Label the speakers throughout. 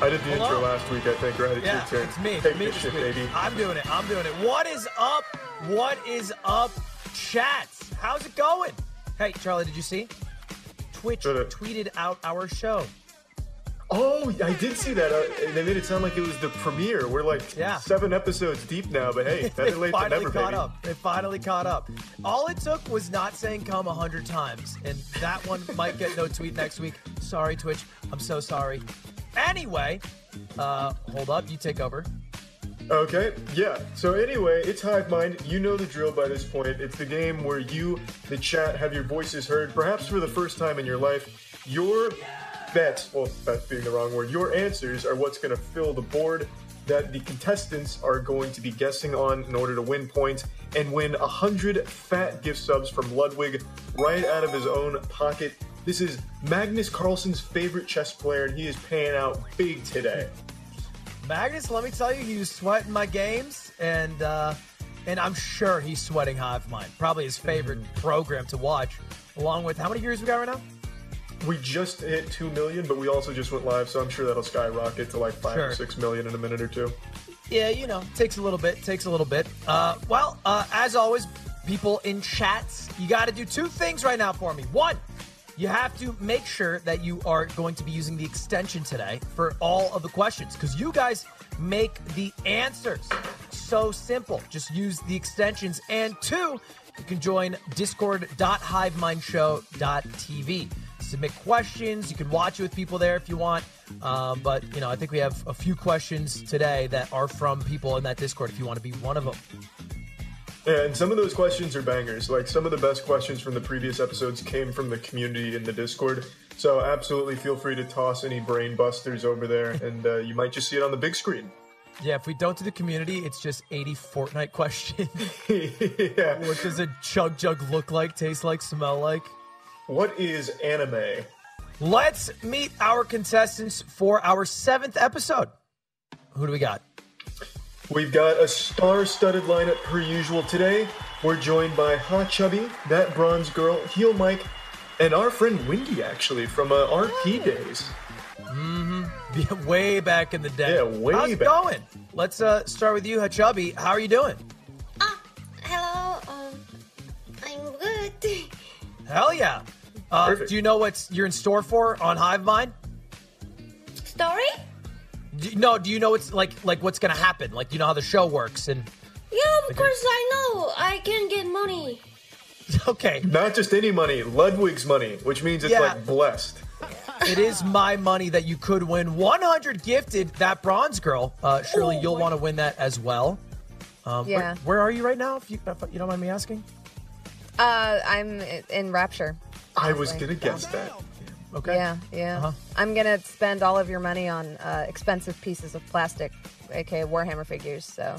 Speaker 1: I did the
Speaker 2: Hello?
Speaker 1: intro last week, I think, right? It's
Speaker 2: Yeah,
Speaker 1: your turn.
Speaker 2: it's me.
Speaker 1: Take
Speaker 2: me
Speaker 1: this
Speaker 2: this
Speaker 1: shit,
Speaker 2: week.
Speaker 1: baby.
Speaker 2: I'm doing it. I'm doing it. What is up? What is up, chats? How's it going? Hey, Charlie, did you see? Twitch
Speaker 1: Did it.
Speaker 2: tweeted out our show.
Speaker 1: Oh, I did see that. Uh, they made it sound like it was the premiere. We're like
Speaker 2: Yeah.
Speaker 1: seven episodes deep now, but hey, better
Speaker 2: they
Speaker 1: late than
Speaker 2: finally
Speaker 1: never,
Speaker 2: caught
Speaker 1: baby.
Speaker 2: up. They finally caught up. All it took was not saying come a hundred times, and that one might get no tweet next week. Sorry, Twitch. I'm so sorry. Anyway, uh, hold up. You take over.
Speaker 1: Okay, yeah. So anyway, it's Hive Mind. You know the drill by this point. It's the game where you, the chat, have your voices heard, perhaps for the first time in your life. Your bets, well, bets being the wrong word, your answers are what's going to fill the board that the contestants are going to be guessing on in order to win points and win 100 fat gift subs from Ludwig right out of his own pocket. This is Magnus Carlsen's favorite chess player, and he is paying out big today.
Speaker 2: Magnus, let me tell you, he was sweating my games, and uh, and I'm sure he's sweating Hive Mind. Probably his favorite program to watch, along with how many viewers we got right now?
Speaker 1: We just hit 2 million, but we also just went live, so I'm sure that'll skyrocket to like 5 or
Speaker 2: Sure.
Speaker 1: 6 million in a minute or two.
Speaker 2: Yeah, you know, takes a little bit, takes a little bit. Uh, well, uh, as always, people in chats, you got to do two things right now for me. One, you have to make sure that you are going to be using the extension today for all of the questions because you guys make the answers so simple. Just use the extensions. And two, you can join discord.hivemind.show.tv submit questions. You can watch it with people there if you want. Um, but you know, I think we have a few questions today that are from people in that Discord. If you want to be one of them,
Speaker 1: And some of those questions are bangers. Like some of the best questions from the previous episodes came from the community in the Discord. So absolutely feel free to toss any brain busters over there, and uh, you might just see it on the big screen.
Speaker 2: yeah. If we don't do the community, it's just eighty Fortnite questions.
Speaker 1: yeah.
Speaker 2: what does a chug jug look like? Taste like? Smell like?
Speaker 1: What is anime?
Speaker 2: Let's meet our contestants for our seventh episode. Who do we got?
Speaker 1: We've got a star-studded lineup per usual today. We're joined by Ha Chubby, that bronze girl, Heel Mike, and our friend Windy actually from uh, RP days.
Speaker 2: Way back in the day.
Speaker 1: Yeah, way
Speaker 2: How's it
Speaker 1: back.
Speaker 2: going? Let's uh, start with you, Hachabi. How are you doing?
Speaker 3: Ah, hello. Um, I'm good.
Speaker 2: Hell yeah. Uh,
Speaker 1: Perfect.
Speaker 2: do you know what you're in store for on Hive Mind?
Speaker 3: Story?
Speaker 2: Do you- no, do you know what's like like what's gonna happen? Like you know how the show works and
Speaker 3: Yeah, of course I know. I can get money.
Speaker 2: okay,
Speaker 1: Not just any money, Ludwig's money, which means it's
Speaker 2: Yeah.
Speaker 1: like blessed.
Speaker 2: it is my money that you could win 100 gifted that bronze girl. Uh, surely
Speaker 3: Oh,
Speaker 2: you'll
Speaker 3: my-
Speaker 2: want to win that as well. Um, where-
Speaker 4: Yeah.
Speaker 2: Where, are you right now? If you, if you don't mind me asking.
Speaker 4: Uh, I'm in Rapture.
Speaker 1: I was
Speaker 4: Like,
Speaker 1: gonna guess that.
Speaker 2: Okay.
Speaker 4: Yeah, yeah.
Speaker 2: Uh-huh.
Speaker 4: I'm gonna spend all of your money on uh, expensive pieces of plastic, aka Warhammer figures. So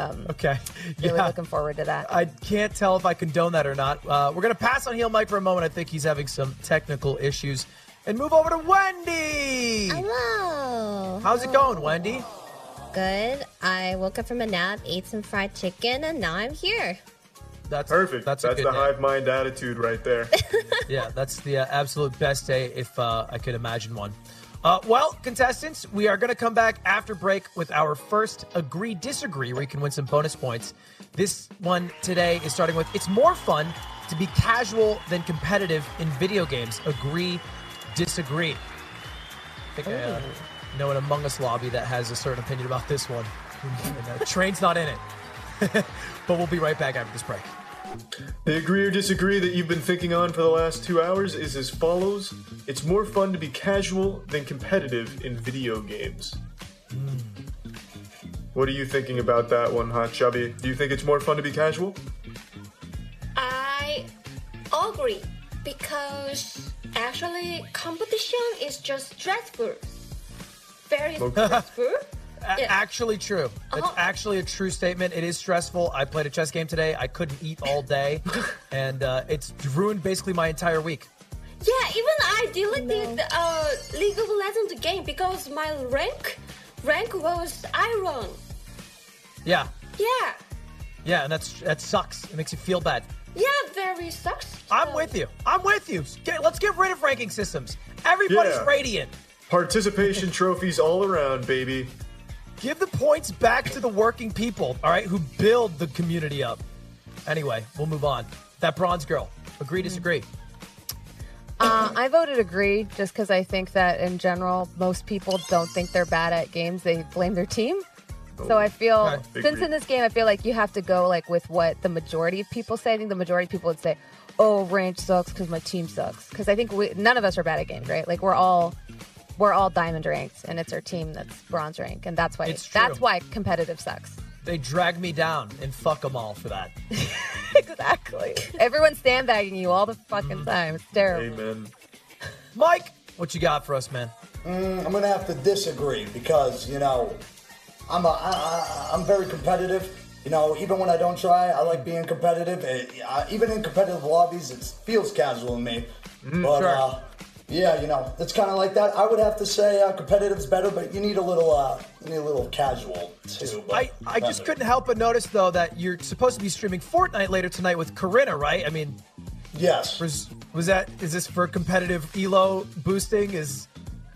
Speaker 2: Okay.
Speaker 4: really
Speaker 2: yeah.
Speaker 4: looking forward to that.
Speaker 2: I can't tell if I condone that or not. Uh, we're gonna pass on Heel Mike for a moment. I think he's having some technical issues, and move over to Wendy.
Speaker 5: Hello.
Speaker 2: How's it going, Wendy?
Speaker 5: Good. I woke up from a nap, ate some fried chicken, and now I'm here.
Speaker 2: That's
Speaker 1: Perfect.
Speaker 2: That's,
Speaker 1: That's,
Speaker 2: a good
Speaker 1: the
Speaker 2: day.
Speaker 1: hive mind attitude right there.
Speaker 2: yeah, that's the uh, absolute best day if uh, I could imagine one. Uh, well, contestants, we are going to come back after break with our first agree disagree, where you can win some bonus points. This one today is starting with it's more fun to be casual than competitive in video games. Agree, disagree. I think I uh, know an Among Us lobby that has a certain opinion about this one. and, uh, train's not in it. but we'll be right back after this break.
Speaker 1: the agree or disagree that you've been thinking on for the last two hours is as follows: It's more fun to be casual than competitive in video games.
Speaker 2: Hmm.
Speaker 1: What are you thinking about that one, Hot Chubby? Do you think it's more fun to be casual?
Speaker 3: I agree because actually competition is just stressful. Very
Speaker 1: Okay.
Speaker 3: stressful.
Speaker 2: A-
Speaker 3: Yeah.
Speaker 2: Actually, true. It's
Speaker 3: Uh-huh.
Speaker 2: actually a true statement. It is stressful. I played a chess game today. I couldn't eat all day, and uh, it's ruined basically my entire week.
Speaker 3: Yeah, even I deleted uh League of Legends game because my rank rank was iron.
Speaker 2: Yeah,
Speaker 3: Yeah.
Speaker 2: yeah, and that's that sucks. It makes you feel bad.
Speaker 3: Yeah, very sucks.
Speaker 2: I'm
Speaker 3: So-
Speaker 2: with you. I'm with you. Get, let's get rid of ranking systems. Everybody's
Speaker 1: Yeah.
Speaker 2: radiant.
Speaker 1: Participation trophies all around, baby.
Speaker 2: Give the points back to the working people, all right, who build the community up. Anyway, we'll move on. That bronze girl. Agree, disagree.
Speaker 3: Mm.
Speaker 4: Uh, I voted agree just because I think that in general, most people don't think they're bad at games. They blame their team. So I feel
Speaker 2: Okay.
Speaker 4: since in this game, I feel like you have to go like with what the majority of people say. I think the majority of people would say, "Oh, range sucks because my team sucks." Because I think we, none of us are bad at games, right? Like we're all we're all diamond ranks, and it's our team that's bronze rank, and that's why
Speaker 2: It's true.
Speaker 4: that's why competitive sucks.
Speaker 2: They drag me down and fuck them all for that.
Speaker 4: exactly. Everyone's sandbagging you all the fucking time. It's terrible.
Speaker 1: Amen.
Speaker 2: Mike, what you got for us, man?
Speaker 6: I'm gonna have to disagree because you know, I'm a, I, I, I'm very competitive. You know, even when I don't try, I like being competitive. Eh, I- even in competitive lobbies, it feels casual to me. but
Speaker 2: Mm, sure.
Speaker 6: uh, yeah, you know, it's kind of like that. I would have to say uh, competitive's better, but you need a little, uh, you need a little casual too. But
Speaker 2: I, I just couldn't help but notice though that you're supposed to be streaming Fortnite later tonight with Corinna, right? I mean,
Speaker 6: Yes.
Speaker 2: was was that is this for competitive Elo boosting? Is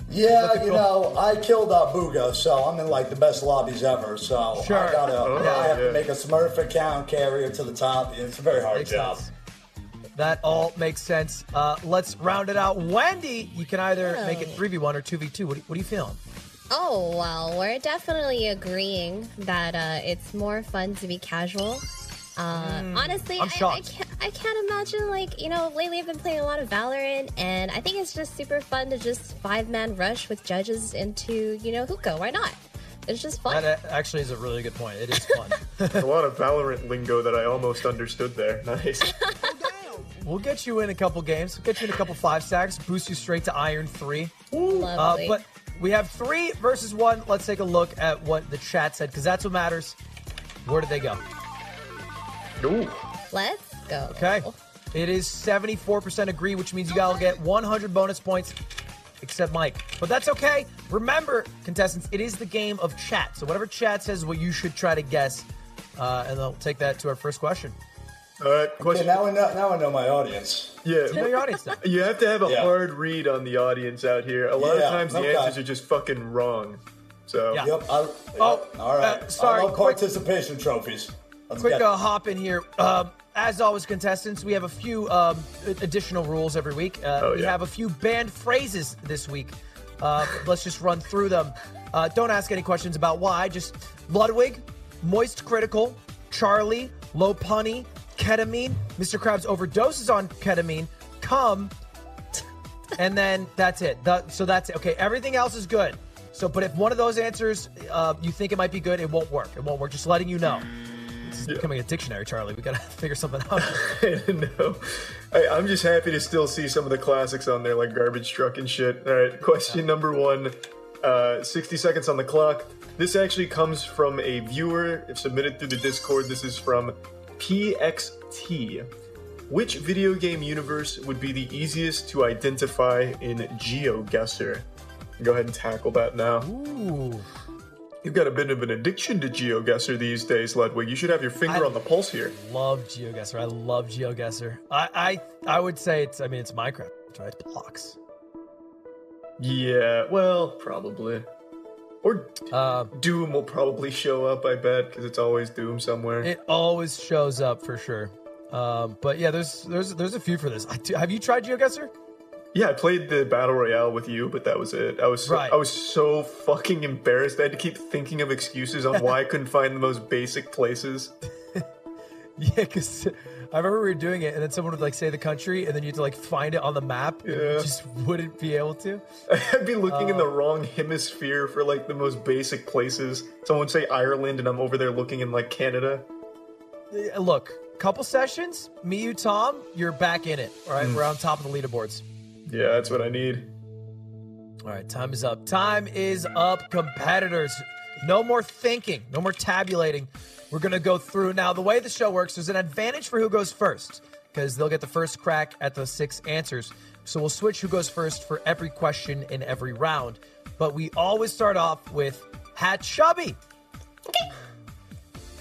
Speaker 6: Yeah,
Speaker 2: Look at
Speaker 6: you
Speaker 2: Bill.
Speaker 6: know, I killed uh, Bugo, so I'm in like the best lobbies ever. So
Speaker 2: Sure. Oh,
Speaker 6: I gotta,
Speaker 1: yeah,
Speaker 6: I have
Speaker 1: yeah.
Speaker 6: to make a Smurf account, carry it to the top. It's a very hard
Speaker 2: Makes
Speaker 6: job.
Speaker 2: sense. That all makes sense. Uh, let's round it out. Wendy, you can either make it 3v1 or 2v2. What, do- what are you feeling?
Speaker 5: Oh, well, we're definitely agreeing that uh, it's more fun to be casual. Uh, honestly,
Speaker 2: Mm. I'm
Speaker 5: I, I,
Speaker 2: shocked.
Speaker 5: can't, I can't imagine, like, you know, lately I've been playing a lot of Valorant, and I think it's just super fun to just five man rush with judges into, you know, hookah. Why not? It's just fun.
Speaker 2: That uh, actually is a really good point. It is fun.
Speaker 1: A lot of Valorant lingo that I almost understood there. Nice.
Speaker 2: we'll get you in a couple games. We'll get you in a couple five stacks. Boost you straight to Iron 3. Uh,
Speaker 5: Lovely.
Speaker 2: but we have three versus one. Let's take a look at what the chat said because that's what matters. Where did they go?
Speaker 1: Ooh.
Speaker 5: Let's go.
Speaker 2: Okay. It is 74% agree, which means you all get 100 bonus points, except Mike. But that's okay. Remember, contestants, it is the game of chat. So whatever chat says, what you should try to guess. Uh, and I'll take that to our first question.
Speaker 1: All right,
Speaker 6: Okay,
Speaker 1: question.
Speaker 6: now I know, now I know my audience.
Speaker 2: You know
Speaker 1: Yeah.
Speaker 2: your audience now.
Speaker 1: You have to have a
Speaker 6: Yeah.
Speaker 1: hard read on the audience out here. A lot
Speaker 6: Yeah,
Speaker 1: of times the
Speaker 6: okay.
Speaker 1: answers are just fucking wrong. So,
Speaker 2: Yeah.
Speaker 6: Yep. I,
Speaker 2: Oh,
Speaker 6: yep, all right.
Speaker 2: uh, sorry,
Speaker 6: I love
Speaker 2: quick-
Speaker 6: participation trophies. Let's
Speaker 2: quick
Speaker 6: get
Speaker 2: uh, hop in here. Um, as always, contestants, we have a few um, a- additional rules every week. Uh,
Speaker 1: Oh,
Speaker 2: we
Speaker 1: yeah.
Speaker 2: have a few banned phrases this week. Uh, let's just run through them. Uh, don't ask any questions about why. Just Ludwig, Moist Critical, Charlie, Low Punny, Ketamine, Mr. Krabs overdoses on ketamine, Come, and then that's it. That- so that's it. Okay, everything else is good. So, but if one of those answers uh, you think it might be good, it won't work. It won't work. Just letting you know. This is becoming a dictionary, Charlie. We gotta figure something out.
Speaker 1: no. I, I'm just happy to still see some of the classics on there, like Garbage Truck and shit. All right, question number one uh, 60 seconds on the clock. This actually comes from a viewer submitted through the Discord. This is from PXT. Which video game universe would be the easiest to identify in GeoGuessr? Go ahead and tackle that now.
Speaker 2: Ooh,
Speaker 1: You've got a bit of an addiction to GeoGuessr these days, Ludwig. You should have your finger
Speaker 2: I-
Speaker 1: on the pulse here.
Speaker 2: love GeoGuessr. I love GeoGuessr. I, I I would say it's. I mean, it's Minecraft, right? It's blocks.
Speaker 1: Yeah, well, probably. Or
Speaker 2: Uh,
Speaker 1: Doom will probably show up, I bet, because it's always Doom somewhere.
Speaker 2: it always shows up for sure. Um, but yeah, there's there's there's a few for this. I do, have you tried GeoGuessr?
Speaker 1: yeah, I played the battle royale with you, but that was it. I was so,
Speaker 2: Right.
Speaker 1: I was so fucking embarrassed. I had to keep thinking of excuses on why I couldn't find the most basic places.
Speaker 2: Yeah, because I remember we were doing it, and then someone would like say the country, and then you had to like find it on the map. and you
Speaker 1: Yeah.
Speaker 2: just wouldn't be able to.
Speaker 1: I'd be looking
Speaker 2: Uh.
Speaker 1: in the wrong hemisphere for like the most basic places. Someone say Ireland, and I'm over there looking in like Canada.
Speaker 2: Uh, Look, couple sessions, me, you, Tom, you're back in it. All right, we're on top of the leaderboards.
Speaker 1: Yeah, that's what I need.
Speaker 2: All right, time is up. Time is up, competitors. No more thinking, no more tabulating. We're going to go through. Now, the way the show works, there's an advantage for who goes first because they'll get the first crack at the six answers. So we'll switch who goes first for every question in every round. But we always start off with Hat Chubby.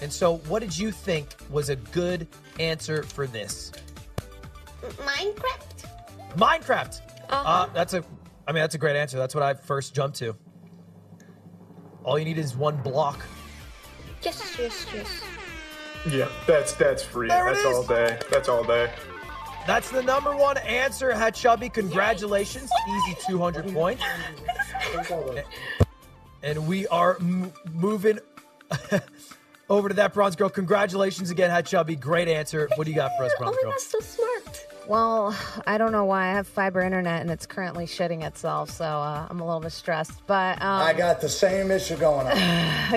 Speaker 2: And so, what did you think was a good answer for this?
Speaker 3: Minecraft?
Speaker 2: Minecraft. uh
Speaker 3: Uh-huh.
Speaker 2: that's a I mean, that's a great answer. That's what I first jumped to. All you need is one block.
Speaker 3: Yes, yes, yes.
Speaker 1: Yeah, that's that's free.
Speaker 2: There it
Speaker 1: that's all
Speaker 2: is.
Speaker 1: day. That's all day.
Speaker 2: That's the number one answer, Hatchubby. Congratulations. Easy 200 points. uh, And we are m- moving over to that bronze girl. Congratulations again, Hatchubby. Great answer. What do you got for us,
Speaker 3: Oh
Speaker 2: bronze
Speaker 3: my
Speaker 2: girl?
Speaker 3: gosh, so smart.
Speaker 4: Well, I don't know why I have fiber internet and it's currently shitting itself, so uh, I'm a little bit stressed. But um,
Speaker 6: I got the same issue going on.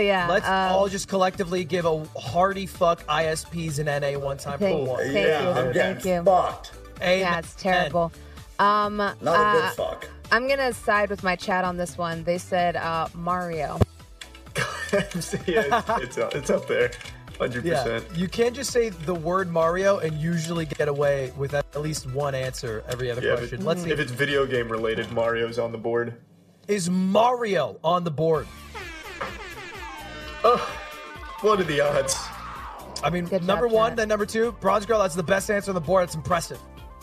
Speaker 4: yeah,
Speaker 2: Let's
Speaker 4: uh,
Speaker 2: all just collectively give a hearty fuck ISPs and NA one time for
Speaker 4: Thank-
Speaker 2: one.
Speaker 4: thank
Speaker 6: yeah,
Speaker 4: you,
Speaker 6: I'm getting
Speaker 4: thank you.
Speaker 6: fucked.
Speaker 2: Amen.
Speaker 4: yeah, it's terrible. Um,
Speaker 6: Not
Speaker 4: uh,
Speaker 6: a good fuck.
Speaker 4: I'm gonna side with my chat on this one. They said uh, Mario.
Speaker 1: yeah, it's, it's, up- it's up there. 100%.
Speaker 2: Yeah, you can't just say the word Mario and usually get away with at least one answer every other
Speaker 1: Yeah, if,
Speaker 2: question.
Speaker 1: it-
Speaker 2: Let's see.
Speaker 1: if it's video game related, Mario's on the board.
Speaker 2: Is Mario on the board?
Speaker 1: What are the odds?
Speaker 2: I mean,
Speaker 4: Good job,
Speaker 2: number one,
Speaker 4: Jack.
Speaker 2: then number two, Bronze Girl, that's the best answer on the board. It's impressive.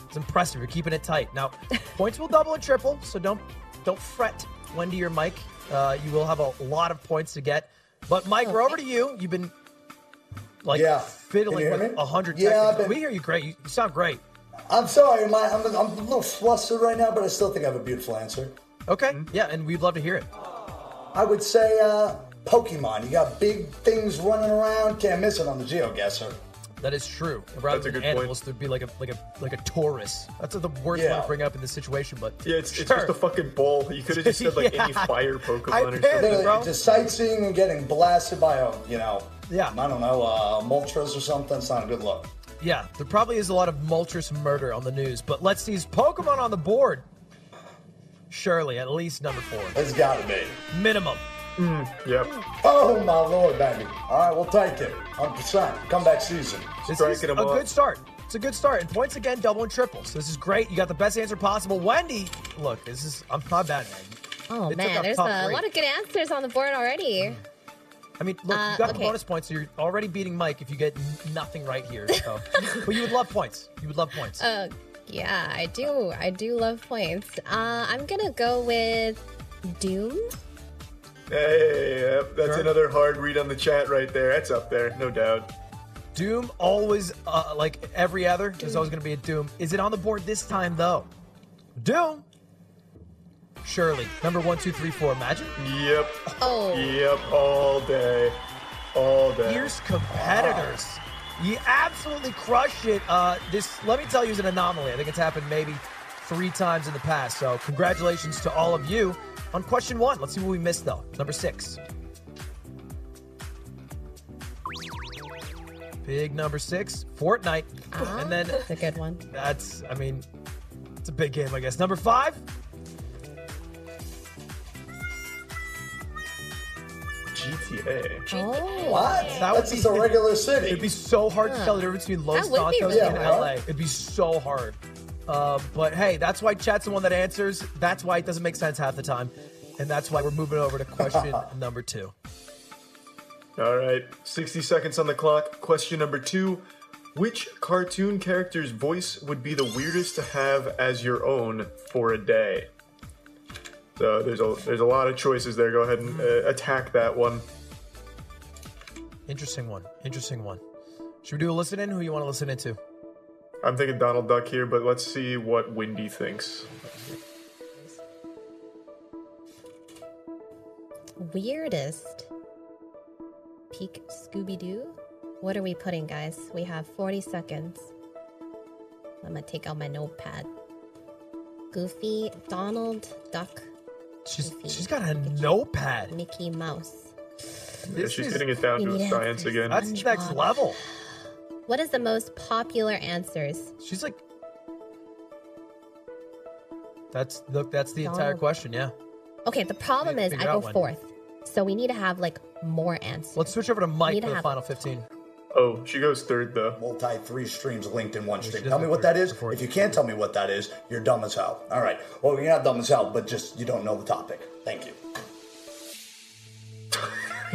Speaker 2: It's impressive. You're keeping it tight. Now, points will double and triple, so don't don't fret, Wendy or Mike. Uh, you will have a lot of points to get. But Mike, we're over to you. You've been like
Speaker 6: Yeah. Can
Speaker 2: fiddling
Speaker 6: you hear
Speaker 2: with
Speaker 6: me?
Speaker 2: a hundred
Speaker 6: Yeah,
Speaker 2: techniques.
Speaker 6: I've been-
Speaker 2: We hear you great. You, you sound great.
Speaker 6: I'm sorry, my, I'm, I'm a little flustered right now, but I still think I have a beautiful answer.
Speaker 2: Okay.
Speaker 6: Mm-hmm.
Speaker 2: Yeah, and we'd love to hear it.
Speaker 6: I would say uh, Pokemon. You got big things running around. Can't miss it on the GeoGuessr.
Speaker 2: That is true.
Speaker 1: That's
Speaker 2: Rather
Speaker 1: a
Speaker 2: than
Speaker 1: good
Speaker 2: animals,
Speaker 1: point.
Speaker 2: there'd be like a like a like a Taurus. That's the worst
Speaker 6: Yeah.
Speaker 2: one to bring up in this situation. But
Speaker 1: Yeah, it's, it's
Speaker 2: Sure.
Speaker 1: just a fucking ball. You could have just said like
Speaker 2: Yeah.
Speaker 1: any fire
Speaker 2: I
Speaker 1: Pokemon or
Speaker 2: bet.
Speaker 1: something.
Speaker 6: Literally,
Speaker 2: bro.
Speaker 6: just sightseeing and getting blasted by a, you know,
Speaker 2: Yeah.
Speaker 6: I don't know, uh, Moltres or something. It's not a good look.
Speaker 2: Yeah, there probably is a lot of Moltres murder on the news, but let's see, is Pokemon on the board? Surely, at least number four.
Speaker 6: It's got to be.
Speaker 2: Minimum.
Speaker 1: Yep.
Speaker 6: Oh my lord, baby. All right, we'll take it. 100%. Comeback season.
Speaker 2: This
Speaker 1: Striking
Speaker 2: is a
Speaker 1: them off.
Speaker 2: good start. It's a good start. And points again, double and triple. So this is great. You got the best answer possible. Wendy, look, this is, I'm not bad, man.
Speaker 5: Oh
Speaker 2: It took
Speaker 5: man,
Speaker 2: up
Speaker 5: there's
Speaker 2: top
Speaker 5: a
Speaker 2: three. Mm.
Speaker 5: lot of good answers on the board already.
Speaker 2: I mean, look,
Speaker 5: Uh,
Speaker 2: you got the
Speaker 5: okay.
Speaker 2: bonus points, so you're already beating Mike if you get n- nothing right here. So. but you would love points. You would love points.
Speaker 5: Uh, yeah, I do. I do love points. Uh, I'm gonna go with Doom.
Speaker 1: Hey, yep. that's
Speaker 2: Sure.
Speaker 1: another hard read on the chat right there. That's up there, no doubt.
Speaker 2: Doom always, uh, like every other, there's always going to be a Doom. Is it on the board this time, though? Doom? Surely. Number one, two, three, four. Imagine.
Speaker 1: Yep.
Speaker 5: Oh,
Speaker 1: Yep. All day. All day.
Speaker 2: Here's competitors. You absolutely crushed it. Uh, this, let me tell you, is an anomaly. I think it's happened maybe three times in the past. So, congratulations to all of you on question one. Let's see what we missed, though. Number six. Big number six, Fortnite. And then
Speaker 5: that's a good one.
Speaker 2: That's, I mean, it's a big game, I guess. Number five.
Speaker 1: GTA.
Speaker 5: Oh,
Speaker 6: What?
Speaker 2: That
Speaker 6: That's
Speaker 2: would
Speaker 6: just
Speaker 2: be-
Speaker 6: a regular
Speaker 2: It'd be
Speaker 6: city.
Speaker 2: so hard to tell the difference between Los
Speaker 5: That would be
Speaker 2: Santos
Speaker 5: really
Speaker 2: and
Speaker 6: hard.
Speaker 2: LA. It'd be so hard. Uh, but hey, that's why chat's the one that answers. That's why it doesn't make sense half the time. And that's why we're moving over to question number two.
Speaker 1: All right. 60 seconds on the clock. Question number two. Which cartoon character's voice would be the weirdest to have as your own for a day? So there's a there's a lot of choices there. Go ahead and uh, attack that one.
Speaker 2: Interesting one. Interesting one. Should we do a listen in? Who you want to listen into?
Speaker 1: I'm thinking Donald Duck here, but let's see what Wendy thinks.
Speaker 5: weirdest. Peak Scooby Doo. What are we putting, guys? We have 40 seconds. I'm gonna take out my notepad. Goofy, Donald, Duck,
Speaker 2: She's she's got a notepad.
Speaker 5: Mickey Mouse.
Speaker 1: Yeah,
Speaker 2: This
Speaker 1: she's
Speaker 2: is-
Speaker 1: getting it down to a
Speaker 5: Yeah.
Speaker 1: science again.
Speaker 2: that's next level.
Speaker 5: What is the most popular answers?
Speaker 2: She's like That's look, that's the entire
Speaker 5: Donald.
Speaker 2: question, yeah.
Speaker 5: Okay, the problem
Speaker 2: Need to
Speaker 5: is I
Speaker 2: figure
Speaker 5: go
Speaker 2: out one.
Speaker 5: fourth. So we need to have like more answers.
Speaker 2: Let's switch over to Mike
Speaker 5: Need to
Speaker 2: for the
Speaker 5: have-
Speaker 2: final fifteen.
Speaker 1: Oh, she goes third though.
Speaker 6: Multi three streams linked in one stream.
Speaker 2: doesn't
Speaker 6: Tell me
Speaker 2: have
Speaker 6: what that
Speaker 2: three
Speaker 6: is.
Speaker 2: before.
Speaker 6: If you can't tell me what that is, you're dumb as hell. All right. Well, you're not dumb as hell, but just you don't know the topic. Thank you.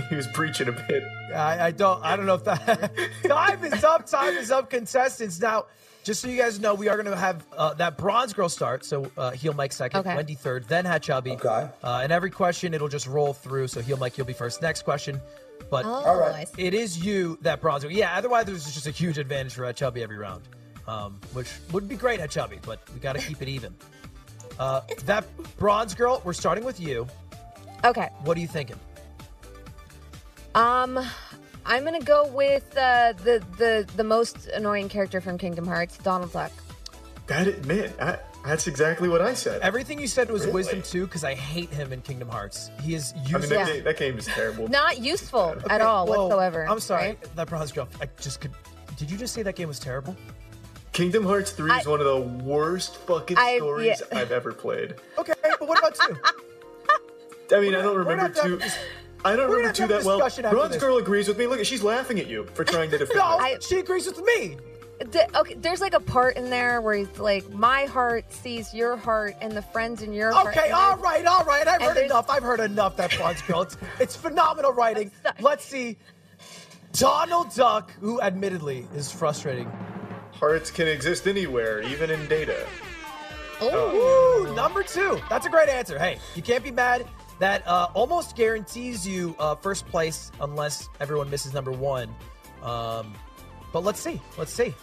Speaker 1: he was preaching a bit.
Speaker 2: I, I don't I don't know if that time is up. Time is up, contestants. Now, just so you guys know, we are going to have uh, that bronze girl start. So uh, heel Mike second,
Speaker 4: Okay.
Speaker 2: Wendy third, then Hatchabi.
Speaker 6: Okay.
Speaker 2: Uh, and every question, it'll just roll through. So heel Mike, you'll be first. Next question. But
Speaker 5: Oh,
Speaker 6: All right.
Speaker 5: I see.
Speaker 2: it is you that bronze. Yeah, otherwise there's just a huge advantage for Chubby every round, um, which would be great at Chubby, but we got to keep it even. Uh, that bronze girl, we're starting with you.
Speaker 4: Okay.
Speaker 2: What are you thinking?
Speaker 4: Um, I'm gonna go with uh, the the the most annoying character from Kingdom Hearts, Donald Duck.
Speaker 1: That is- man, I, that's exactly what I said.
Speaker 2: Everything you said was
Speaker 1: Really?
Speaker 2: wisdom too, because I hate him in Kingdom Hearts. He is
Speaker 1: I mean,
Speaker 2: useless.
Speaker 1: that,
Speaker 4: Yeah.
Speaker 1: game, that game is terrible.
Speaker 4: Not useful at
Speaker 2: Okay,
Speaker 4: all
Speaker 2: whoa,
Speaker 4: whatsoever.
Speaker 2: I'm sorry,
Speaker 4: right?
Speaker 2: that bronze girl. I just could. Did you just say that game was terrible?
Speaker 1: Kingdom Hearts 3 is
Speaker 4: I-
Speaker 1: one of the worst fucking
Speaker 4: I-
Speaker 1: stories
Speaker 4: yeah.
Speaker 1: I've ever played.
Speaker 2: Okay, but what about two?
Speaker 1: I mean, I don't
Speaker 2: We're
Speaker 1: remember
Speaker 2: not done
Speaker 1: two.
Speaker 2: dis-
Speaker 1: I don't
Speaker 2: we're
Speaker 1: remember
Speaker 2: not
Speaker 1: two
Speaker 2: done
Speaker 1: that well.
Speaker 2: discussion after
Speaker 1: Bronze
Speaker 2: this.
Speaker 1: Girl agrees with me. Look, she's laughing at you for trying to defend.
Speaker 2: No,
Speaker 1: her.
Speaker 4: I-
Speaker 2: she agrees with me.
Speaker 4: D- okay, there's like a part in there where he's like, "My heart sees your heart, and the friends in your heart."
Speaker 2: Okay,
Speaker 4: and
Speaker 2: all
Speaker 4: I-
Speaker 2: right, all right. I've
Speaker 4: and
Speaker 2: heard
Speaker 4: there's-
Speaker 2: enough. I've heard enough. That Bronze Girl. It's, it's phenomenal writing.
Speaker 4: I'm sorry.
Speaker 2: Let's see. Donald Duck, who admittedly is frustrating.
Speaker 1: Hearts can exist anywhere, even in data.
Speaker 2: Ooh, number two. That's a great answer. Hey, you can't be mad. That uh, almost guarantees you uh, first place unless everyone misses number one. Um, but let's see. Let's see.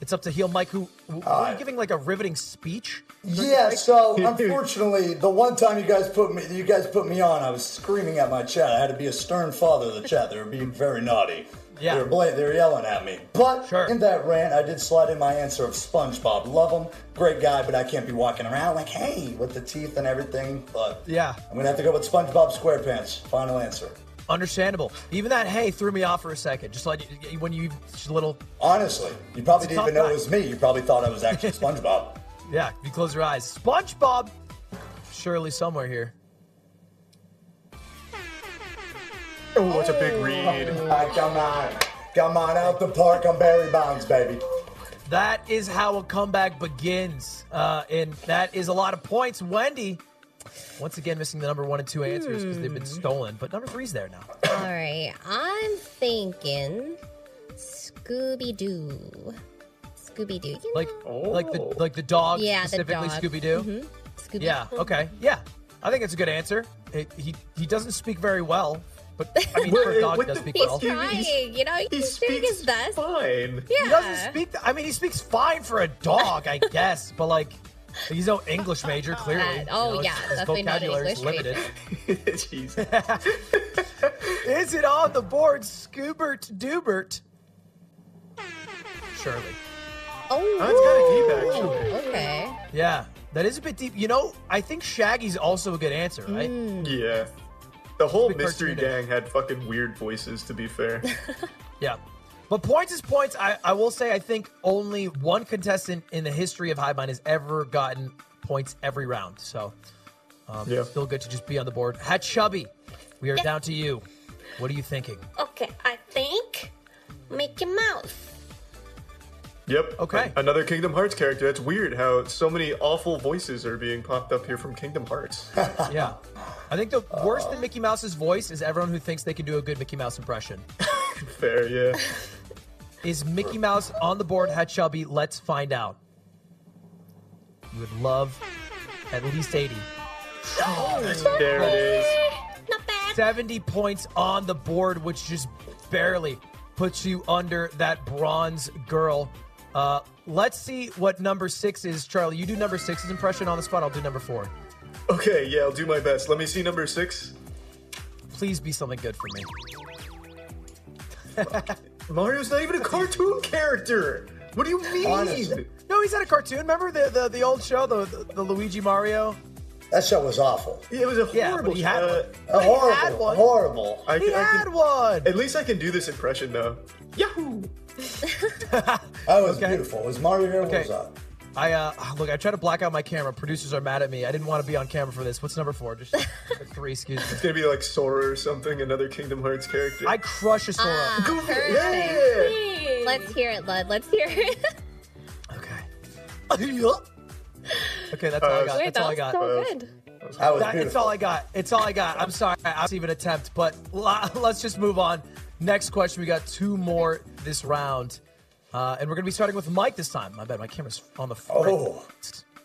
Speaker 2: It's up to heel Mike, who, who were you
Speaker 6: Alright.
Speaker 2: giving like a riveting speech.
Speaker 6: Yeah, so unfortunately, the one time you guys put me, you guys put me on, I was screaming at my chat. I had to be a stern father to the chat. They were being very naughty.
Speaker 2: Yeah.
Speaker 6: They were, bla- they were yelling at me. But
Speaker 2: Sure.
Speaker 6: in that rant, I did slide in my answer of SpongeBob. Love him, great guy, but I can't be walking around like, hey, with the teeth and everything. But
Speaker 2: Yeah.
Speaker 6: I'm gonna have to go with SpongeBob SquarePants. Final answer.
Speaker 2: Understandable. Even that hey threw me off for a second. Just like you- when you just a little
Speaker 6: Honestly, you probably didn't
Speaker 2: tough
Speaker 6: even know
Speaker 2: guy.
Speaker 6: it was me. You probably thought I was actually SpongeBob.
Speaker 2: Yeah, you close your eyes. SpongeBob, surely somewhere here.
Speaker 1: Oh, it's a big read.
Speaker 6: Ah, come on, come on out the park. I'm Barry Bonds, baby.
Speaker 2: That is how a comeback begins, uh, and that is a lot of points. Wendy, once again, missing the number one and two answers because they've been
Speaker 1: Hmm.
Speaker 2: stolen, but number three's there now.
Speaker 5: All right. I'm thinking Scooby Doo. Scooby Doo.
Speaker 2: Like, like the
Speaker 1: Oh.
Speaker 2: like the dog
Speaker 5: Yeah, the
Speaker 2: specifically
Speaker 5: dog. Mm-hmm.
Speaker 2: Scooby Doo.
Speaker 5: Scooby
Speaker 2: Yeah. Okay. Yeah, I think it's a good answer. It, he he doesn't speak very well, but I mean,
Speaker 1: Well,
Speaker 2: for a dog, he
Speaker 1: what
Speaker 2: does
Speaker 1: the
Speaker 2: speak
Speaker 1: fuck? He-
Speaker 2: well.
Speaker 5: He's trying,
Speaker 1: he's-
Speaker 5: you know, he's,
Speaker 1: He
Speaker 5: doing
Speaker 1: speaks
Speaker 5: his best.
Speaker 1: fine.
Speaker 5: Yeah.
Speaker 2: He doesn't speak. th- I mean, he speaks fine for a dog, I guess, but like, he's no English major, clearly.
Speaker 5: God. Oh,
Speaker 2: his-
Speaker 5: yeah,
Speaker 2: his
Speaker 5: definitely not an
Speaker 2: vocabulary is
Speaker 5: English major.
Speaker 1: Jeez.
Speaker 2: Is it on the board, Scoobert Dubert? Surely.
Speaker 5: Oh,
Speaker 1: That's kind of deep,
Speaker 5: okay.
Speaker 2: Yeah, that is a bit deep. You know, I think Shaggy's also a good answer, right?
Speaker 1: actually. Yeah. The whole
Speaker 2: Big
Speaker 1: mystery
Speaker 2: cartoonish.
Speaker 1: gang had fucking weird voices, to be fair.
Speaker 2: Yeah. But points is points. I, I will say I think only one contestant in the history of High Mind has ever gotten points every round. So
Speaker 1: yeah.
Speaker 2: Um, still good to just be on the board. Hat Chubby, we are down to you. What are you thinking?
Speaker 3: Okay, I think Mickey Mouse.
Speaker 1: Yep.
Speaker 2: Okay.
Speaker 1: Another Kingdom Hearts character. That's weird how so many awful voices are being popped up here from Kingdom Hearts.
Speaker 2: Yeah. I think the worst than Mickey Mouse's voice is everyone who thinks they can do a good Mickey Mouse impression.
Speaker 1: fair, yeah.
Speaker 2: Is Mickey Mouse on the board, Hatchubby? Let's find out. You would love at least 80.
Speaker 1: There it is.
Speaker 3: Not bad.
Speaker 2: 70 points on the board, which just barely puts you under that bronze girl. Uh, let's see what number six is. Charlie, you do number six's impression on the spot. I'll do number four.
Speaker 1: Okay, yeah, I'll do my best. Let me see number six.
Speaker 2: Please be something good for me.
Speaker 1: Mario's not even a cartoon character. What do you mean?
Speaker 6: Honestly.
Speaker 2: No, he's at a cartoon. Remember the the, the old show, the, the the Luigi Mario?
Speaker 6: That show was awful.
Speaker 1: It was a horrible.
Speaker 2: Yeah, but he had
Speaker 1: uh,
Speaker 2: one.
Speaker 6: A horrible,
Speaker 2: had one.
Speaker 6: horrible.
Speaker 1: I,
Speaker 2: He
Speaker 1: can- I
Speaker 2: had
Speaker 1: can,
Speaker 2: one.
Speaker 1: At least I can do this impression though. Yahoo!
Speaker 6: That was
Speaker 2: Okay.
Speaker 6: beautiful. It was Mario
Speaker 2: Okay.
Speaker 6: was up.
Speaker 2: I uh look, I try to black out my camera. Producers are mad at me. I didn't want to be on camera for this. What's number four? Just or three, excuse me.
Speaker 1: It's gonna be like Sora or something, another Kingdom Hearts character.
Speaker 2: I crush a Sora.
Speaker 5: Ah, perfect.
Speaker 1: yeah.
Speaker 5: Let's hear it, Lud. Let's hear it.
Speaker 2: Okay. Yup. okay, that's all I
Speaker 1: Uh,
Speaker 2: got.
Speaker 5: Wait,
Speaker 2: That's all I
Speaker 5: that
Speaker 2: got.
Speaker 5: was so good.
Speaker 6: That was
Speaker 2: That- it's
Speaker 6: beautiful.
Speaker 2: all I got. It's all I got. I'm sorry. I was even attempt, but la- let's just move on. Next question. We got two more this round. Uh, and we're going to be starting with Mike this time. My bad, my camera's on the front.
Speaker 6: Oh.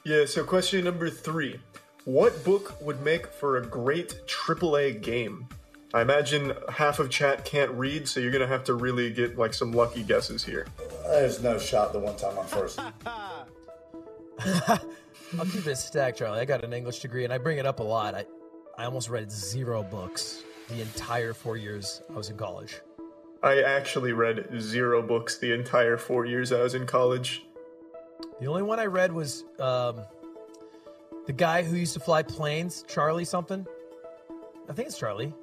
Speaker 1: Yeah, so question number three. What book would make for a great AAA game? I imagine half of chat can't read, so you're gonna have to really get like some lucky guesses here.
Speaker 6: There's no shot the one time I'm first.
Speaker 2: I'll keep it a stack, Charlie. I got an English degree, and I bring it up a lot. I, I almost read zero books the entire four years I was in college.
Speaker 1: I actually read zero books the entire four years I was in college.
Speaker 2: The only one I read was um, the guy who used to fly planes, Charlie something. I think it's Charlie.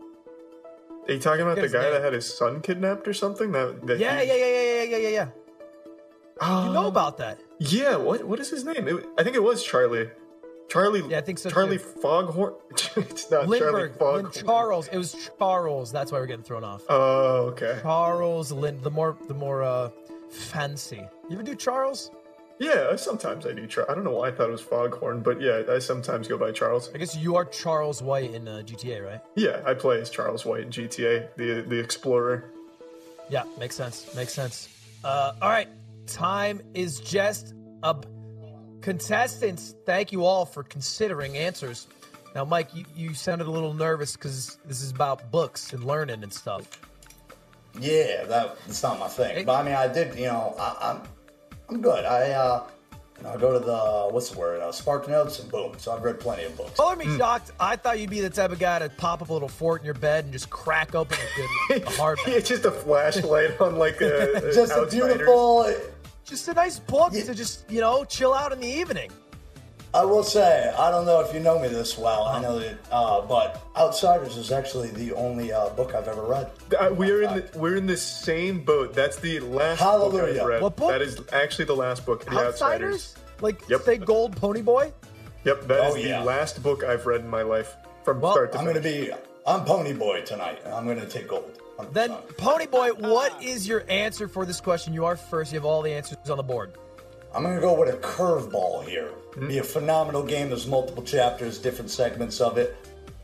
Speaker 1: Are you talking about the
Speaker 2: His
Speaker 1: guy
Speaker 2: name.
Speaker 1: that had his son kidnapped or something? That, that
Speaker 2: Yeah,
Speaker 1: he- Um,
Speaker 2: yeah, yeah, yeah, yeah, yeah, yeah, yeah. You know about that?
Speaker 1: Yeah, what what is his name? It, I think it was Charlie. Charlie.
Speaker 2: Yeah, I think so,
Speaker 1: Charlie
Speaker 2: too.
Speaker 1: Foghorn. it's not
Speaker 2: Lindbergh,
Speaker 1: Uh, Charlie
Speaker 2: Lin-
Speaker 1: Foghorn.
Speaker 2: Charles. It was Charles. That's why we're getting thrown off.
Speaker 1: Oh, okay.
Speaker 2: Charles Lind. The more, the more uh, fancy. You ever do Charles?
Speaker 1: Yeah, I- sometimes I do. Char- I don't know why I thought it was Foghorn, but yeah, I sometimes go by Charles.
Speaker 2: I guess you are Charles White in uh, GTA, right?
Speaker 1: Yeah, I play as Charles White in GTA, the the explorer.
Speaker 2: Yeah, makes sense. Makes sense. Uh, all right, time is just up. Contestants, thank you all for considering answers. Now, Mike, you, you sounded a little nervous because this is about books and learning and stuff.
Speaker 6: Yeah, that, that's not my
Speaker 2: Hey.
Speaker 6: thing. But I mean, I did, you know, I, I'm, I'm good. I, uh, you know, I go to the what's the word? Uh, Spark Notes and boom. So I've read plenty of books.
Speaker 2: Color me shocked. I thought you'd be the type of guy to pop up a little fort in your bed and just crack open a good a
Speaker 1: Yeah,
Speaker 2: hardback.
Speaker 1: just a flashlight on like a a
Speaker 6: Just a
Speaker 1: outsider.
Speaker 6: beautiful.
Speaker 2: Just a nice book
Speaker 6: Yeah.
Speaker 2: to just you know chill out in the evening.
Speaker 6: I will say, I don't know if you know me this well.
Speaker 2: Uh-huh.
Speaker 6: I know that, uh, but Outsiders is actually the only uh, book I've ever read.
Speaker 1: Uh, we are in the, we're in the same boat. That's the last book
Speaker 6: Hallelujah.
Speaker 1: I've read.
Speaker 2: What book?
Speaker 1: That is actually the last book. The Outsiders.
Speaker 2: Outsiders, like
Speaker 1: Yep.
Speaker 2: say Gold Pony Boy.
Speaker 1: Yep, that is
Speaker 6: Oh, yeah.
Speaker 1: the last book I've read in my life from
Speaker 2: Well,
Speaker 1: start to
Speaker 6: I'm
Speaker 1: finish.
Speaker 6: gonna be, I'm Pony Boy tonight. and I'm gonna take gold. I'm-
Speaker 2: Then
Speaker 6: I'm-
Speaker 2: Pony Boy, what is your answer for this question? You are first. You have all the answers on the board.
Speaker 6: I'm gonna go with a curveball here. Be a phenomenal game. There's multiple chapters, different segments of it.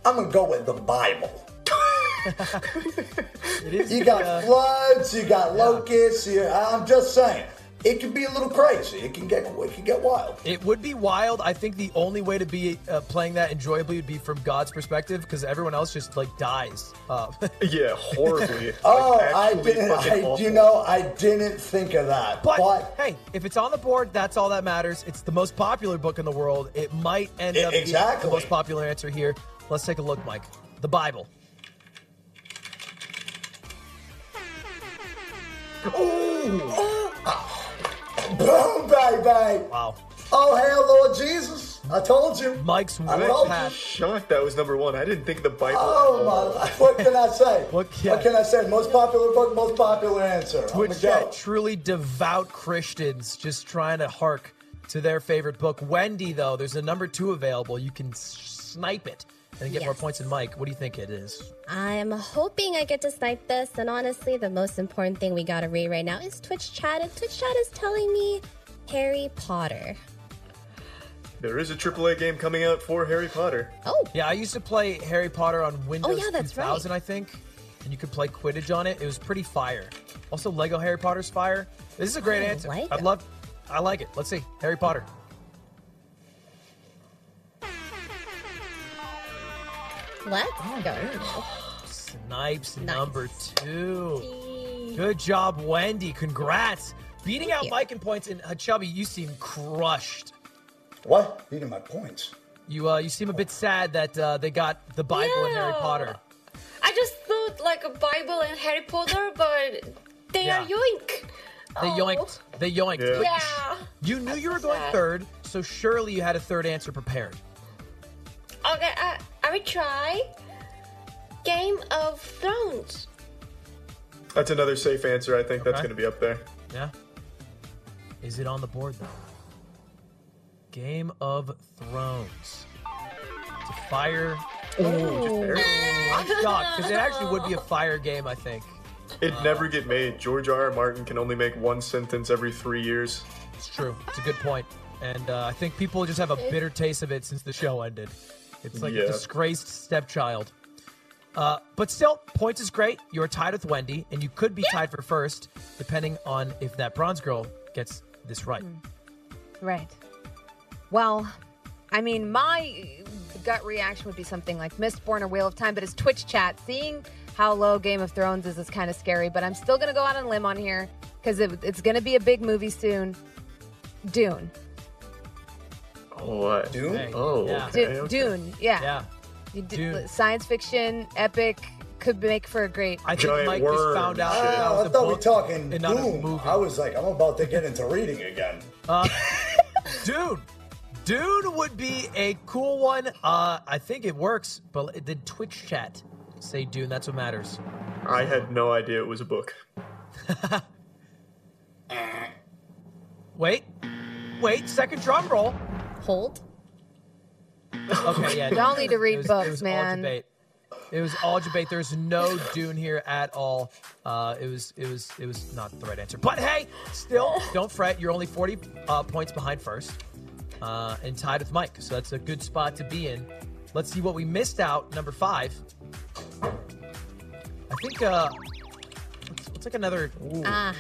Speaker 6: I'm gonna go with the Bible.
Speaker 2: It is.
Speaker 6: You
Speaker 2: the,
Speaker 6: got
Speaker 2: uh,
Speaker 6: floods. You got locusts. You, I'm just saying, it can be a little crazy. It can get, it can get wild.
Speaker 2: It would be wild. I think the only way to be uh, playing that enjoyably would be from God's perspective, because everyone else just like dies. Uh,
Speaker 1: Yeah, horribly.
Speaker 6: Oh,
Speaker 1: Like,
Speaker 6: I
Speaker 1: actually
Speaker 6: didn't.
Speaker 1: fucking
Speaker 6: I,
Speaker 1: awful.
Speaker 6: you know, I didn't think of that.
Speaker 2: But,
Speaker 6: But,
Speaker 2: hey, if it's on the board, that's all that matters. It's the most popular book in the world. It might end
Speaker 6: E-
Speaker 2: up being
Speaker 6: exactly.
Speaker 2: the most popular answer here. Let's take a look, Mike. The Bible.
Speaker 6: boom, baby!
Speaker 2: Wow.
Speaker 6: Oh, hail Lord Jesus! I told you.
Speaker 2: Mike's
Speaker 6: I
Speaker 2: wet
Speaker 6: told
Speaker 2: path.
Speaker 1: shocked that was number one. I didn't think the Bible.
Speaker 6: Oh my! What can I say?
Speaker 2: What can-
Speaker 6: what can I say? Most popular book, most popular answer. I'm
Speaker 2: Twitch
Speaker 6: gonna go.
Speaker 2: chat, truly devout Christians just trying to hark to their favorite book. Wendy, though, there's a number two available. You can s- snipe it and get more
Speaker 5: Yes.
Speaker 2: points than Mike. What do you think it is?
Speaker 5: I'm hoping I get to snipe this, and honestly, the most important thing we gotta read right now is Twitch chat, and Twitch chat is telling me Harry Potter.
Speaker 1: There is a AAA game coming out for Harry Potter.
Speaker 5: Oh,
Speaker 2: Yeah, I used to play Harry Potter on Windows
Speaker 5: yeah, that's
Speaker 2: 2000, I think, and you could play Quidditch on it. It was pretty fire. Also, Lego Harry Potter's fire. This is a great
Speaker 5: Oh, I
Speaker 2: answer.
Speaker 5: like
Speaker 2: I'd
Speaker 5: it.
Speaker 2: love. I like it. Let's see, Harry Potter.
Speaker 5: let's
Speaker 1: Oh,
Speaker 5: go.
Speaker 2: Snipes
Speaker 5: Nice.
Speaker 2: number two. Good job, Wendy. Congrats. Beating out
Speaker 5: you.
Speaker 2: Mike in points and Hachabi, you seem crushed.
Speaker 6: What? Beating my points.
Speaker 2: You uh, you seem a bit sad that uh, they got the Bible and Harry
Speaker 3: Yeah.
Speaker 2: Potter.
Speaker 3: I just thought like a Bible and Harry Potter, but they
Speaker 2: Yeah.
Speaker 3: are yoink. Oh,
Speaker 2: They yoinked. They yoinked.
Speaker 1: Yeah.
Speaker 2: But
Speaker 3: Yeah.
Speaker 2: You knew you were going
Speaker 3: sad.
Speaker 2: third, so surely you had a third answer prepared.
Speaker 3: Okay, I, I will try. Game of Thrones.
Speaker 1: That's another safe answer. I think that's
Speaker 2: Okay.
Speaker 1: going to be up there.
Speaker 2: Yeah. Is it on the board though? Game of Thrones. It's a fire.
Speaker 1: Ooh, just there.
Speaker 2: I'm shocked because it actually would be a fire game, I think.
Speaker 1: It'd never get made. George R. R. Martin can only make one sentence every three years.
Speaker 2: It's true. It's a good point. And uh, I think people just have a bitter taste of it since the show ended. It's like a
Speaker 1: Yeah.
Speaker 2: disgraced stepchild. Uh, but still, points is great. You're tied with Wendy, and you could be tied for first, depending on if that bronze girl gets this right.
Speaker 4: Right. Well, I mean, my gut reaction would be something like Mistborn or Wheel of Time, but it's Twitch chat. Seeing how low Game of Thrones is is kind of scary, but I'm still going to go out on a limb on here because it, it's going to be a big movie soon. Dune.
Speaker 7: Oh, I,
Speaker 6: Doom?
Speaker 2: Hey,
Speaker 7: Oh,
Speaker 2: yeah.
Speaker 7: okay.
Speaker 4: Dune. Dune. Yeah.
Speaker 2: Yeah.
Speaker 4: You d-
Speaker 2: Dune.
Speaker 4: Science fiction, epic, could make for a great.
Speaker 2: I think
Speaker 1: Giant
Speaker 2: Mike just
Speaker 1: worm
Speaker 2: found out
Speaker 1: shit.
Speaker 2: that that
Speaker 6: I,
Speaker 2: was
Speaker 6: I
Speaker 2: a
Speaker 6: thought we were
Speaker 2: book
Speaker 6: talking
Speaker 2: and not a
Speaker 6: Doom.
Speaker 2: movie.
Speaker 6: I was like, I'm about to get into reading again.
Speaker 2: Dune. Dune would be a cool one. Uh, I think it works, but it did Twitch chat say Dune? That's what matters.
Speaker 1: I had no idea it was a book.
Speaker 2: Wait, wait, second drum roll.
Speaker 5: Hold.
Speaker 2: Okay, yeah.
Speaker 4: Y'all need to read
Speaker 2: it was,
Speaker 4: books,
Speaker 2: it was All
Speaker 4: man.
Speaker 2: debate. It was all debate. There's no Dune here at all. Uh, it was, it was, it was not the right answer. But hey, still, don't fret. You're only 40 uh, points behind first, uh, and tied with Mike. So that's a good spot to be in. Let's see what we missed out. Number five. I think. Uh, let's, let's take another.
Speaker 5: Ah,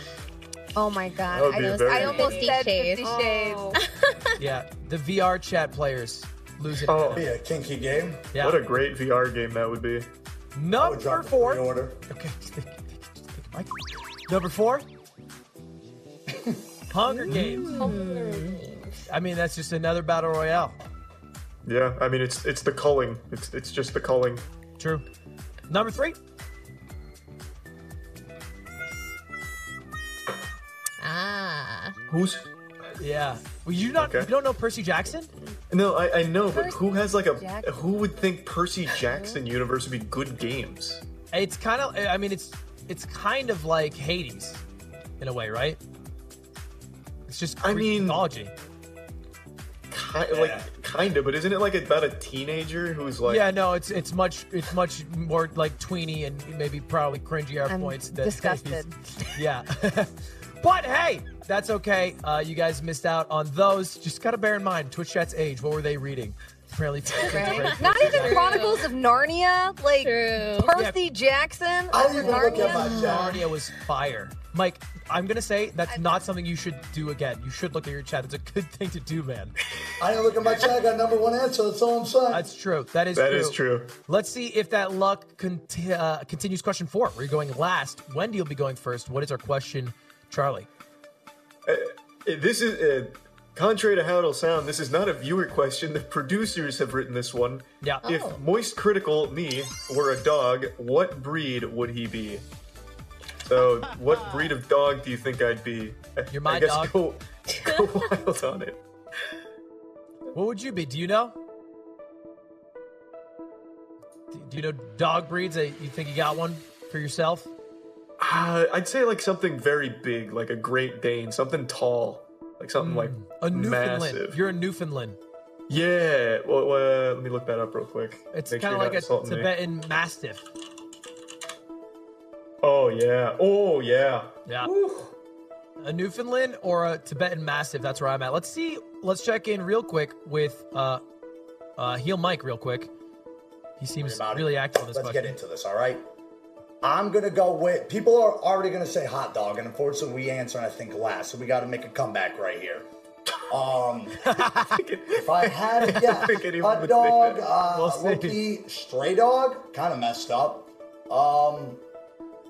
Speaker 4: Oh my God.
Speaker 1: That would
Speaker 4: I,
Speaker 1: be
Speaker 5: I was-
Speaker 1: very
Speaker 4: I almost
Speaker 5: Fifty
Speaker 4: said
Speaker 5: Shades.
Speaker 4: 50 Shades.
Speaker 2: Yeah, the VR chat players losing.
Speaker 1: Oh,
Speaker 6: Be a kinky game.
Speaker 2: yeah.
Speaker 1: What a great VR game that would be.
Speaker 6: I would drop
Speaker 2: number
Speaker 6: a
Speaker 2: four.
Speaker 6: pre-order.
Speaker 2: Okay, just think, think- just think, Mike. Number four, Hunger
Speaker 1: Mm.
Speaker 2: Games. I mean, that's just another battle royale.
Speaker 1: Yeah, I mean it's it's the culling. It's it's just the culling.
Speaker 2: True. Number three,
Speaker 5: ah.
Speaker 1: Who's
Speaker 2: yeah. Well, you not
Speaker 1: Okay.
Speaker 2: you don't know Percy Jackson?
Speaker 1: No, I, I know, but
Speaker 4: Percy
Speaker 1: who has like a
Speaker 4: Jackson.
Speaker 1: who would think Percy Jackson universe would be good games?
Speaker 2: It's kind of. I mean, it's it's kind of like Hades, in a way, right? It's just
Speaker 1: I
Speaker 2: Greek
Speaker 1: mean-
Speaker 2: mythology.
Speaker 1: Ki- Like kinda, but isn't it like about a teenager who's like
Speaker 2: yeah, no, it's it's much it's much more like tweeny and maybe probably cringy at
Speaker 4: I'm
Speaker 2: points. than
Speaker 4: disgusted.
Speaker 2: Yeah. but hey, that's okay. Uh, you guys missed out on those. Just gotta bear in mind, Twitch chat's age. What were they reading? Apparently,
Speaker 4: Right? Not even Chronicles of Narnia, like
Speaker 5: True.
Speaker 4: Percy Jackson.
Speaker 6: I
Speaker 4: of
Speaker 6: didn't even look at my
Speaker 4: Narnia.
Speaker 6: chat.
Speaker 2: Narnia was fire. Mike, I'm gonna say that's not something you should do again. You should look at your chat. It's a good thing to do, man.
Speaker 6: I didn't look at my chat. I got number one answer. That's all I'm saying.
Speaker 2: That's true. That is
Speaker 1: That
Speaker 2: true.
Speaker 1: is true.
Speaker 2: Let's see if that luck conti- uh, continues. Question four. We're going last. Wendy will be going first. What is our question, Charlie?
Speaker 1: Uh, This is uh, contrary to how it'll sound. This is not a viewer question. The producers have written this one.
Speaker 2: Yeah. Oh.
Speaker 1: If Moist Critical me were a dog, what breed would he be? So, what breed of dog do you think I'd be? I-
Speaker 2: You're my
Speaker 1: I guess
Speaker 2: dog.
Speaker 1: Go, go wild on it.
Speaker 2: What would you be? Do you know? Do- Do you know dog breeds that you think you got one for yourself?
Speaker 1: Uh, I'd say like something very big, like a Great Dane, something tall, like something like
Speaker 2: Hmm. A Newfoundland.
Speaker 1: massive.
Speaker 2: You're a Newfoundland.
Speaker 1: Yeah. Well, uh, let me look that up real quick.
Speaker 2: It's
Speaker 1: Make
Speaker 2: kind
Speaker 1: sure you're
Speaker 2: of
Speaker 1: not
Speaker 2: like a
Speaker 1: insulting me.
Speaker 2: Tibetan Mastiff.
Speaker 1: Oh yeah. Oh yeah.
Speaker 2: Yeah. A Newfoundland or a Tibetan Mastiff. That's where I'm at. Let's see. Let's check in real quick with uh, uh, Heel Mike real quick. He seems
Speaker 6: about it.
Speaker 2: really active on this
Speaker 6: Let's get
Speaker 2: question.
Speaker 6: into this, all right? I'm gonna go with people are already gonna say hot dog, and unfortunately we answer I think last, so we gotta make a comeback right here. Um, if I had to guess,
Speaker 1: think anyone
Speaker 6: hot
Speaker 1: would
Speaker 6: dog
Speaker 1: think that.
Speaker 6: uh,
Speaker 2: We'll
Speaker 6: would
Speaker 2: see.
Speaker 6: be stray dog, kind of messed up. Um,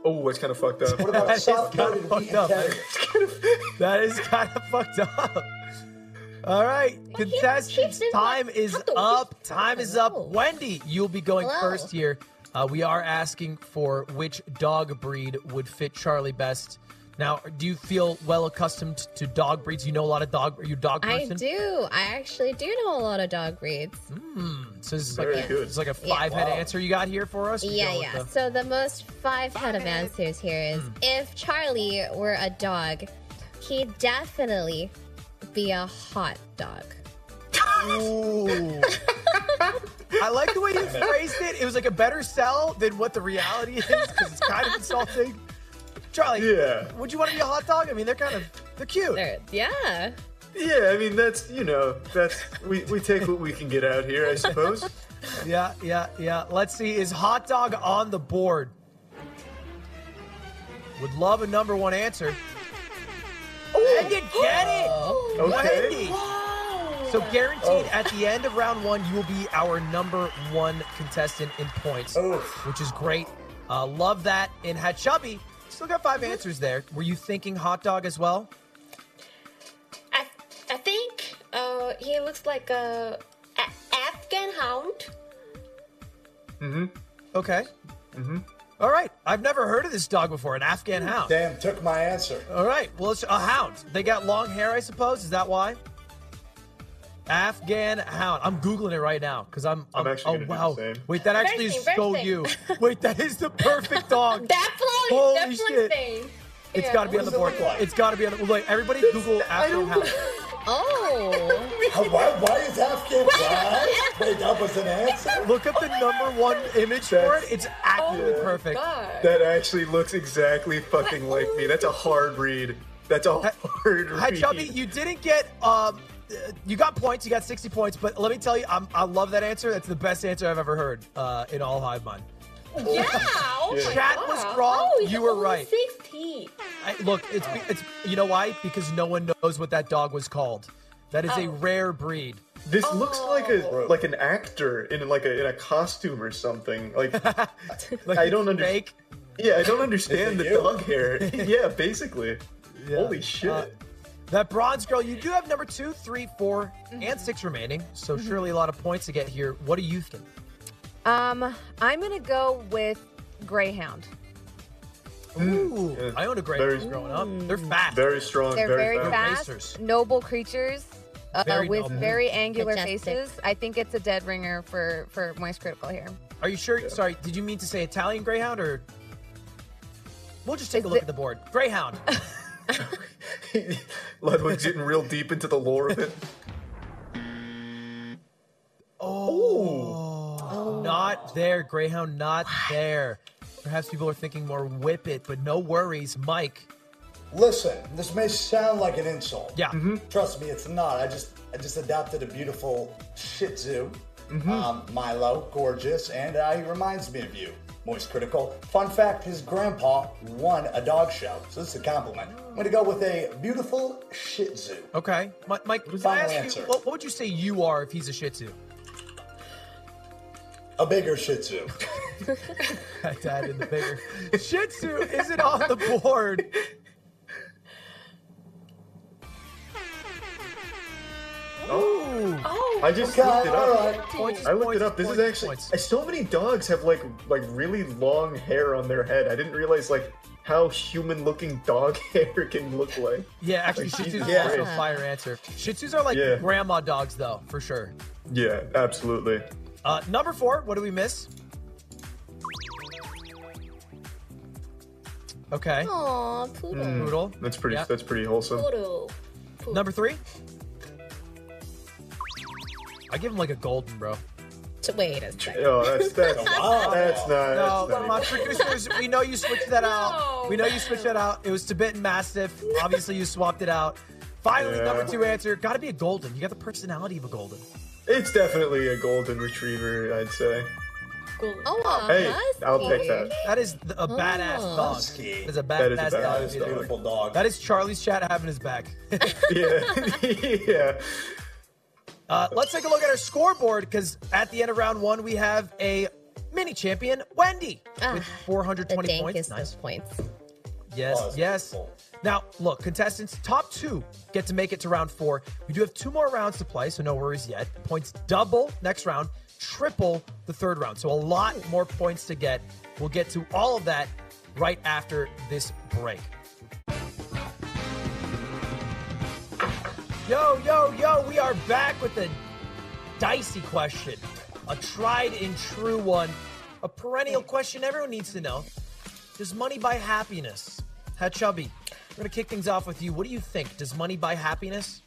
Speaker 1: Oh, that's kind of fucked up.
Speaker 6: what about
Speaker 2: That is
Speaker 6: South
Speaker 2: kinda
Speaker 6: Dakota
Speaker 2: fucked
Speaker 6: beaten
Speaker 2: up.
Speaker 6: terrier?
Speaker 2: That is kind of fucked up. All right, contestants,
Speaker 5: didn't
Speaker 2: time
Speaker 5: like-
Speaker 2: is
Speaker 5: What the-
Speaker 2: up. Time is up.
Speaker 5: Hello.
Speaker 2: Wendy, you'll be going
Speaker 5: Hello.
Speaker 2: first here. Uh, we are asking for which dog breed would fit Charlie best. Now, do you feel well accustomed to dog breeds? You know a lot of dog. Are you a dog
Speaker 5: I
Speaker 2: person?
Speaker 5: do. I actually do know a lot of dog breeds.
Speaker 2: Mm, So this is like,
Speaker 1: Very
Speaker 2: a,
Speaker 1: good.
Speaker 2: this is like a five-head answer you got here for us. We're
Speaker 5: Yeah,
Speaker 2: going with
Speaker 5: yeah.
Speaker 2: the- Hmm.
Speaker 5: So the most five head of answers here is if Charlie were a dog, he'd definitely be a hot dog.
Speaker 2: Ooh. I like the way you phrased it. It was like a better sell than what the reality is because it's kind of insulting. Charlie,
Speaker 1: Yeah.
Speaker 2: would you want to be a hot dog? I mean, they're kind of they're cute.
Speaker 5: There- Yeah.
Speaker 1: Yeah, I mean that's you know that's we, we take what we can get out here, I suppose.
Speaker 2: Yeah, yeah, yeah. Let's see. Is hot dog on the board? Would love a number one answer. And you get it!
Speaker 1: Oh. Okay. Oh.
Speaker 2: Wendy! So guaranteed at the end of round one, you will be our number one contestant in points,
Speaker 1: Oh.
Speaker 6: Oof.
Speaker 2: which is great. Uh, love that. And Hachabi, still got five answers there. Were you thinking hot dog as well?
Speaker 3: I, I think uh, he looks like a, a Afghan hound.
Speaker 2: Okay. Mm-hmm. All right. I've never heard of this dog before, an Afghan
Speaker 1: Mm,
Speaker 2: hound.
Speaker 6: Damn, took my answer.
Speaker 2: All right. Well, it's a hound. They got long hair, I suppose. Is that why? Afghan hound. I'm googling it right now because I'm.
Speaker 1: I'm actually
Speaker 2: Oh
Speaker 1: gonna do
Speaker 2: wow!
Speaker 1: the same.
Speaker 2: Wait, that actually is
Speaker 3: Bursting,
Speaker 2: so
Speaker 3: bursting.
Speaker 2: you. Wait, that is the perfect dog.
Speaker 3: Definitely,
Speaker 2: Holy
Speaker 3: definitely
Speaker 2: shit.
Speaker 3: thing.
Speaker 2: It's
Speaker 3: Yeah.
Speaker 2: got to be on the
Speaker 6: does it
Speaker 2: board.
Speaker 6: look like?
Speaker 2: It's got to be on the. Wait, everybody, Google Afghan
Speaker 1: don't know.
Speaker 2: hound.
Speaker 5: Oh,
Speaker 6: How- Why, why is Afghan why? Wait, that was an answer?
Speaker 2: Look up the number one image for it.
Speaker 1: That's- Oh
Speaker 2: It's actually
Speaker 1: my
Speaker 2: perfect.
Speaker 3: Oh God.
Speaker 1: That actually looks exactly fucking like me. That's a hard read. That's a hard
Speaker 2: Hi,
Speaker 1: read.
Speaker 2: Chubby. You didn't get. Um, uh, you got points. You got 60 points. But let me tell you, I'm, I love that answer. That's the best answer I've ever heard uh, in all Hive Mind.
Speaker 3: yeah. Oh my
Speaker 2: Chat
Speaker 3: God.
Speaker 2: was wrong.
Speaker 3: Oh, it's
Speaker 2: You were
Speaker 3: only
Speaker 2: right.
Speaker 3: 60.
Speaker 2: I, look, it's be- it's you know why? Because no one knows what that dog was called. That is a
Speaker 3: Oh.
Speaker 2: rare breed.
Speaker 1: This looks like a like an actor in like a in a costume or something. Like
Speaker 2: Like
Speaker 1: I don't
Speaker 2: it's
Speaker 1: understand.
Speaker 2: fake.
Speaker 1: Yeah, I don't understand the
Speaker 6: Is it you?
Speaker 1: dog hair. Yeah, basically. Holy shit.
Speaker 2: Uh, that bronze girl. You do have number two, three, four, and six remaining. So surely a lot of points to get here. What do you think?
Speaker 4: Um, I'm gonna go with Greyhound.
Speaker 2: Ooh,
Speaker 1: Mm, yeah.
Speaker 2: I owned a great
Speaker 1: Very- Mm.
Speaker 2: one growing up. They're fast.
Speaker 1: very strong.
Speaker 4: They're very, fast,
Speaker 2: Racers.
Speaker 4: noble creatures uh,
Speaker 2: Very
Speaker 4: with
Speaker 2: noble.
Speaker 4: very angular
Speaker 5: Majestic.
Speaker 4: faces. I think it's a dead ringer for for Moist Critical here.
Speaker 2: Are you sure? Sorry, did you mean to say Italian Greyhound or? We'll just take a
Speaker 4: Is
Speaker 2: look
Speaker 4: it-
Speaker 2: at the board. Greyhound.
Speaker 1: Ludwig's getting real deep into the lore of it. Oh.
Speaker 2: Not there, Greyhound, not there. Perhaps people are thinking more whip it, but no worries, Mike.
Speaker 6: Listen, this may sound like an insult.
Speaker 2: Yeah.
Speaker 6: Trust me, it's not. I just I just adopted a beautiful Shih Tzu, um, Milo, gorgeous, and uh, he reminds me of you. Moist critical. Fun fact: His grandpa won a dog show, so this is a compliment. I'm gonna go with a beautiful Shih Tzu.
Speaker 2: Okay. Mi- Mike, can I
Speaker 6: Final
Speaker 2: ask
Speaker 6: answer.
Speaker 2: you, what, what would you say you are if he's a Shih Tzu?
Speaker 6: A bigger Shih Tzu.
Speaker 2: Had to add in the bigger. Shih Tzu isn't on the board. Ooh.
Speaker 3: Oh,
Speaker 1: I just
Speaker 6: Okay,
Speaker 1: looked it up.
Speaker 6: alright.
Speaker 2: Points,
Speaker 1: I looked
Speaker 2: points,
Speaker 1: it up. This
Speaker 2: points,
Speaker 1: is actually
Speaker 2: points.
Speaker 1: so many dogs have like like really long hair on their head. I didn't realize like how human-looking dog hair can look like.
Speaker 2: Yeah, actually, Shih Tzus
Speaker 1: Yeah.
Speaker 2: are also a fire answer. Shih Tzus are like
Speaker 1: Yeah.
Speaker 2: grandma dogs, though, for sure.
Speaker 1: Yeah, absolutely.
Speaker 2: Uh, number four, what do we miss? Okay.
Speaker 5: oh, poodle.
Speaker 2: Poodle.
Speaker 1: Hmm. That's pretty.
Speaker 2: Yeah.
Speaker 1: That's pretty
Speaker 2: Mm.
Speaker 1: wholesome.
Speaker 3: poodle.
Speaker 2: Number three. I give him like a golden, bro.
Speaker 5: T- Wait a second.
Speaker 1: Oh, that's that's
Speaker 6: Wow.
Speaker 1: that's not.
Speaker 2: No,
Speaker 1: that's
Speaker 2: my
Speaker 1: not
Speaker 2: producers, we know you switched that out.
Speaker 3: No.
Speaker 2: We know you switched that out. It was Tibetan Mastiff. Obviously, you swapped it out. Finally,
Speaker 1: Yeah.
Speaker 2: number two answer. Got to be a golden. You got the personality of a golden.
Speaker 1: it's definitely a golden retriever. I'd say.
Speaker 3: Cool.
Speaker 5: Oh, a
Speaker 1: Hey,
Speaker 5: husky.
Speaker 1: I'll take that.
Speaker 2: That is th- a badass
Speaker 5: Oh.
Speaker 2: dog.
Speaker 6: husky.
Speaker 2: That is a
Speaker 1: That is a
Speaker 2: badass
Speaker 1: badass
Speaker 2: dog.
Speaker 6: That
Speaker 2: if
Speaker 6: is
Speaker 2: you
Speaker 6: a
Speaker 2: know it.
Speaker 6: beautiful dog.
Speaker 2: That is Charlie's chat having his back.
Speaker 1: Yeah, yeah.
Speaker 2: Uh, let's take a look at our scoreboard because at the end of round one, we have a mini champion, Wendy, with
Speaker 5: Ah, The
Speaker 2: 420 points.
Speaker 5: dankest
Speaker 2: Nice.
Speaker 5: of points.
Speaker 2: Yes,
Speaker 6: Oh, that's
Speaker 2: yes.
Speaker 6: beautiful.
Speaker 2: Now, look, contestants, top two get to make it to round four. We do have two more rounds to play, so no worries yet. Points double next round, triple the third round. So a lot more points to get. We'll get to all of that right after this break. Yo, yo, yo, we are back with a dicey question, a tried and true one, a perennial question everyone needs to know. Does money buy happiness? Hachubby, we're gonna kick things off with you. What do you think? Does money buy happiness?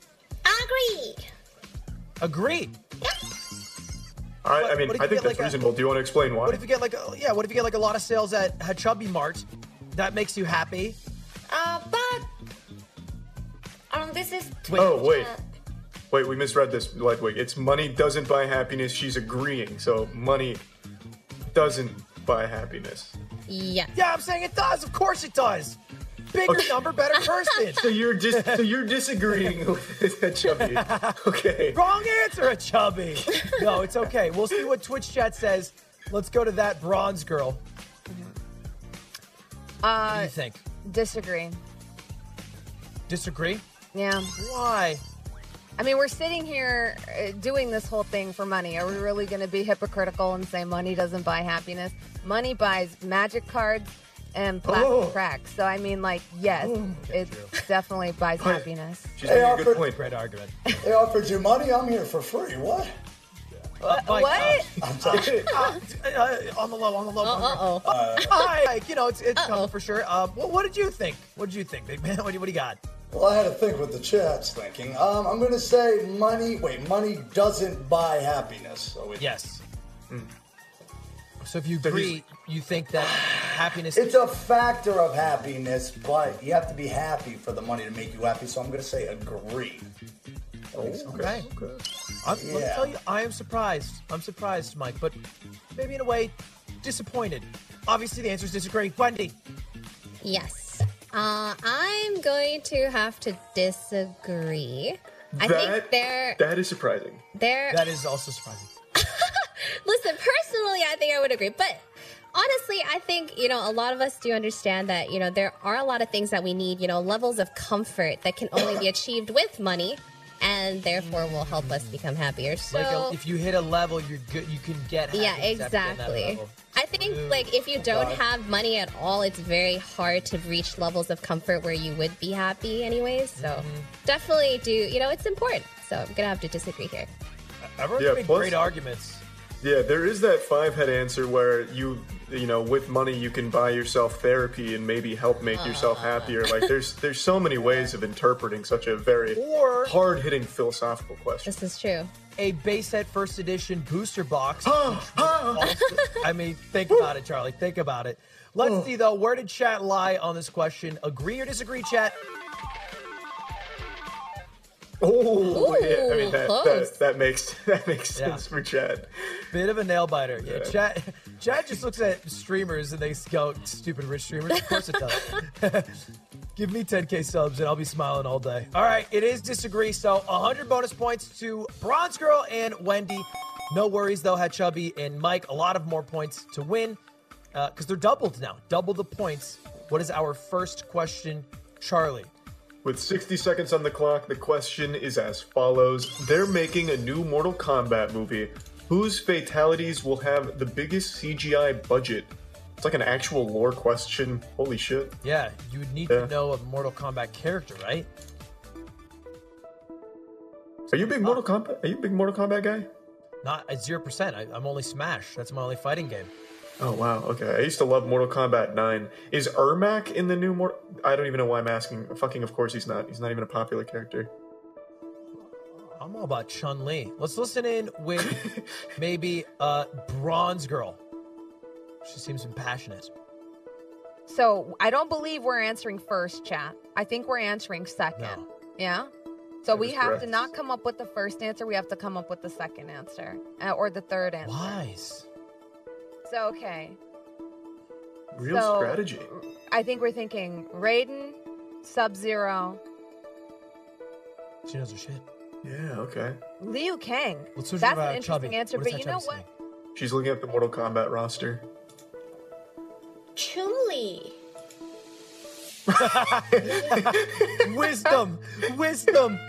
Speaker 3: Agree.
Speaker 2: Agree.
Speaker 1: I,
Speaker 2: What-
Speaker 1: I mean,
Speaker 2: what if
Speaker 1: I think
Speaker 2: you get,
Speaker 1: that's
Speaker 2: like, a-
Speaker 1: reasonable. Do you want to explain why?
Speaker 2: What if you get like a, yeah? What if you get like a lot of sales at Hachubby Mart? That makes you happy.
Speaker 3: Uh, but on Uh, this is.
Speaker 1: Oh, wait. Wait, we misread this, Ludwig. It's money doesn't buy happiness. She's agreeing. So money doesn't buy happiness.
Speaker 5: Yeah.
Speaker 2: Yeah, I'm saying it does. Of course it does. Bigger
Speaker 1: Okay.
Speaker 2: number, better person.
Speaker 1: So you're just so you're disagreeing with that chubby. Okay.
Speaker 2: Wrong answer, a chubby. No, it's okay. We'll see what Twitch chat says. Let's go to that bronze girl. What do
Speaker 4: Uh,
Speaker 2: you think?
Speaker 4: disagree.
Speaker 2: Disagree?
Speaker 4: Yeah.
Speaker 2: Why?
Speaker 4: I mean, we're sitting here uh, doing this whole thing for money. Are we really going to be hypocritical and say money doesn't buy happiness? Money buys magic cards and plastic
Speaker 1: Oh.
Speaker 4: cracks. So, I mean, like, yes, it definitely buys happiness.
Speaker 1: She's making a
Speaker 6: Alfred.
Speaker 1: good point.
Speaker 2: Great argument.
Speaker 6: They offered you money. I'm here for free. What?
Speaker 2: Uh, Mike,
Speaker 4: What?
Speaker 6: I'm sorry.
Speaker 2: uh, uh, on the low, on the low. on the low.
Speaker 5: Uh oh.
Speaker 2: Uh, Hi, Mike, you know it's it's
Speaker 5: Uh-oh.
Speaker 2: coming for sure. Um, what, what did you think? What did you think, big man? What do you, what do you got?
Speaker 6: Well, I had to think what the chat's thinking. Um, I'm gonna say money. Wait, money doesn't buy happiness. So it,
Speaker 2: Yes. So if you
Speaker 1: So he's-
Speaker 2: agree, you think that happiness.
Speaker 6: it's a factor of happiness, but you have to be happy for the money to make you happy. So I'm gonna say agree.
Speaker 2: okay. I'm, Let me
Speaker 6: Yeah.
Speaker 2: tell you, I am surprised. I'm surprised, Mike, but maybe in a way, disappointed. Obviously, the answer is disagree. Wendy,
Speaker 5: Yes. Uh, I'm going to have to disagree. I
Speaker 1: That-
Speaker 5: think there,
Speaker 1: That is surprising.
Speaker 5: there.
Speaker 2: that is also surprising.
Speaker 5: Listen, personally, I think I would agree, but honestly, I think you know a lot of us do understand that you know there are a lot of things that we need. You know, levels of comfort that can only be achieved with money, and therefore will help us become happier. So.
Speaker 2: Like, a, if you hit a level, you're good. You can get.
Speaker 5: Yeah,
Speaker 2: happiness after that
Speaker 5: exactly.
Speaker 2: level.
Speaker 5: I think like if you don't have money at all, it's very hard to reach levels of comfort where you would be happy anyways. So
Speaker 2: Mm-hmm.
Speaker 5: definitely do you know it's important. So I'm gonna have to disagree here.
Speaker 2: Everyone's
Speaker 1: Yeah,
Speaker 2: made
Speaker 1: plus-
Speaker 2: great arguments.
Speaker 1: Yeah, there is that five head answer where you you know with money you can buy yourself therapy and maybe help make yourself
Speaker 5: Ah.
Speaker 1: happier. Like there's there's so many ways of interpreting such a very
Speaker 2: Or-
Speaker 1: hard hitting philosophical question.
Speaker 5: This is true.
Speaker 2: a base set first edition booster box.
Speaker 1: Ah,
Speaker 2: which would also- I mean, think about it, Charlie. Think about it. Let's see though, where did chat lie on this question? Agree or disagree, chat?
Speaker 1: Oh, yeah, I
Speaker 5: Ooh,
Speaker 1: mean that,
Speaker 5: close.
Speaker 1: that that makes that makes
Speaker 2: Yeah.
Speaker 1: sense for Chad.
Speaker 2: Bit of a nail biter. Yeah, chat. Chat just looks at streamers and they go, "Stupid rich streamers." Of course it does. Give me 10k subs and I'll be smiling all day. All right, it is disagree. So 100 bonus points to Bronze Girl and Wendy. No worries though, had Chubby and Mike a lot of more points to win. because they're doubled now. Double the points. What is our first question, Charlie?
Speaker 1: With 60 seconds on the clock, the question is as follows: They're making a new Mortal Kombat movie. Whose fatalities will have the biggest CGI budget? It's like an actual lore question. Holy shit.
Speaker 2: Yeah, you would need
Speaker 1: Yeah.
Speaker 2: to know a Mortal Kombat character, right?
Speaker 1: Are you a big Mortal Kombat? Are you a big Mortal Kombat guy?
Speaker 2: Not at zero percent. I'm only Smash. That's my only fighting game.
Speaker 1: Oh wow, okay. I used to love Mortal Kombat 9. Is Ermac in the new Mortal I don't even know why I'm asking. Fucking of course he's not. He's not even a popular character.
Speaker 2: I'm all about Chun Li. Let's listen in with maybe uh, Bronze Girl. She seems impassionate.
Speaker 4: So, I don't believe we're answering first, chat. I think we're answering second.
Speaker 2: No.
Speaker 4: Yeah? So,
Speaker 1: That
Speaker 4: we
Speaker 1: is
Speaker 4: have to
Speaker 1: correct.
Speaker 4: not come up with the first answer. We have to come up with the second answer uh, or the third answer.
Speaker 2: Wise.
Speaker 4: So, okay.
Speaker 1: Real
Speaker 4: So-
Speaker 1: strategy.
Speaker 5: mm.
Speaker 4: I think we're thinking Raiden, Sub Zero,
Speaker 2: She knows her shit.
Speaker 1: Yeah, okay.
Speaker 4: Liu Kang.
Speaker 2: Let's switch
Speaker 4: That's
Speaker 2: it
Speaker 4: an
Speaker 2: about
Speaker 4: interesting
Speaker 2: Chubby.
Speaker 4: answer,
Speaker 2: What does
Speaker 4: but you
Speaker 2: that
Speaker 4: know
Speaker 2: Chubby
Speaker 4: what?
Speaker 2: say?
Speaker 1: She's looking at the Mortal Kombat roster.
Speaker 3: Chun-Li.
Speaker 2: wisdom, wisdom.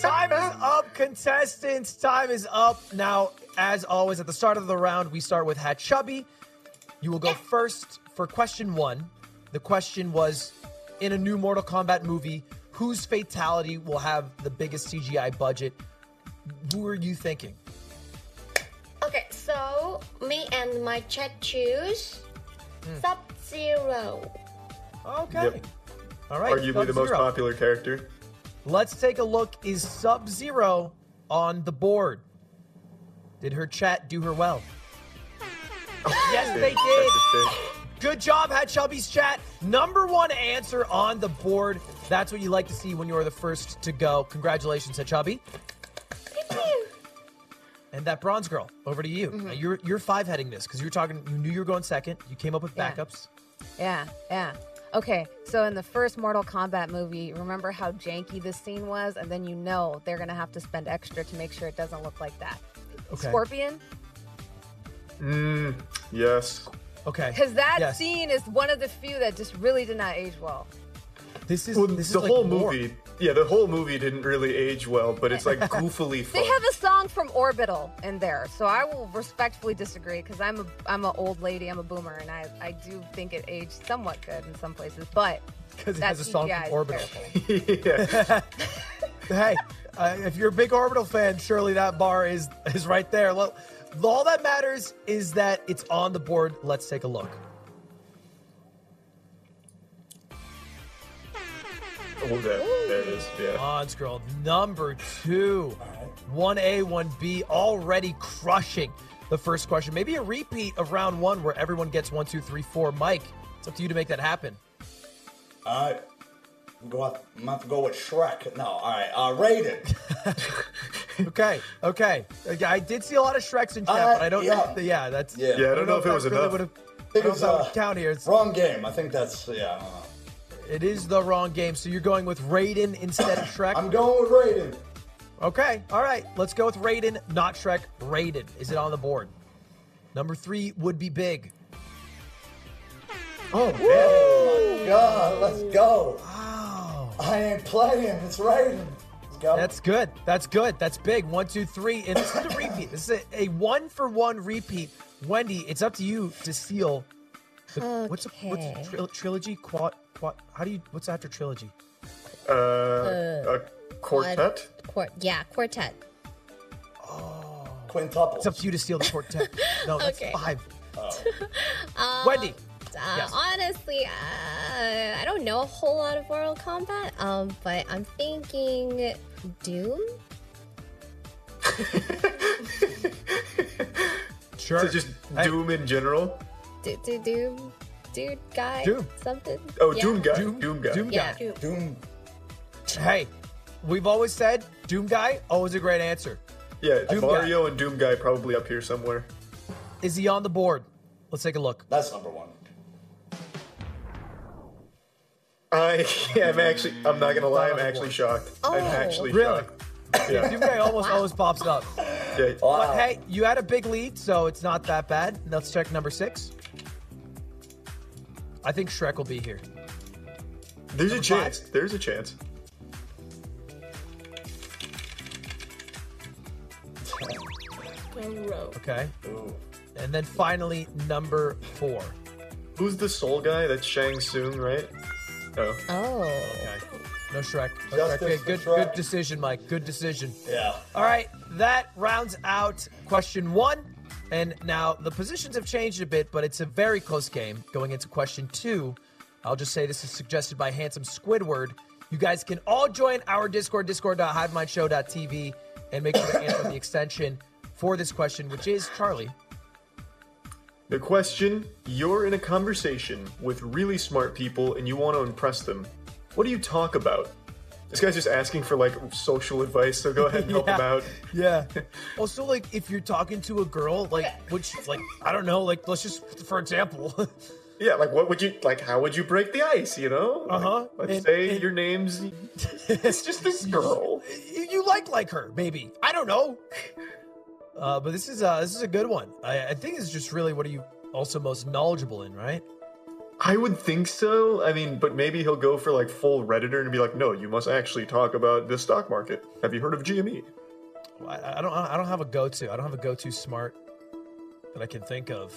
Speaker 2: Time is up, contestants. Time is up. Now, as always, at the start of the round, we start with Hat Chubby. You will go first for question one. The question was in a new Mortal Kombat movie, whose fatality will have the biggest CGI budget? Who are you thinking?
Speaker 3: Okay, so me and my chat choose
Speaker 2: Hmm.
Speaker 3: Sub Zero.
Speaker 2: Okay.
Speaker 1: Yep.
Speaker 2: All right.
Speaker 1: Arguably the most
Speaker 2: Sub-Zero.
Speaker 1: popular character.
Speaker 2: Let's take a look. Is Sub Zero on the board? Did her chat do her well? yes, they did.
Speaker 1: That's just it.
Speaker 2: Good job, Hat Chubby's chat. Number one answer on the board. That's what you like to see when you are the first to go. Congratulations, Hachabi.
Speaker 3: Thank you.
Speaker 2: And that bronze girl, over to you.
Speaker 4: Mm-hmm.
Speaker 2: Now you're you're five heading this because you're talking. You knew you were going second. You came up with
Speaker 4: Yeah.
Speaker 2: backups.
Speaker 4: Yeah, yeah. Okay, so in the first Mortal Kombat movie, remember how janky this scene was, and then you know they're gonna have to spend extra to make sure it doesn't look like that.
Speaker 2: Okay.
Speaker 4: Scorpion,
Speaker 1: Yes.
Speaker 2: Okay.
Speaker 4: because that
Speaker 2: Yes.
Speaker 4: scene is one of the few that just really did not age well.
Speaker 2: This is
Speaker 1: Well,
Speaker 2: this is
Speaker 1: the
Speaker 2: like
Speaker 1: whole
Speaker 2: lore.
Speaker 1: movie. Yeah, the whole movie didn't really age well, but it's like goofily fun.
Speaker 4: They
Speaker 2: Oh.
Speaker 4: have a song from Orbital in there, so I will respectfully disagree because I'm a I'm an old lady, I'm a boomer, and I I do think it aged somewhat good in some places, but
Speaker 2: 'Cause it
Speaker 4: that
Speaker 2: has a song from
Speaker 4: CGI is
Speaker 2: Orbital.
Speaker 4: terrible.
Speaker 1: yeah.
Speaker 2: hey, uh, if you're a big Orbital fan, surely that bar is is right there. Lo- all that matters is that it's on the board. Let's take a look.
Speaker 1: Oh, there, there it is. Yeah.
Speaker 2: Odds girl number two, one A, one B, already crushing the first question. Maybe a repeat of round one where everyone gets one, two, three, four. Mike, it's up to you to make that happen.
Speaker 6: All right. I'm going I'm gonna have to go with Shrek. No, all right. Uh, Raiden.
Speaker 2: Okay, okay. I did see a lot of Shreks in chat,
Speaker 6: Uh,
Speaker 2: but I don't.
Speaker 6: yeah.
Speaker 2: Yeah, yeah that's.
Speaker 6: Yeah.
Speaker 1: Yeah, I don't know if it was
Speaker 2: that really
Speaker 1: enough.
Speaker 2: would've- I don't
Speaker 6: think
Speaker 2: know
Speaker 6: it's,
Speaker 2: if that
Speaker 6: uh,
Speaker 2: would count here. It's-
Speaker 6: Wrong game. I think that's yeah. I don't know.
Speaker 2: It is the wrong game, so you're going with Raiden instead of Shrek.
Speaker 6: I'm going with Raiden.
Speaker 2: Okay, all right. Let's go with Raiden, not Shrek. Raiden. Is it on the board? Number three would be big.
Speaker 1: Oh,
Speaker 6: God, let's go.
Speaker 2: Wow.
Speaker 6: I ain't playing. It's Raiden. Let's go.
Speaker 2: That's good. That's good. That's big. One, two, three. And this is a repeat. This is a, a one for one repeat. Wendy, it's up to you to seal. The, What's a what's a
Speaker 5: Okay.
Speaker 2: tril- trilogy? Quad, quad. How do you? What's after trilogy?
Speaker 1: Uh, a quartet?
Speaker 2: uh,
Speaker 5: Quart- yeah, quartet.
Speaker 6: quintuple.
Speaker 2: It's up to you to seal the quartet. No, that's
Speaker 5: Okay.
Speaker 2: five. Wendy.
Speaker 5: Uh,
Speaker 2: Yes.
Speaker 5: Honestly, uh, I don't know a whole lot of Mortal Kombat, um, but I'm thinking Doom.
Speaker 2: Sure.
Speaker 1: So just
Speaker 2: Hey,
Speaker 1: Doom in general?
Speaker 5: Do do Doom, dude guy,
Speaker 2: Doom.
Speaker 5: something.
Speaker 1: Oh,
Speaker 5: Yeah.
Speaker 1: Doom guy.
Speaker 2: Doom,
Speaker 1: Doom, guy.
Speaker 2: Doom
Speaker 5: Yeah.
Speaker 2: guy.
Speaker 6: Doom.
Speaker 2: Hey, we've always said Doom guy, always a great answer.
Speaker 1: Yeah,
Speaker 2: Doom
Speaker 1: Mario and Doom guy probably up here somewhere.
Speaker 2: Is he on the board? Let's take a look.
Speaker 6: That's number one.
Speaker 1: I am actually. I'm not gonna lie. I'm
Speaker 2: Not on
Speaker 1: actually
Speaker 2: board.
Speaker 1: shocked. I'm
Speaker 5: Oh.
Speaker 1: actually
Speaker 2: Really?
Speaker 1: shocked.
Speaker 2: Doom guy almost always pops up.
Speaker 1: Yeah.
Speaker 6: Wow.
Speaker 2: But hey, you had a big lead, so it's not that bad. Let's check number six. I think Shrek will be here.
Speaker 1: There's a
Speaker 2: five.
Speaker 1: chance. There's a chance.
Speaker 3: Can roll.
Speaker 2: Okay.
Speaker 6: Ooh.
Speaker 2: And then finally, number four.
Speaker 1: Who's the soul guy? That's Shang Tsung, right? Oh.
Speaker 5: Oh,
Speaker 2: Okay. No Shrek. No Shrek.
Speaker 6: Justice
Speaker 2: Good,
Speaker 6: for
Speaker 2: good,
Speaker 6: Shrek.
Speaker 2: good decision, Mike. Good decision.
Speaker 6: Yeah.
Speaker 2: All right, that rounds out question one. And now the positions have changed a bit, but it's a very close game going into question two. I'll just say this is suggested by Handsome Squidward. You guys can all join our Discord, discord.hivemidshow.tv, and make sure to answer the extension for this question, which is Charlie.
Speaker 1: The question You're in a conversation with really smart people and you want to impress them. What do you talk about? This guy's just asking for like social advice, so go ahead and help him out.
Speaker 2: Yeah. also, like, if you're talking to a girl, like, which, like, I don't know, like, let's just, for example,
Speaker 1: Yeah, like what would you like? How would you break the ice? You know?
Speaker 2: Uh-huh.
Speaker 1: Like, let's
Speaker 2: And-
Speaker 1: say
Speaker 2: and-
Speaker 1: your name's. It's just this girl.
Speaker 2: you you like like her maybe i don't know uh, but this is uh this is a good one I, I think it's just really what are you also most knowledgeable in right
Speaker 1: I would think so. I mean, but maybe he'll go for like full redditor and be like, "No, you must actually talk about the stock market. Have you heard of E? GME?"
Speaker 2: I, I don't i don't have a go-to i don't have a go-to smart that i can think of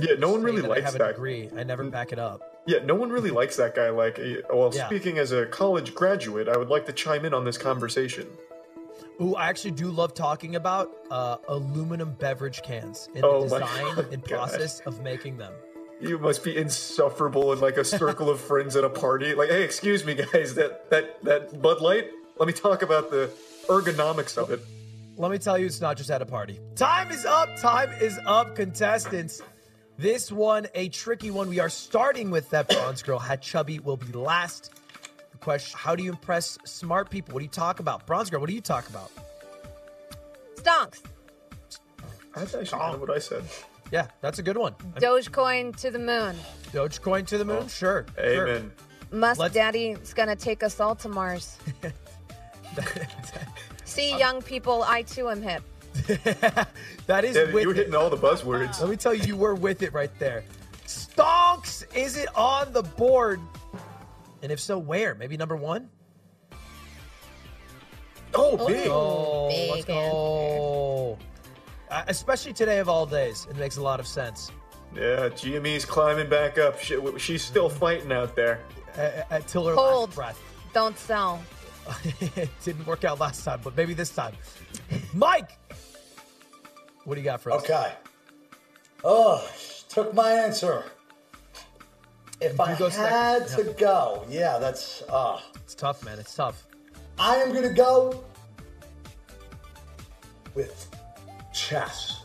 Speaker 1: Yeah, no one
Speaker 2: Saying
Speaker 1: really
Speaker 2: that i
Speaker 1: likes
Speaker 2: have a
Speaker 1: that. Mm.
Speaker 2: degree i never back it up
Speaker 1: Yeah, no one really likes that guy. Like, eh, well,
Speaker 2: Yeah.
Speaker 1: speaking as a college graduate, I would like to chime in on this conversation.
Speaker 2: Ooh, I actually do love talking about uh, aluminum beverage cans and
Speaker 1: Oh my
Speaker 2: the design
Speaker 1: God.
Speaker 2: and process of making them.
Speaker 1: You must be insufferable in like a circle of friends at a party. Like, hey, excuse me, guys, that that that Bud Light. Let me talk about the ergonomics of it.
Speaker 2: Let me tell you, it's not just at a party. Time is up. Time is up, contestants. This one, a tricky one. We are starting with that bronze girl. Hatchubby will be last. The question. How do you impress smart people? What do you talk about? Bronze girl, what do you talk about?
Speaker 4: Stonks.
Speaker 1: That's actually
Speaker 2: Oh.
Speaker 1: kind of what I said.
Speaker 2: Yeah, that's a good one.
Speaker 4: Dogecoin to the moon.
Speaker 2: Dogecoin to the moon? Sure. sure.
Speaker 1: Oh, Amen.
Speaker 4: Musk
Speaker 2: Let's-
Speaker 4: Daddy's gonna take us all to Mars.
Speaker 2: Uh,
Speaker 4: See, young people, I too am hip.
Speaker 2: That is
Speaker 1: Yeah,
Speaker 2: with
Speaker 1: you were
Speaker 2: it.
Speaker 1: hitting all the buzzwords.
Speaker 2: Let me tell you, you were with it right there. Stonks, is it on the board? And if so, where? Maybe number one?
Speaker 1: Oh, big.
Speaker 2: Oh,
Speaker 5: Big
Speaker 2: let's go. Uh, especially today of all days. It makes a lot of sense.
Speaker 1: Yeah, GME's climbing back up. She, w- she's still fighting out there.
Speaker 2: Uh, Until her
Speaker 4: Hold.
Speaker 2: last breath.
Speaker 4: Don't sell.
Speaker 2: it didn't work out last time, but maybe this time. Mike, what do you got for us?
Speaker 6: Okay. Oh, took my answer. If I
Speaker 2: go second.
Speaker 6: had
Speaker 2: Yeah.
Speaker 6: to go, yeah, that's. Uh,
Speaker 2: It's tough, man. It's tough.
Speaker 6: I am gonna go with chess.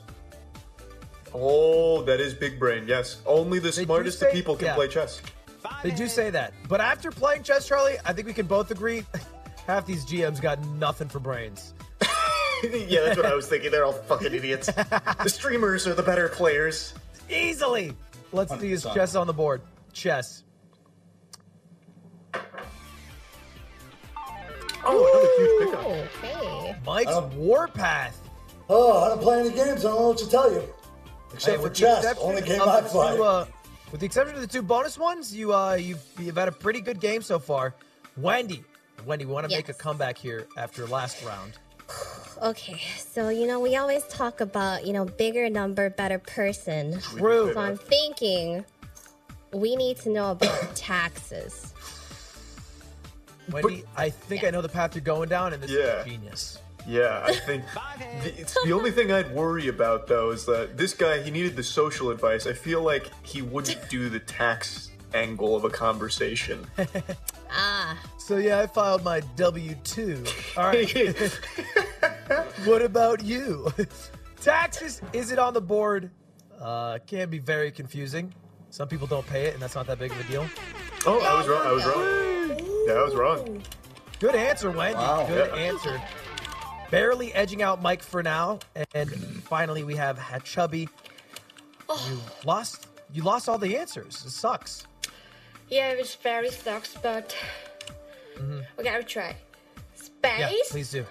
Speaker 1: Oh, that is big brain. Yes, only the
Speaker 2: do
Speaker 1: smartest of
Speaker 2: say-
Speaker 1: people can
Speaker 2: yeah.
Speaker 1: play chess.
Speaker 2: They do say that. But after playing chess, Charlie, I think we can both agree half these GMs got nothing for brains.
Speaker 1: yeah, that's what I was thinking. They're all fucking idiots. the streamers are the better players.
Speaker 2: Easily. Let's see his
Speaker 6: 100%.
Speaker 2: chess on the board. Chess.
Speaker 1: Oh, another huge pickup.
Speaker 5: Okay.
Speaker 2: Mike's Warpath.
Speaker 6: Oh, I don't play any games. I don't know what to tell you. Except
Speaker 2: Hey,
Speaker 6: for
Speaker 2: with the
Speaker 6: chess,
Speaker 2: exception
Speaker 6: only game
Speaker 2: of
Speaker 6: I
Speaker 2: the
Speaker 6: play.
Speaker 2: two, uh, with the exception of the two bonus ones, you uh, you've, you've had a pretty good game so far. Wendy, Wendy, we want to make a
Speaker 5: Yes.
Speaker 2: comeback here after last round.
Speaker 5: Okay. So you know we always talk about you know bigger number, better person.
Speaker 2: True.
Speaker 5: So I'm thinking we need to know about taxes.
Speaker 2: Wendy, I think I know the path you're going down, and this
Speaker 1: Yeah.
Speaker 2: is genius.
Speaker 1: Yeah, I think the, it's the only thing I'd worry about though is that this guy he needed the social advice. I feel like he wouldn't do the tax angle of a conversation. Oh,
Speaker 2: So yeah, I filed my W two. All right. what about you? Taxes is it on the board? Uh, can be very confusing. Some people don't pay it, and that's not that big of a deal.
Speaker 1: Oh, I was wrong. I was wrong. Yeah, I was wrong.
Speaker 2: Good answer, Wendy.
Speaker 6: Wow.
Speaker 2: Good
Speaker 1: Yeah.
Speaker 2: answer. Barely edging out Mike for now, and finally we have Hatchubby. You lost. You lost all the answers. It sucks.
Speaker 3: Yeah, it's very sucks, but okay, I'll try. Space,
Speaker 2: Mm-hmm. Yeah, please do.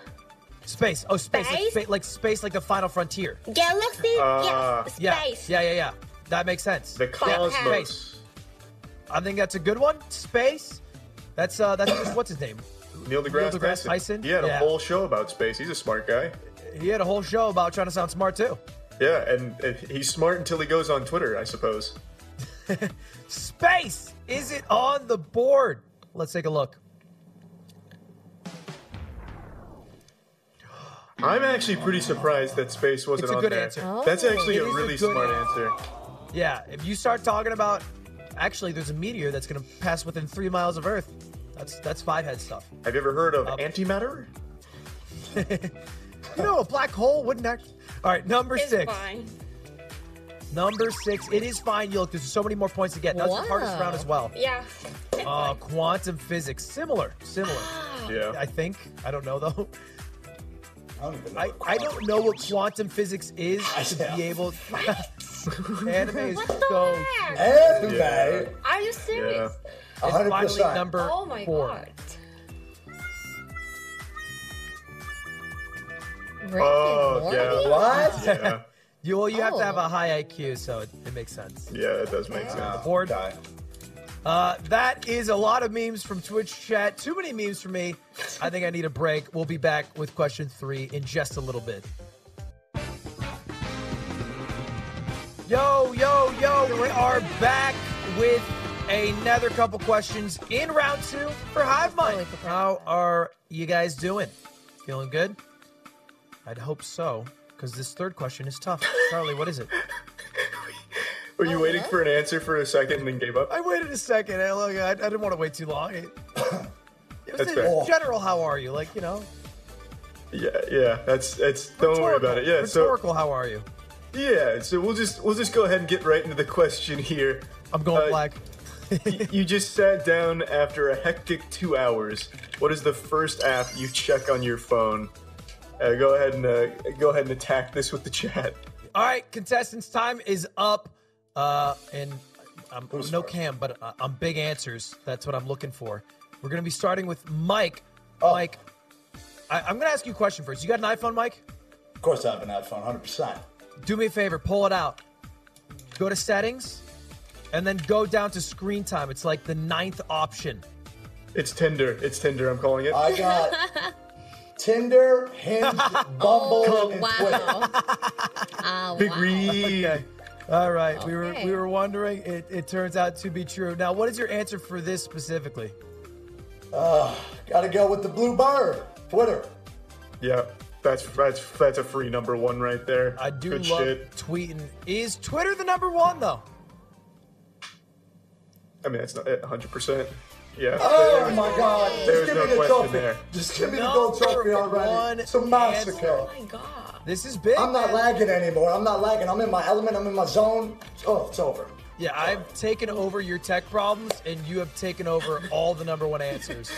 Speaker 2: Space. Oh, space. Like,
Speaker 3: Space?
Speaker 2: spa- like space, like the Final Frontier.
Speaker 3: galaxy,
Speaker 1: Ah,
Speaker 3: yes,
Speaker 2: Uh, Yeah.
Speaker 3: space.
Speaker 2: Yeah, yeah, yeah. That makes sense.
Speaker 1: The cosmos.
Speaker 2: I think that's a good one. Space. That's uh that's just, what's his name?
Speaker 1: Neil deGrasse,
Speaker 2: Neil deGrasse
Speaker 1: Tyson.
Speaker 2: Tyson?
Speaker 1: He had a
Speaker 2: Yeah.
Speaker 1: whole show about space. He's a smart guy.
Speaker 2: He had a whole show about trying to sound smart too.
Speaker 1: Yeah, and, and he's smart until he goes on Twitter, I suppose.
Speaker 2: Space. Is it on the board? Let's take a look.
Speaker 1: I'm actually pretty surprised that space wasn't
Speaker 2: It's a
Speaker 1: on
Speaker 2: good
Speaker 1: there.
Speaker 2: answer.
Speaker 1: That's
Speaker 5: Oh.
Speaker 1: actually
Speaker 2: It
Speaker 1: a
Speaker 2: is a
Speaker 1: really
Speaker 2: good
Speaker 1: smart
Speaker 2: answer.
Speaker 1: answer.
Speaker 2: Yeah, if you start talking about actually there's a meteor that's gonna pass within three miles of Earth. That's that's five head stuff.
Speaker 1: Have you ever heard
Speaker 2: Uh,
Speaker 1: of antimatter?
Speaker 2: You know, a black hole wouldn't act Alright, number
Speaker 3: It's
Speaker 2: six.
Speaker 3: fine.
Speaker 2: Number six. It is fine, Yoke. There's so many more points to get. That's the hardest
Speaker 5: Wow.
Speaker 2: round as well.
Speaker 3: Yeah. It's
Speaker 2: Uh,
Speaker 3: fine.
Speaker 2: quantum physics. Similar. Similar.
Speaker 1: Yeah.
Speaker 2: I think. I don't know though.
Speaker 6: I don't even know.
Speaker 2: I,
Speaker 6: what
Speaker 2: I
Speaker 6: quantum
Speaker 2: don't know what
Speaker 6: is.
Speaker 2: quantum physics is to
Speaker 6: Yeah.
Speaker 2: be able. anime is
Speaker 3: What the
Speaker 2: so.
Speaker 3: heck?
Speaker 6: Anyway,
Speaker 3: Are you
Speaker 1: Yeah.
Speaker 3: serious?
Speaker 6: a hundred
Speaker 2: Finally,
Speaker 6: percent.
Speaker 2: number
Speaker 3: Oh my
Speaker 2: four.
Speaker 3: god.
Speaker 5: Rick
Speaker 1: Oh,
Speaker 5: and
Speaker 1: yeah.
Speaker 5: Morty?
Speaker 6: What?
Speaker 1: Yeah,
Speaker 2: You well, you have to have
Speaker 5: Oh.
Speaker 2: a high IQ, so it, it makes sense.
Speaker 1: yeah, that does make sense.
Speaker 2: Board.
Speaker 6: Okay.
Speaker 2: Uh, that is a lot of memes from Twitch chat. Too many memes for me. I think I need a break. We'll be back with question three in just a little bit. Yo, yo, yo, we are back with another couple questions in round two for Hive Mind. How are you guys doing? Feeling good? I'd hope so, because this third question is tough. Charlie, what is it?
Speaker 1: Were you waiting for an answer for a second and then gave up?
Speaker 2: I waited a second. I, look, I, I didn't want to wait too long. It, it was
Speaker 1: That's
Speaker 2: in
Speaker 1: fair.
Speaker 2: general, how are you? Like, you know,
Speaker 1: Yeah, yeah. That's that's. Don't worry about it. Yeah. So
Speaker 2: rhetorical, how are you?
Speaker 1: yeah. So we'll just we'll just go ahead and get right into the question here.
Speaker 2: I'm going
Speaker 1: Uh,
Speaker 2: black.
Speaker 1: you just sat down after a hectic two hours. What is the first app you check on your phone? Uh, go ahead and uh, go ahead and attack this with the chat.
Speaker 2: All right, contestants, time is up. Uh, and I'm
Speaker 1: Who's
Speaker 2: no
Speaker 1: first?
Speaker 2: cam, but uh, I'm big answers. That's what I'm looking for. We're gonna be starting with Mike.
Speaker 1: Oh.
Speaker 2: Mike, I, I'm gonna ask you a question first. You got an iPhone, Mike?
Speaker 6: Of course, I have an iPhone, 100%.
Speaker 2: Do me a favor, pull it out. Go to settings, and then go down to screen time. It's like the ninth option.
Speaker 1: It's Tinder. It's Tinder. I'm calling it.
Speaker 6: I got Tinder, Hinge, Bumble, and Twitter.
Speaker 5: Oh, Wow. Ah,
Speaker 1: Big
Speaker 5: wow.
Speaker 1: read.
Speaker 2: All right, we were
Speaker 5: Okay.
Speaker 2: we were wondering. It, it turns out to be true. Now, what is your answer for this specifically?
Speaker 6: Gotta go with the blue bird, Twitter.
Speaker 1: Yeah, that's that's that's a free number one right there.
Speaker 2: I do
Speaker 1: Good
Speaker 2: love
Speaker 1: shit.
Speaker 2: tweeting. Is Twitter the number one though?
Speaker 1: I mean, that's not 100. percent Yeah.
Speaker 6: Oh my God!
Speaker 1: There's
Speaker 6: Just give
Speaker 1: no
Speaker 6: me the
Speaker 1: question
Speaker 6: trophy.
Speaker 1: there.
Speaker 6: Just give me the
Speaker 2: No,
Speaker 6: gold trophy
Speaker 2: number one
Speaker 6: already. It's a
Speaker 2: answer.
Speaker 6: massacre.
Speaker 3: Oh my god.
Speaker 2: This is big.
Speaker 6: I'm not
Speaker 2: man.
Speaker 6: lagging anymore. I'm not lagging. I'm in my element. I'm in my zone. Oh, it's over.
Speaker 2: Yeah, I've taken over your tech problems, and you have taken over all the number one answers,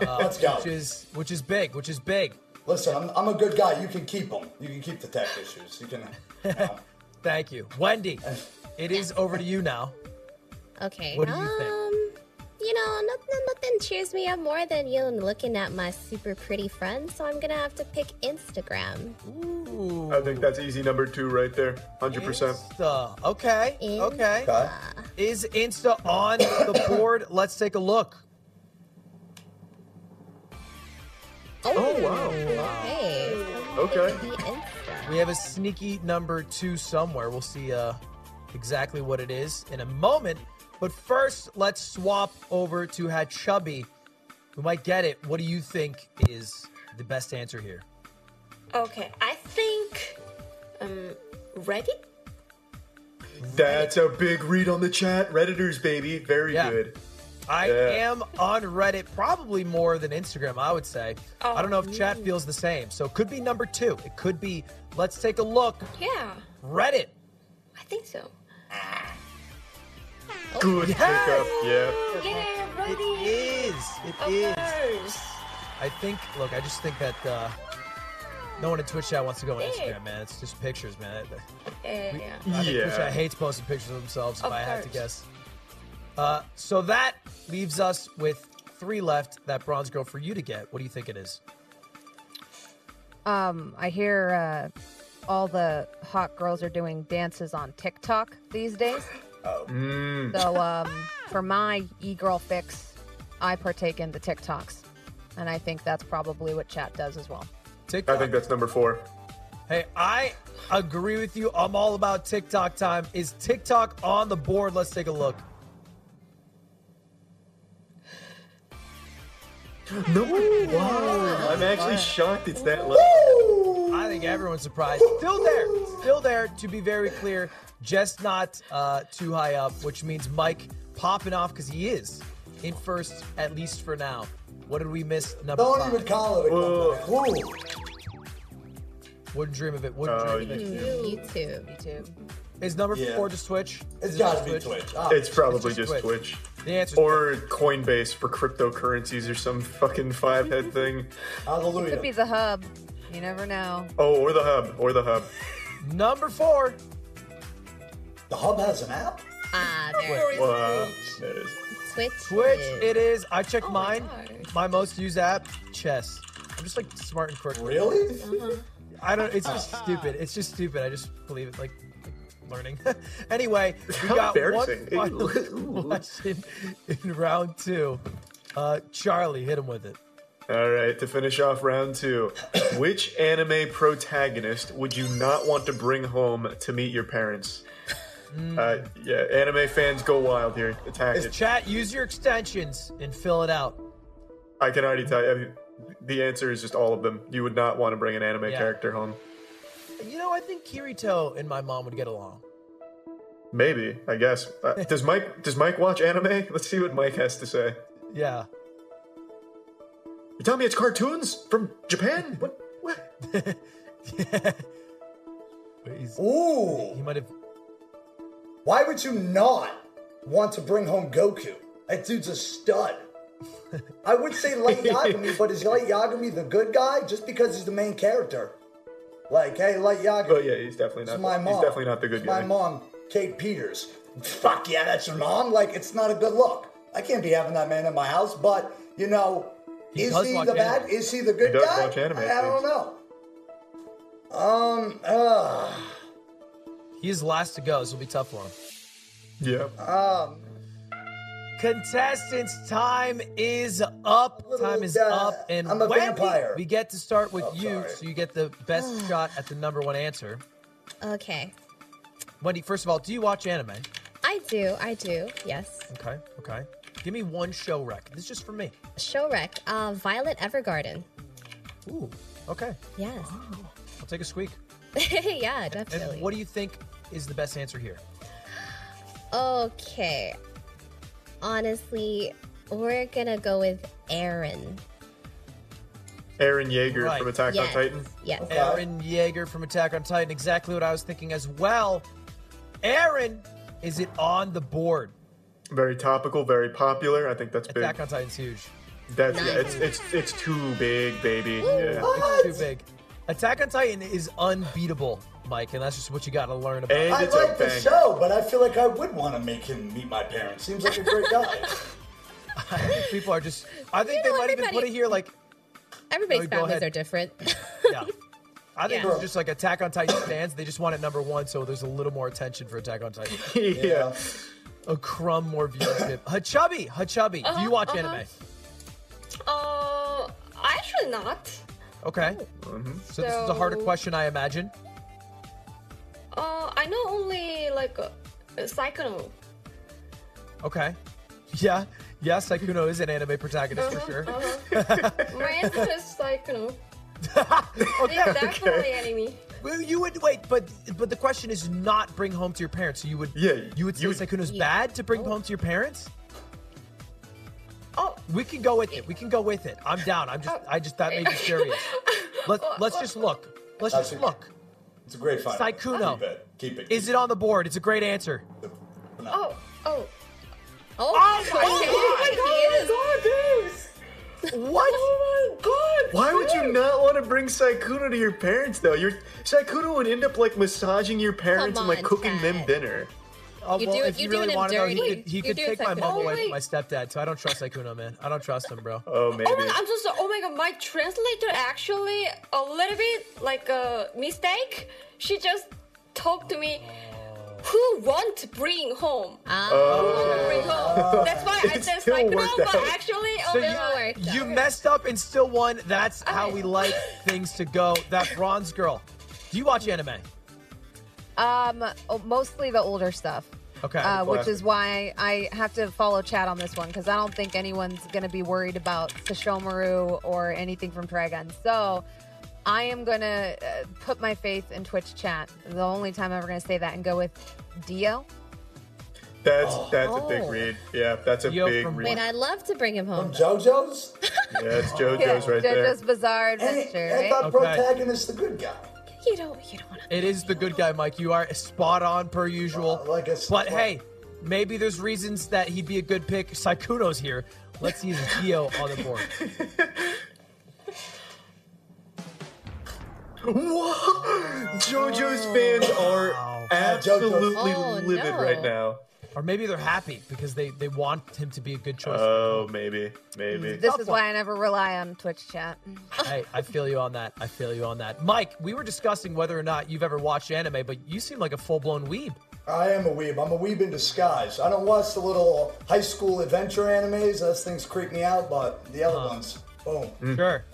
Speaker 6: Let's go.
Speaker 2: which is which is big, which is big.
Speaker 6: Listen, I'm, I'm a good guy. You can keep them. You can keep the tech issues. You can. You know.
Speaker 2: Thank you, Wendy. It is over to you now.
Speaker 5: Okay.
Speaker 2: What do you think?
Speaker 5: um, you know, nothing, nothing cheers me up more than you know, looking at my super pretty friends. So I'm gonna have to pick Instagram.
Speaker 2: Ooh,
Speaker 1: I think that's easy number two right there. 100. percent
Speaker 2: Insta. Okay, okay.
Speaker 6: Okay.
Speaker 2: Is Insta on the board? Let's take a look.
Speaker 1: Oh wow.
Speaker 5: Okay.
Speaker 1: Okay.
Speaker 5: The Insta.
Speaker 2: We have a sneaky number two somewhere. We'll see uh, exactly what it is in a moment. But first, let's swap over to Hatchubby, who might get it. What do you think is the best answer here?
Speaker 3: Okay, I think um Reddit.
Speaker 1: That's a big read on the chat. Redditors, baby. Very
Speaker 2: Yeah.
Speaker 1: good.
Speaker 2: I
Speaker 1: Yeah.
Speaker 2: am on Reddit probably more than Instagram, I would say. I don't know if chat feels the same. So it could be number two. It could be, let's take a look,
Speaker 3: Yeah,
Speaker 2: Reddit.
Speaker 3: I think so.
Speaker 1: Good
Speaker 2: Oh, Yes!
Speaker 1: pickup. Yeah.
Speaker 3: Yeah,
Speaker 2: It
Speaker 3: Reddit.
Speaker 2: is. It
Speaker 3: Of
Speaker 2: is.
Speaker 3: course.
Speaker 2: I think, look, I just think that uh, no one in Twitch chat wants to go on
Speaker 3: Big.
Speaker 2: Instagram, man. It's just pictures, man.
Speaker 3: Yeah, yeah.
Speaker 2: I think Twitch
Speaker 1: Yeah.
Speaker 2: chat hates posting pictures of themselves, if
Speaker 3: Of
Speaker 2: I had to
Speaker 3: course.
Speaker 2: guess. Uh, so that leaves us with three left. That bronze girl for you to get. What do you think it is?
Speaker 4: Um, I hear uh, all the hot girls are doing dances on TikTok these days. Oh. So um, for my e-girl fix, I partake in the TikToks, and I think that's probably what chat does as well.
Speaker 1: I
Speaker 2: TikTok.
Speaker 1: think that's number four.
Speaker 2: Hey, I agree with you. I'm all about TikTok time. Is TikTok on the board? Let's take a look.
Speaker 1: No.
Speaker 2: Oh,
Speaker 1: Wow. I'm actually shocked it's that low.
Speaker 2: I think everyone's surprised. Still there. Still there, to be very clear. Just not uh, too high up, which means Mike popping off because he is in first, at least for now. What did we miss? Number
Speaker 6: Don't
Speaker 2: five.
Speaker 6: even call it a
Speaker 1: Whoa.
Speaker 6: compliment. Ooh.
Speaker 2: Wouldn't dream of it. Wouldn't
Speaker 1: Oh,
Speaker 2: dream of it.
Speaker 5: YouTube.
Speaker 4: YouTube.
Speaker 1: Uh,
Speaker 2: Is number
Speaker 6: Yeah.
Speaker 2: four just Twitch?
Speaker 6: It's
Speaker 2: Is it
Speaker 6: gotta
Speaker 2: just
Speaker 6: be Twitch. Ah,
Speaker 1: It's probably
Speaker 2: It's just
Speaker 1: just
Speaker 2: Twitch.
Speaker 1: Twitch.
Speaker 2: The answer
Speaker 1: Or Coinbase for cryptocurrencies or some fucking five head thing.
Speaker 6: hallelujah.
Speaker 4: Could be the hub. You never know.
Speaker 1: Oh, or the hub. Or the hub.
Speaker 2: number four.
Speaker 6: the hub has an app.
Speaker 5: Ah, there.
Speaker 1: Wow. uh, There it is.
Speaker 5: Twitch.
Speaker 2: Twitch,
Speaker 5: is-
Speaker 2: it is. I check
Speaker 3: Oh my
Speaker 2: mine.
Speaker 3: gosh.
Speaker 2: My, most used app, chess. I'm just like smart and quick.
Speaker 6: Really?
Speaker 4: Uh-huh.
Speaker 2: I don't. It's just stupid. It's just stupid. I just believe it. Like, like learning. anyway, we
Speaker 1: How
Speaker 2: got one
Speaker 1: embarrassing.
Speaker 2: final
Speaker 1: Ooh.
Speaker 2: question in round two. Uh, Charlie, hit him with it.
Speaker 1: All right, to finish off round two, which anime protagonist would you not want to bring home to meet your parents?
Speaker 2: Hmm.
Speaker 1: Uh, yeah, anime fans go wild here. Attack it.
Speaker 2: Chat, use your extensions and fill it out.
Speaker 1: I can already tell you. I mean, the answer is just all of them. You would not want to bring an anime
Speaker 2: Yeah.
Speaker 1: character home.
Speaker 2: You know, I think Kirito and my mom would get along.
Speaker 1: Maybe, I guess. Uh, does Mike does Mike watch anime? Let's see what Mike has to say.
Speaker 2: Yeah.
Speaker 1: You tell me it's cartoons from Japan? What? What?
Speaker 2: He's-
Speaker 6: Ooh.
Speaker 2: he might have.
Speaker 6: Why would you not want to bring home Goku. That dude's a stud. I would say Light Yagami, but is Light Yagami the good guy just because he's the main character? Like, hey, Light Yagami.
Speaker 1: But yeah, he's definitely not.
Speaker 6: It's my
Speaker 1: the,
Speaker 6: mom.
Speaker 1: He's definitely not the good
Speaker 6: it's
Speaker 1: guy.
Speaker 6: My mom, Kate Peters. Fuck yeah, that's your mom. Like, it's not a good look. I can't be having that man in my house. But you know, is
Speaker 2: does
Speaker 6: he
Speaker 2: watch
Speaker 6: the bad?
Speaker 2: anime.
Speaker 6: Is he the good
Speaker 1: He does
Speaker 6: guy?
Speaker 1: watch anime,
Speaker 6: I, I don't
Speaker 1: please.
Speaker 6: know. Um, uh,
Speaker 2: He's last to go, so it'll be tough for him.
Speaker 1: Yeah.
Speaker 6: um,
Speaker 2: Contestants, time is up.
Speaker 6: Little,
Speaker 2: Time is
Speaker 6: uh,
Speaker 2: up, and
Speaker 6: I'm a
Speaker 2: Wendy,
Speaker 6: vampire.
Speaker 2: we get to start with
Speaker 6: Oh,
Speaker 2: you,
Speaker 6: sorry.
Speaker 2: so you get the best shot at the number one answer.
Speaker 5: Okay.
Speaker 2: Wendy, first of all, do you watch anime?
Speaker 5: I do. I do. Yes.
Speaker 2: Okay, okay. Give me one show rec. This is just for me.
Speaker 5: Show rec. Uh, Violet Evergarden.
Speaker 2: Ooh, okay.
Speaker 5: Yes.
Speaker 2: I'll take a squeak.
Speaker 5: yeah,
Speaker 2: Ah. And
Speaker 5: definitely.
Speaker 2: what do you think is the best answer here?
Speaker 5: Okay. Honestly, we're gonna go with Aaron.
Speaker 1: Aaron Yeager
Speaker 2: Right.
Speaker 1: from Attack
Speaker 5: yes.
Speaker 1: on Titan.
Speaker 5: Yes.
Speaker 6: Okay.
Speaker 2: Aaron Yeager from Attack on Titan. Exactly what I was thinking as well. Aaron, is it on the board?
Speaker 1: Very topical, very popular. I think that's big.
Speaker 2: Attack on Titan's huge.
Speaker 1: That's yeah, it's it's it's too big, baby. Yeah.
Speaker 6: what?
Speaker 2: Too big. Attack on Titan is unbeatable, Mike, and that's just what you got to learn about.
Speaker 1: And
Speaker 6: I
Speaker 1: it's
Speaker 6: like
Speaker 1: a
Speaker 6: the
Speaker 1: bang.
Speaker 6: show, but I feel like I would want to make him meet my parents. Seems like a great guy.
Speaker 2: People are just. I think
Speaker 5: You
Speaker 2: they
Speaker 5: know,
Speaker 2: might even put
Speaker 5: everybody-
Speaker 2: it here like. Oh,
Speaker 5: Everybody's
Speaker 2: go
Speaker 5: families
Speaker 2: ahead.
Speaker 5: are different.
Speaker 2: Yeah. I think
Speaker 5: Yeah.
Speaker 2: it's just like Attack on Titan fans. They just want it number one, so there's a little more attention for Attack on Titan.
Speaker 1: yeah.
Speaker 2: A crumb more viewership. Hachabi, Hachabi, do you
Speaker 3: Uh-huh,
Speaker 2: watch
Speaker 3: uh-huh.
Speaker 2: anime?
Speaker 3: Uh, actually not.
Speaker 2: Okay. So this is a harder
Speaker 3: So-
Speaker 2: question, I imagine.
Speaker 3: Uh, I know only like uh, Psychono.
Speaker 2: Okay. Yeah. Yeah, Saikuno is an anime protagonist
Speaker 3: Uh-huh.
Speaker 2: for sure.
Speaker 3: My answer is Psychono. Uh-huh. It's definitely enemy.
Speaker 2: Well, you would wait, but but the question is not bring home to your parents. So you would
Speaker 1: Yeah,
Speaker 2: you would say
Speaker 1: you-
Speaker 2: Saikuno's
Speaker 5: Yeah.
Speaker 2: bad to bring home to your parents?
Speaker 3: Oh,
Speaker 2: We can go with it. We can go with it. I'm down. I'm just I just that made me curious. Let let's just look. Let's
Speaker 6: That's
Speaker 2: just
Speaker 6: okay.
Speaker 2: look.
Speaker 6: It's a great fight.
Speaker 2: Saikuno.
Speaker 6: Keep it. Keep it.
Speaker 2: Is it on the board? It's a great answer.
Speaker 3: oh, oh.
Speaker 5: Oh,
Speaker 3: Oh my god, guys!
Speaker 2: What?
Speaker 3: Oh my god!
Speaker 1: Why would you not want to bring Saikuno to your parents though? Your Saikuno would end up like massaging your parents
Speaker 5: Come
Speaker 1: and like
Speaker 5: on,
Speaker 1: cooking them
Speaker 5: Ted.
Speaker 1: dinner.
Speaker 2: Oh,
Speaker 5: You
Speaker 2: well,
Speaker 5: do it-
Speaker 2: if
Speaker 5: you
Speaker 2: you
Speaker 5: do
Speaker 2: really
Speaker 5: him
Speaker 2: want to know, he
Speaker 5: dirty.
Speaker 2: could, he
Speaker 5: You
Speaker 2: could
Speaker 5: do it,
Speaker 2: take my
Speaker 5: Saikuno.
Speaker 2: mom
Speaker 5: Oh
Speaker 2: away from my
Speaker 3: my-
Speaker 2: stepdad, so I don't trust Saikuno, man. I don't trust him, bro.
Speaker 1: Oh maybe.
Speaker 3: Oh my god, I'm just oh my god, my translator actually a little bit like a mistake. She just talked to me. Who want to bring home?
Speaker 5: Ah,
Speaker 3: Who want to bring home? That's why I
Speaker 1: It
Speaker 3: said
Speaker 1: still
Speaker 3: like no,
Speaker 1: worked
Speaker 3: but
Speaker 1: out.
Speaker 3: actually, oh
Speaker 2: So
Speaker 3: my
Speaker 5: you-
Speaker 3: god.
Speaker 5: worked
Speaker 2: You
Speaker 5: out.
Speaker 2: messed up and still won. That's how
Speaker 3: Okay.
Speaker 2: we like things to go. That bronze girl. Do you watch anime?
Speaker 4: Um, oh, mostly the older stuff,
Speaker 2: Okay.
Speaker 4: uh, which
Speaker 1: classic.
Speaker 4: is why I have to follow chat on this one because I don't think anyone's gonna be worried about Sashomaru or anything from Dragon. So I am gonna uh, put my faith in Twitch chat. The only time I'm ever gonna say that and go with Dio.
Speaker 1: That's that's a big
Speaker 5: Oh.
Speaker 1: read. Yeah, that's a
Speaker 2: Yo,
Speaker 1: big
Speaker 2: from-
Speaker 1: read.
Speaker 5: wait,
Speaker 1: Yeah,
Speaker 5: I'd love to bring him home.
Speaker 6: JoJo's?
Speaker 1: it's JoJo's right there.
Speaker 4: JoJo's Bizarre
Speaker 6: Hey,
Speaker 4: Adventure.
Speaker 6: I
Speaker 4: right?
Speaker 6: thought
Speaker 2: Okay.
Speaker 6: protagonist the good guy.
Speaker 5: You don't. You don't want to.
Speaker 2: It is the good guy, Mike. You are spot on per usual.
Speaker 6: Well, I guess-
Speaker 2: but
Speaker 6: well-
Speaker 2: hey, maybe there's reasons that he'd be a good pick. Saikuno's here. Let's use Dio on the board.
Speaker 1: Whoa! JoJo's fans are absolutely
Speaker 5: Oh,
Speaker 1: livid
Speaker 5: no.
Speaker 1: right now.
Speaker 2: Or maybe they're happy because they, they want him to be a good choice.
Speaker 1: Oh, maybe, maybe.
Speaker 4: This
Speaker 2: Tough
Speaker 4: is
Speaker 2: one.
Speaker 4: why I never rely on Twitch chat.
Speaker 2: hey, I feel you on that. I feel you on that. Mike, we were discussing whether or not you've ever watched anime, but you seem like a full blown weeb.
Speaker 6: I am a weeb. I'm a weeb in disguise. I don't watch the little high school adventure animes. Those things creep me out, but the other
Speaker 2: Uh-huh.
Speaker 6: ones, boom.
Speaker 2: Sure.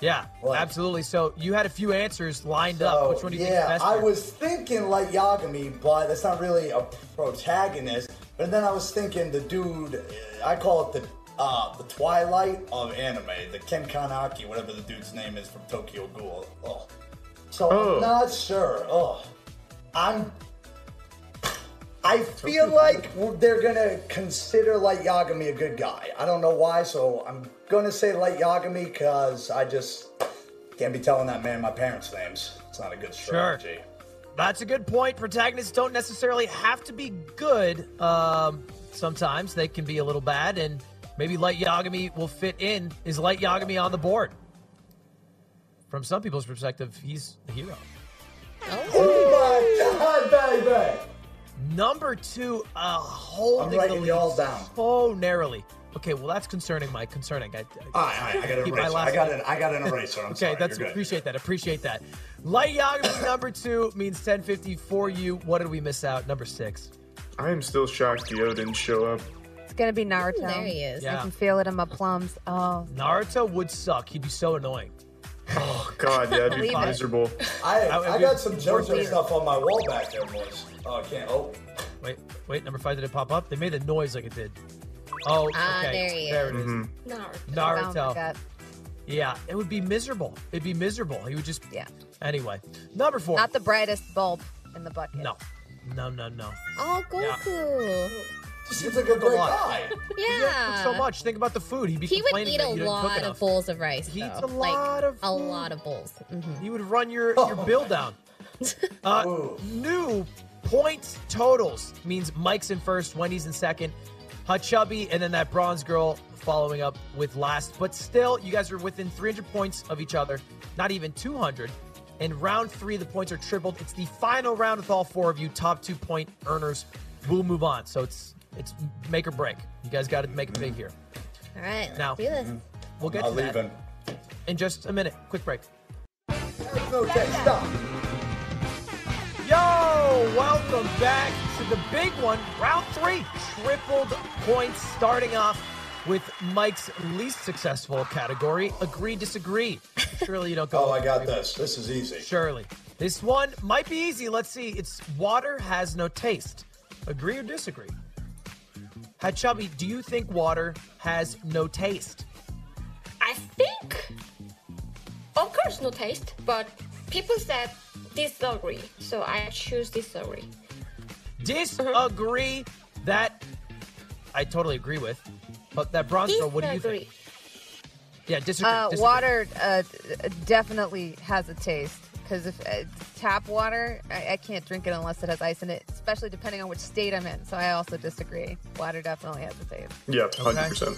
Speaker 2: Yeah,
Speaker 6: Like-
Speaker 2: absolutely. So you had a few answers lined
Speaker 6: So,
Speaker 2: up. Which one do you think is
Speaker 6: yeah,
Speaker 2: best?
Speaker 6: I
Speaker 2: here?
Speaker 6: was thinking like Yagami, but that's not really a protagonist. But then I was thinking the dude, uh, I call it the uh, the Twilight of anime, the Ken Kanaki, whatever the dude's name is from Tokyo Ghoul. Oh. So
Speaker 1: Oh.
Speaker 6: I'm not sure. Oh, I'm. I feel like they're gonna consider Light Yagami a good guy. I don't know why, so I'm gonna say Light Yagami because I just can't be telling that man my parents' names. It's not a good strategy.
Speaker 2: That's a good point. Protagonists don't necessarily have to be good. Um, sometimes they can be a little bad, and maybe Light Yagami will fit in. Is Light Yagami on the board? From some people's perspective, he's a hero.
Speaker 6: Oh my God, baby!
Speaker 2: Number two, uh, holding
Speaker 6: writing
Speaker 2: the
Speaker 6: y'all
Speaker 2: lead
Speaker 6: down.
Speaker 2: so narrowly. Okay, well that's concerning, Mike. Concerning. I,
Speaker 6: All right, all right, I got an
Speaker 2: Keep my
Speaker 6: eraser.
Speaker 2: last
Speaker 6: I got
Speaker 2: one.
Speaker 6: an, I got an eraser. I'm
Speaker 2: Okay,
Speaker 6: sorry.
Speaker 2: that's
Speaker 6: You're good.
Speaker 2: appreciate that. Appreciate that. Light Yagami number two means 1050 for you. What did we miss out? Number six.
Speaker 1: I am still shocked Dio didn't show up.
Speaker 4: It's gonna be Naruto.
Speaker 5: There he is.
Speaker 4: I
Speaker 2: Yeah.
Speaker 4: can feel it in my plums. Oh,
Speaker 2: Naruto would suck. He'd be so annoying.
Speaker 1: Oh, God, yeah, I'd be
Speaker 4: Believe it.
Speaker 1: miserable.
Speaker 6: I,
Speaker 2: I would
Speaker 6: I,
Speaker 2: be-
Speaker 6: got some JoJo
Speaker 4: Weird.
Speaker 6: stuff on my wall back there, boys. Oh, I can't. Oh,
Speaker 2: Wait, wait, number five, did it pop up? They made a noise like it did. Oh,
Speaker 5: Ah,
Speaker 2: okay.
Speaker 5: there he
Speaker 2: there it is.
Speaker 6: Mm-hmm.
Speaker 3: Naruto.
Speaker 4: oh my
Speaker 2: Naruto.
Speaker 4: God.
Speaker 2: Yeah, it would be miserable. It'd be miserable. He would just.
Speaker 4: Yeah.
Speaker 2: Anyway, number four.
Speaker 4: Not the brightest bulb in the bucket.
Speaker 2: no, no, no, no.
Speaker 5: Oh,
Speaker 2: Yeah.
Speaker 5: Goku.
Speaker 6: this seems like a great
Speaker 2: lot.
Speaker 6: guy.
Speaker 5: Yeah.
Speaker 2: Cook so much. Think about the food. He'd be
Speaker 5: He would
Speaker 2: complaining
Speaker 5: eat
Speaker 2: that
Speaker 5: a
Speaker 2: you didn't cook
Speaker 5: lot
Speaker 2: enough.
Speaker 5: of bowls of rice.
Speaker 2: He eats
Speaker 5: though.
Speaker 2: a
Speaker 5: Like,
Speaker 2: lot of
Speaker 5: a
Speaker 2: food.
Speaker 5: lot of bowls. Mhm.
Speaker 2: He would run your, your bill down. Uh, new point totals means Mike's in first, Wendy's in second, Hachubby, and then that bronze girl following up with last. But still, you guys are within 300 points of each other, not even 200. And round three, the points are tripled. It's the final round with all four of you. Top two point earners will move on. So it's it's make or break. You guys got to make it big here.
Speaker 5: All right, let's
Speaker 2: Now- mm.
Speaker 5: do this.
Speaker 2: We'll get
Speaker 6: I'm
Speaker 2: to that
Speaker 6: leaving.
Speaker 2: in just a minute. Quick break.
Speaker 6: There's no taste. Stop.
Speaker 2: Yo, welcome back to the big one, round three. Tripled points, starting off with Mike's least successful category agree, disagree. Surely you don't go.
Speaker 6: Oh, I got this. This is easy.
Speaker 2: Surely. This one might be easy. Let's see. It's water has no taste. Agree or disagree? Hachabi, do you think water has no taste?
Speaker 3: I think, of course, no taste, but people said disagree, so I choose disagree.
Speaker 2: Disagree that I totally agree with. But that bronze girl, what do you think?
Speaker 3: Disagree.
Speaker 2: Yeah, disagree.
Speaker 4: Uh,
Speaker 2: disagree.
Speaker 4: water uh, definitely has a taste because if uh, tap water, I, I can't drink it unless it has ice in it. Especially depending on which state I'm in. So I also disagree. Water definitely has a taste.
Speaker 1: Yeah, hundred percent.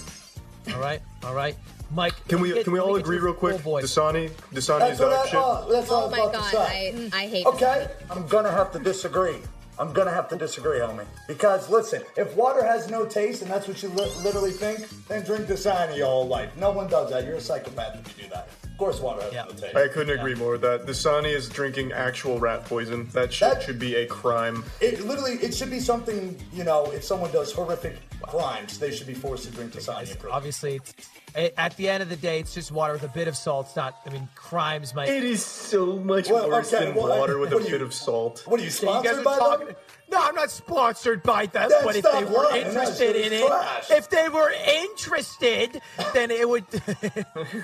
Speaker 2: All right, all right, Mike.
Speaker 1: Can we
Speaker 2: get-
Speaker 1: can we all
Speaker 2: let me get
Speaker 1: agree
Speaker 2: your
Speaker 1: real quick?
Speaker 2: full voice.
Speaker 1: Dasani, Dasani is
Speaker 6: That's what
Speaker 1: dog
Speaker 6: I,
Speaker 1: shit.
Speaker 6: oh, that's
Speaker 5: Oh
Speaker 6: what
Speaker 5: my
Speaker 6: I was about
Speaker 5: god,
Speaker 6: to say.
Speaker 5: I, I hate
Speaker 6: Okay, I'm gonna have to disagree. I'm gonna have to disagree, homie. Because listen, if water has no taste and that's what you li- literally think, then drink Dasani your whole life. No one does that. You're a psychopath if you do that. Of course, water has
Speaker 2: Yeah.
Speaker 6: no taste.
Speaker 1: I couldn't agree more with that. Dasani is drinking actual rat poison. That shit
Speaker 6: That-
Speaker 1: should be a crime.
Speaker 6: It literally, it should be something you know. If someone does horrific crimes, they should be forced to drink Dasani.
Speaker 2: Obviously, it's, a- at the end of the day, it's just water with a bit of salt. It's not. I mean, crimes might.
Speaker 1: It is so much
Speaker 6: Well,
Speaker 1: worse
Speaker 6: okay,
Speaker 1: than
Speaker 6: well, I-
Speaker 1: water with a
Speaker 6: what do you-
Speaker 1: bit of salt.
Speaker 6: What are you
Speaker 2: Okay, you guys
Speaker 6: sponsored
Speaker 2: are
Speaker 6: by?
Speaker 2: talking-
Speaker 6: them?
Speaker 2: No, I'm not sponsored by them.
Speaker 6: Then
Speaker 2: but if
Speaker 6: stop
Speaker 2: they were
Speaker 6: lying. That
Speaker 2: interested
Speaker 6: shit
Speaker 2: in
Speaker 6: is
Speaker 2: it,
Speaker 6: trash.
Speaker 2: if they were interested, then it would.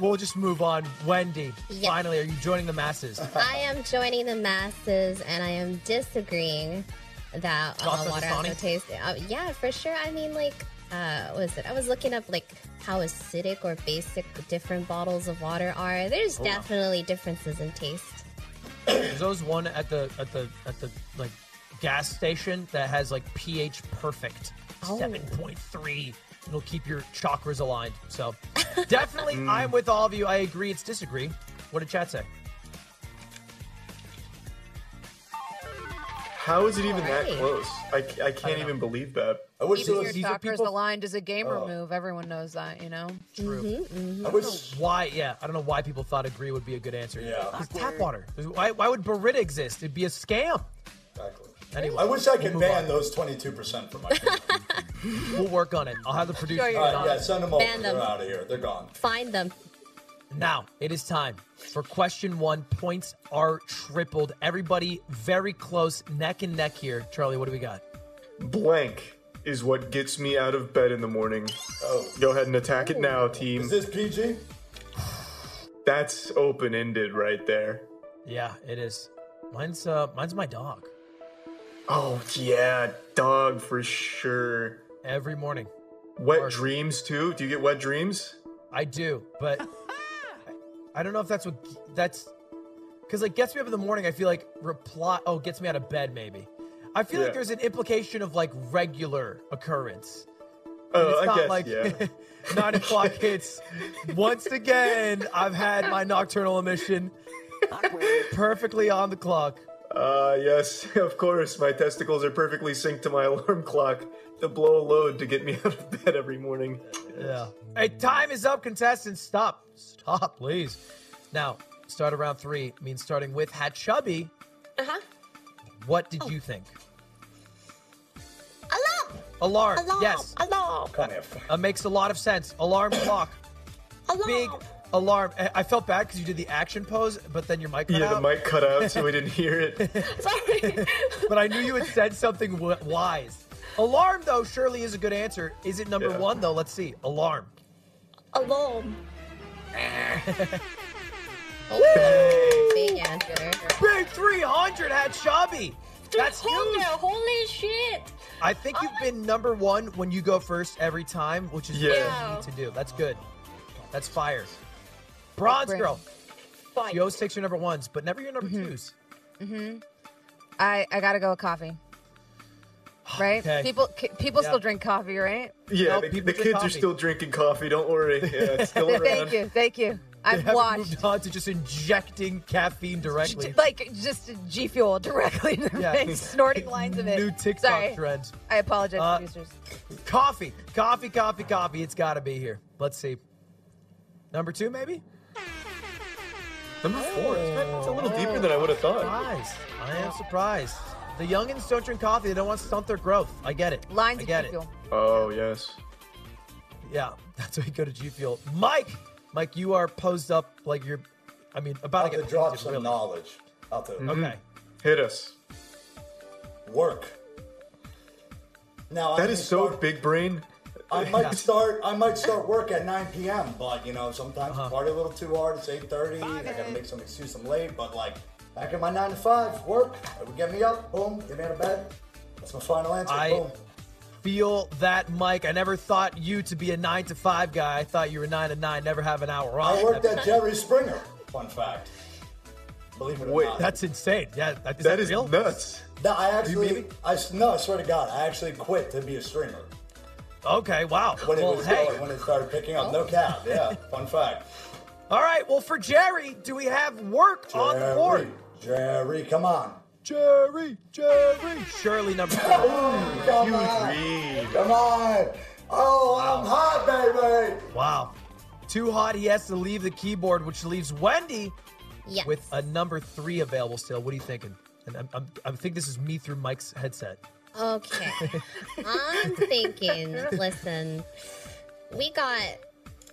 Speaker 2: we'll just move on. Wendy,
Speaker 5: Yeah.
Speaker 2: finally, are you joining the masses?
Speaker 5: this. I am joining the masses and I am disagreeing that
Speaker 2: Thoughts
Speaker 5: uh,
Speaker 2: on
Speaker 5: water
Speaker 2: Dasani?
Speaker 5: has no taste. Uh, yeah, for sure. I mean, like, uh, what is it? I was looking up, like, how acidic or basic different bottles of water are.
Speaker 2: Oh,
Speaker 5: There's definitely differences in taste.
Speaker 2: There's always one at the at the at the like gas station that has like pH perfect,
Speaker 5: Oh.
Speaker 2: seven point three. It'll keep your chakras aligned. So definitely, I'm with all of you. I agree. It's disagree. What did chat say?
Speaker 1: How is it even that
Speaker 5: Alright.
Speaker 1: close? I, c- I can't even believe that.
Speaker 6: I wish,
Speaker 4: Keeping
Speaker 6: there
Speaker 4: your
Speaker 6: was,
Speaker 2: these are
Speaker 4: chakras
Speaker 2: people- Oh.
Speaker 4: aligned is a gamer move. Everyone knows that, you know.
Speaker 2: True.
Speaker 6: I wish
Speaker 2: Why? Yeah, I don't know why people thought agree would be a good answer.
Speaker 6: Yeah.
Speaker 2: It's tap water. Why, why would Beretta exist? It'd be a scam.
Speaker 6: Exactly.
Speaker 2: Anyway,
Speaker 6: I wish I could
Speaker 2: move
Speaker 6: ban
Speaker 2: on.
Speaker 6: those 22% from my computer.
Speaker 2: We'll work on it. I'll have the producer.
Speaker 4: you're
Speaker 6: All right, yeah, send them over.
Speaker 5: Ban them.
Speaker 6: They're out of here. They're gone.
Speaker 5: Find them.
Speaker 2: Now it is time for question one. Points are tripled. Everybody very close, neck and neck here. Charlie, what do we got?
Speaker 1: Blank is what gets me out of bed in the morning.
Speaker 6: Oh.
Speaker 1: Go ahead and attack it now, team.
Speaker 6: Is this PG?
Speaker 1: That's open ended right there.
Speaker 2: Yeah, it is. Mine's uh, mine's my dog.
Speaker 1: Oh, yeah, dog for sure.
Speaker 2: Every morning,
Speaker 1: Wet
Speaker 2: Mark.
Speaker 1: dreams, too? Do you get wet dreams?
Speaker 2: I do, but I don't know if that's what that's because like gets me up in the morning. I feel like reply. Oh, gets me out of bed. Maybe I feel
Speaker 1: Yeah.
Speaker 2: like there's an implication of like regular occurrence.
Speaker 1: Uh,
Speaker 2: it's
Speaker 1: I
Speaker 2: not
Speaker 1: guess,
Speaker 2: like
Speaker 1: yeah.
Speaker 2: nine o'clock hits. Once again, I've had my nocturnal emission perfectly on the clock.
Speaker 1: Uh, yes, of course, my testicles are perfectly synced to my alarm clock to blow a load to get me out of bed every morning.
Speaker 2: Yeah. Hey, time is up, contestants. Stop. Stop, please. Now, start of round three means starting with Hatchubby.
Speaker 3: Uh
Speaker 5: Uh-huh.
Speaker 3: huh.
Speaker 2: What did you think?
Speaker 5: Oh. Alarm!
Speaker 2: Alarm.
Speaker 5: Alarm!
Speaker 2: Yes.
Speaker 5: Alarm!
Speaker 6: Come here. fuck.
Speaker 2: Uh, makes a lot of sense. Alarm clock.
Speaker 5: Alarm!
Speaker 2: Big alarm. I, I felt bad because you did the action pose, but then your mic cut
Speaker 1: Yeah, the
Speaker 2: out.
Speaker 1: mic cut out, so we didn't hear it.
Speaker 3: Sorry.
Speaker 2: But I knew you had said something w- wise. Alarm, though, surely is a good answer. Is it number
Speaker 1: Yeah.
Speaker 2: one, though? Let's see. Alarm.
Speaker 3: Alarm.
Speaker 5: Big answer.
Speaker 2: Big 300 Hatchubby. That's
Speaker 3: Holy,
Speaker 2: huge.
Speaker 3: holy shit.
Speaker 2: I think you've been number one when you go first every time, which is
Speaker 1: Yeah.
Speaker 2: what you need to do. That's good. That's fire. Bronze
Speaker 4: Bring.
Speaker 2: girl.
Speaker 3: Fine.
Speaker 2: You always takes your number ones, but never your number
Speaker 4: Mm-hmm.
Speaker 2: twos.
Speaker 4: I I gotta go with coffee. Right?
Speaker 2: Okay.
Speaker 4: People ki- people
Speaker 2: Yeah.
Speaker 4: still drink coffee, right?
Speaker 1: Yeah,
Speaker 2: No,
Speaker 1: the,
Speaker 2: people
Speaker 1: the
Speaker 2: drink
Speaker 1: kids are
Speaker 2: coffee.
Speaker 1: still drinking coffee. Don't worry, yeah, it's still around.
Speaker 4: Thank you, thank you.
Speaker 2: They
Speaker 4: I've
Speaker 2: haven't
Speaker 4: watched
Speaker 2: moved on to just injecting caffeine directly.
Speaker 4: j- like just G fuel directly in their
Speaker 2: Yeah.
Speaker 4: face, snorting lines of it.
Speaker 2: New TikTok
Speaker 4: Sorry.
Speaker 2: trend.
Speaker 4: I apologize,
Speaker 2: Uh,
Speaker 4: producers.
Speaker 2: Coffee, coffee, coffee, coffee. It's got to be here. Let's see. Number two, maybe?
Speaker 1: Number four, it's it's a little deeper than I would have thought.
Speaker 2: Surprised. I am surprised. The youngins don't drink coffee. They don't want to stunt their growth. I get it.
Speaker 4: Lines
Speaker 2: I
Speaker 4: of
Speaker 2: get
Speaker 4: G
Speaker 2: it.
Speaker 4: fuel.
Speaker 1: Oh yes,
Speaker 2: Yeah, that's why you go to G Fuel. Mike, Mike, you are posed up like you're. I mean, about
Speaker 6: I'll
Speaker 2: to
Speaker 6: have to
Speaker 2: get
Speaker 6: drop
Speaker 2: posted,
Speaker 6: some
Speaker 2: really. Mm-hmm.
Speaker 6: knowledge. I'll have to
Speaker 2: Okay.
Speaker 1: hit us.
Speaker 6: work. Now I
Speaker 1: That
Speaker 6: may
Speaker 1: is so
Speaker 6: start-
Speaker 1: big brain.
Speaker 6: I might start. I might start work at 9 p.m. But you know, sometimes
Speaker 2: Uh-huh.
Speaker 6: I party a little too hard. It's 8:30. I gotta make some excuse. I'm late. But like back at my nine to five, work. It would get me up. Boom. Get me out of bed. That's my final answer.
Speaker 2: I-
Speaker 6: boom.
Speaker 2: Feel that, Mike. I never thought you to be a nine to five guy. I thought you were nine to nine, never have an hour off.
Speaker 6: I worked at Jerry Springer. Fun fact. Believe it or
Speaker 1: Wait,
Speaker 6: not.
Speaker 2: That's insane. Yeah, that,
Speaker 1: That
Speaker 2: is that
Speaker 1: is
Speaker 2: real?
Speaker 1: nuts.
Speaker 6: No, I actually.
Speaker 2: maybe-
Speaker 6: I s- no. I swear to God, I actually quit to be a streamer
Speaker 2: Okay, wow.
Speaker 6: when it
Speaker 2: well,
Speaker 6: was
Speaker 2: hey.
Speaker 6: going, when it started picking up. No cap. Yeah. Fun fact.
Speaker 2: All right, well, for Jerry, do we have work on the board?
Speaker 6: Jerry, Jerry, come on.
Speaker 2: Jerry, Jerry. Shirley, number four.
Speaker 6: Come on.
Speaker 1: Reed.
Speaker 6: Come on. Oh, I'm hot, baby.
Speaker 2: Wow. Too hot, he has to leave the keyboard, which leaves Wendy
Speaker 5: Yes.
Speaker 2: with a number three available still. What are you thinking? And I'm, I'm, I think this is me through Mike's headset.
Speaker 5: Okay. I'm thinking, listen, we got,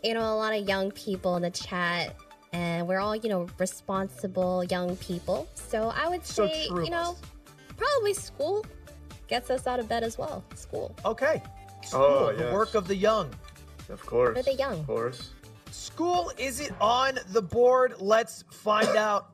Speaker 5: you know, a lot of young people in the chat, and we're all, you know, responsible young people. So I would
Speaker 2: So
Speaker 5: say,
Speaker 2: true.
Speaker 5: you know, probably school gets us out of bed as well. School.
Speaker 2: Okay.
Speaker 1: Oh,
Speaker 2: School, the
Speaker 1: yes.
Speaker 2: work of the young.
Speaker 1: Of course.
Speaker 5: Are they young?
Speaker 1: Of course.
Speaker 2: School, is it on the board? Let's find out.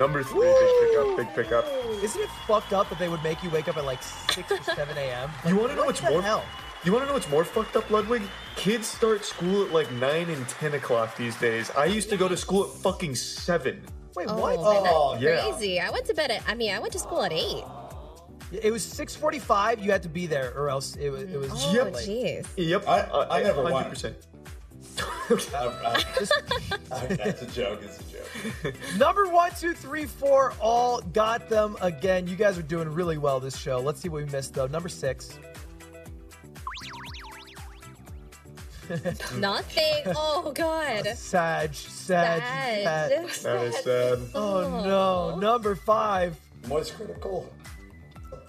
Speaker 1: Number three, big pickup, big pickup.
Speaker 2: Isn't it fucked up that they would make you wake up at like 6 or 7 a.m.?
Speaker 1: You want to know
Speaker 2: What
Speaker 1: what's
Speaker 2: the
Speaker 1: more?
Speaker 2: hell?
Speaker 1: You want to know what's more fucked up, Ludwig? Kids start school at like nine and ten o'clock these days. I used to go to school at fucking seven.
Speaker 2: Wait,
Speaker 5: Oh,
Speaker 2: what?
Speaker 5: man, that's
Speaker 6: Oh,
Speaker 1: yeah.
Speaker 5: crazy. I went to bed at, I mean, I went to school at 8.
Speaker 2: It was 6:45. You had to be there, or else it was. It was
Speaker 5: Oh,
Speaker 1: Yep.
Speaker 2: late.
Speaker 5: jeez.
Speaker 1: Yep,
Speaker 6: I- I never won.
Speaker 1: 100%.
Speaker 6: I-
Speaker 2: Just-
Speaker 6: I- That's a joke. It's a joke.
Speaker 2: number one, two, three, four. All got them again. You guys are doing really well this show. Let's see what we missed though. Number six. Mm.
Speaker 5: Nothing. Oh, God.
Speaker 2: Sag, sag, sag.
Speaker 5: Sad.
Speaker 1: That is um, sad.
Speaker 2: Oh no. Number five.
Speaker 6: Moist critical. Up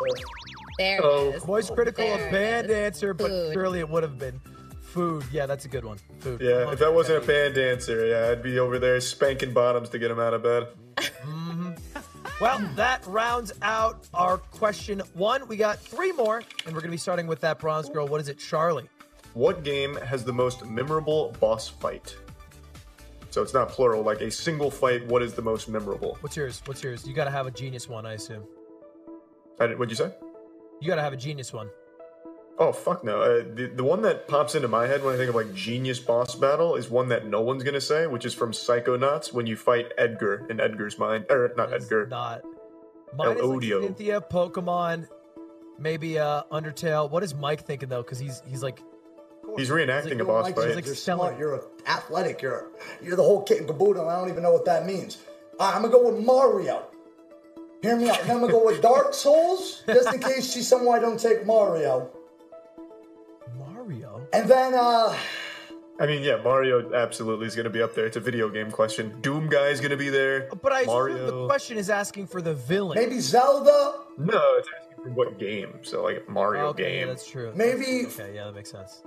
Speaker 5: There
Speaker 6: there.
Speaker 1: Oh,
Speaker 5: it is.
Speaker 2: Voice critical, a
Speaker 5: There it
Speaker 2: band
Speaker 5: is.
Speaker 2: answer, but
Speaker 5: Food.
Speaker 2: surely it would have been food. Yeah, that's a good one. Food.
Speaker 1: Yeah, if that wasn't a band dancer, yeah, I'd be over there spanking bottoms to get him out of bed.
Speaker 2: Well, that rounds out our question one. We got three more, and we're going to be starting with that bronze girl. What is it, Charlie?
Speaker 1: What game has the most memorable boss fight? So it's not plural, like a single fight. What is the most memorable?
Speaker 2: What's yours? What's yours? You got to have a genius one, I assume.
Speaker 1: I didn't- What'd you say?
Speaker 2: You got to have a genius one.
Speaker 1: Oh fuck no! Uh, the the one that pops into my head when I think of like genius boss battle is one that no one's gonna say, which is from Psychonauts when you fight Edgar in Edgar's mind, or not
Speaker 2: It's
Speaker 1: Edgar,
Speaker 2: Not. Mine is like
Speaker 1: Odio.
Speaker 2: Cynthia, Pokemon, maybe uh, Undertale. What is Mike thinking though? Because he's he's like
Speaker 1: he's reenacting a
Speaker 6: You don't
Speaker 1: boss
Speaker 6: like
Speaker 1: fight.
Speaker 6: you're
Speaker 2: like
Speaker 6: smart.
Speaker 2: selling.
Speaker 6: You're athletic. You're you're the whole kit and caboodle. I don't even know what that means. All right, I'm gonna go with Mario. Hear me out. And I'm gonna go with Dark Souls, just in case she somehow I don't take Mario.
Speaker 2: Mario.
Speaker 6: And then uh,
Speaker 1: I mean, yeah, Mario absolutely is gonna be up there. It's a video game question. Doom guy's gonna be there.
Speaker 2: But I assume
Speaker 1: Mario.
Speaker 2: the question is asking for the villain.
Speaker 6: maybe Zelda.
Speaker 1: No, it's asking for what game. So like Mario
Speaker 2: okay, yeah,
Speaker 1: game.
Speaker 2: that's true.
Speaker 6: Maybe
Speaker 2: Okay, yeah, that makes sense.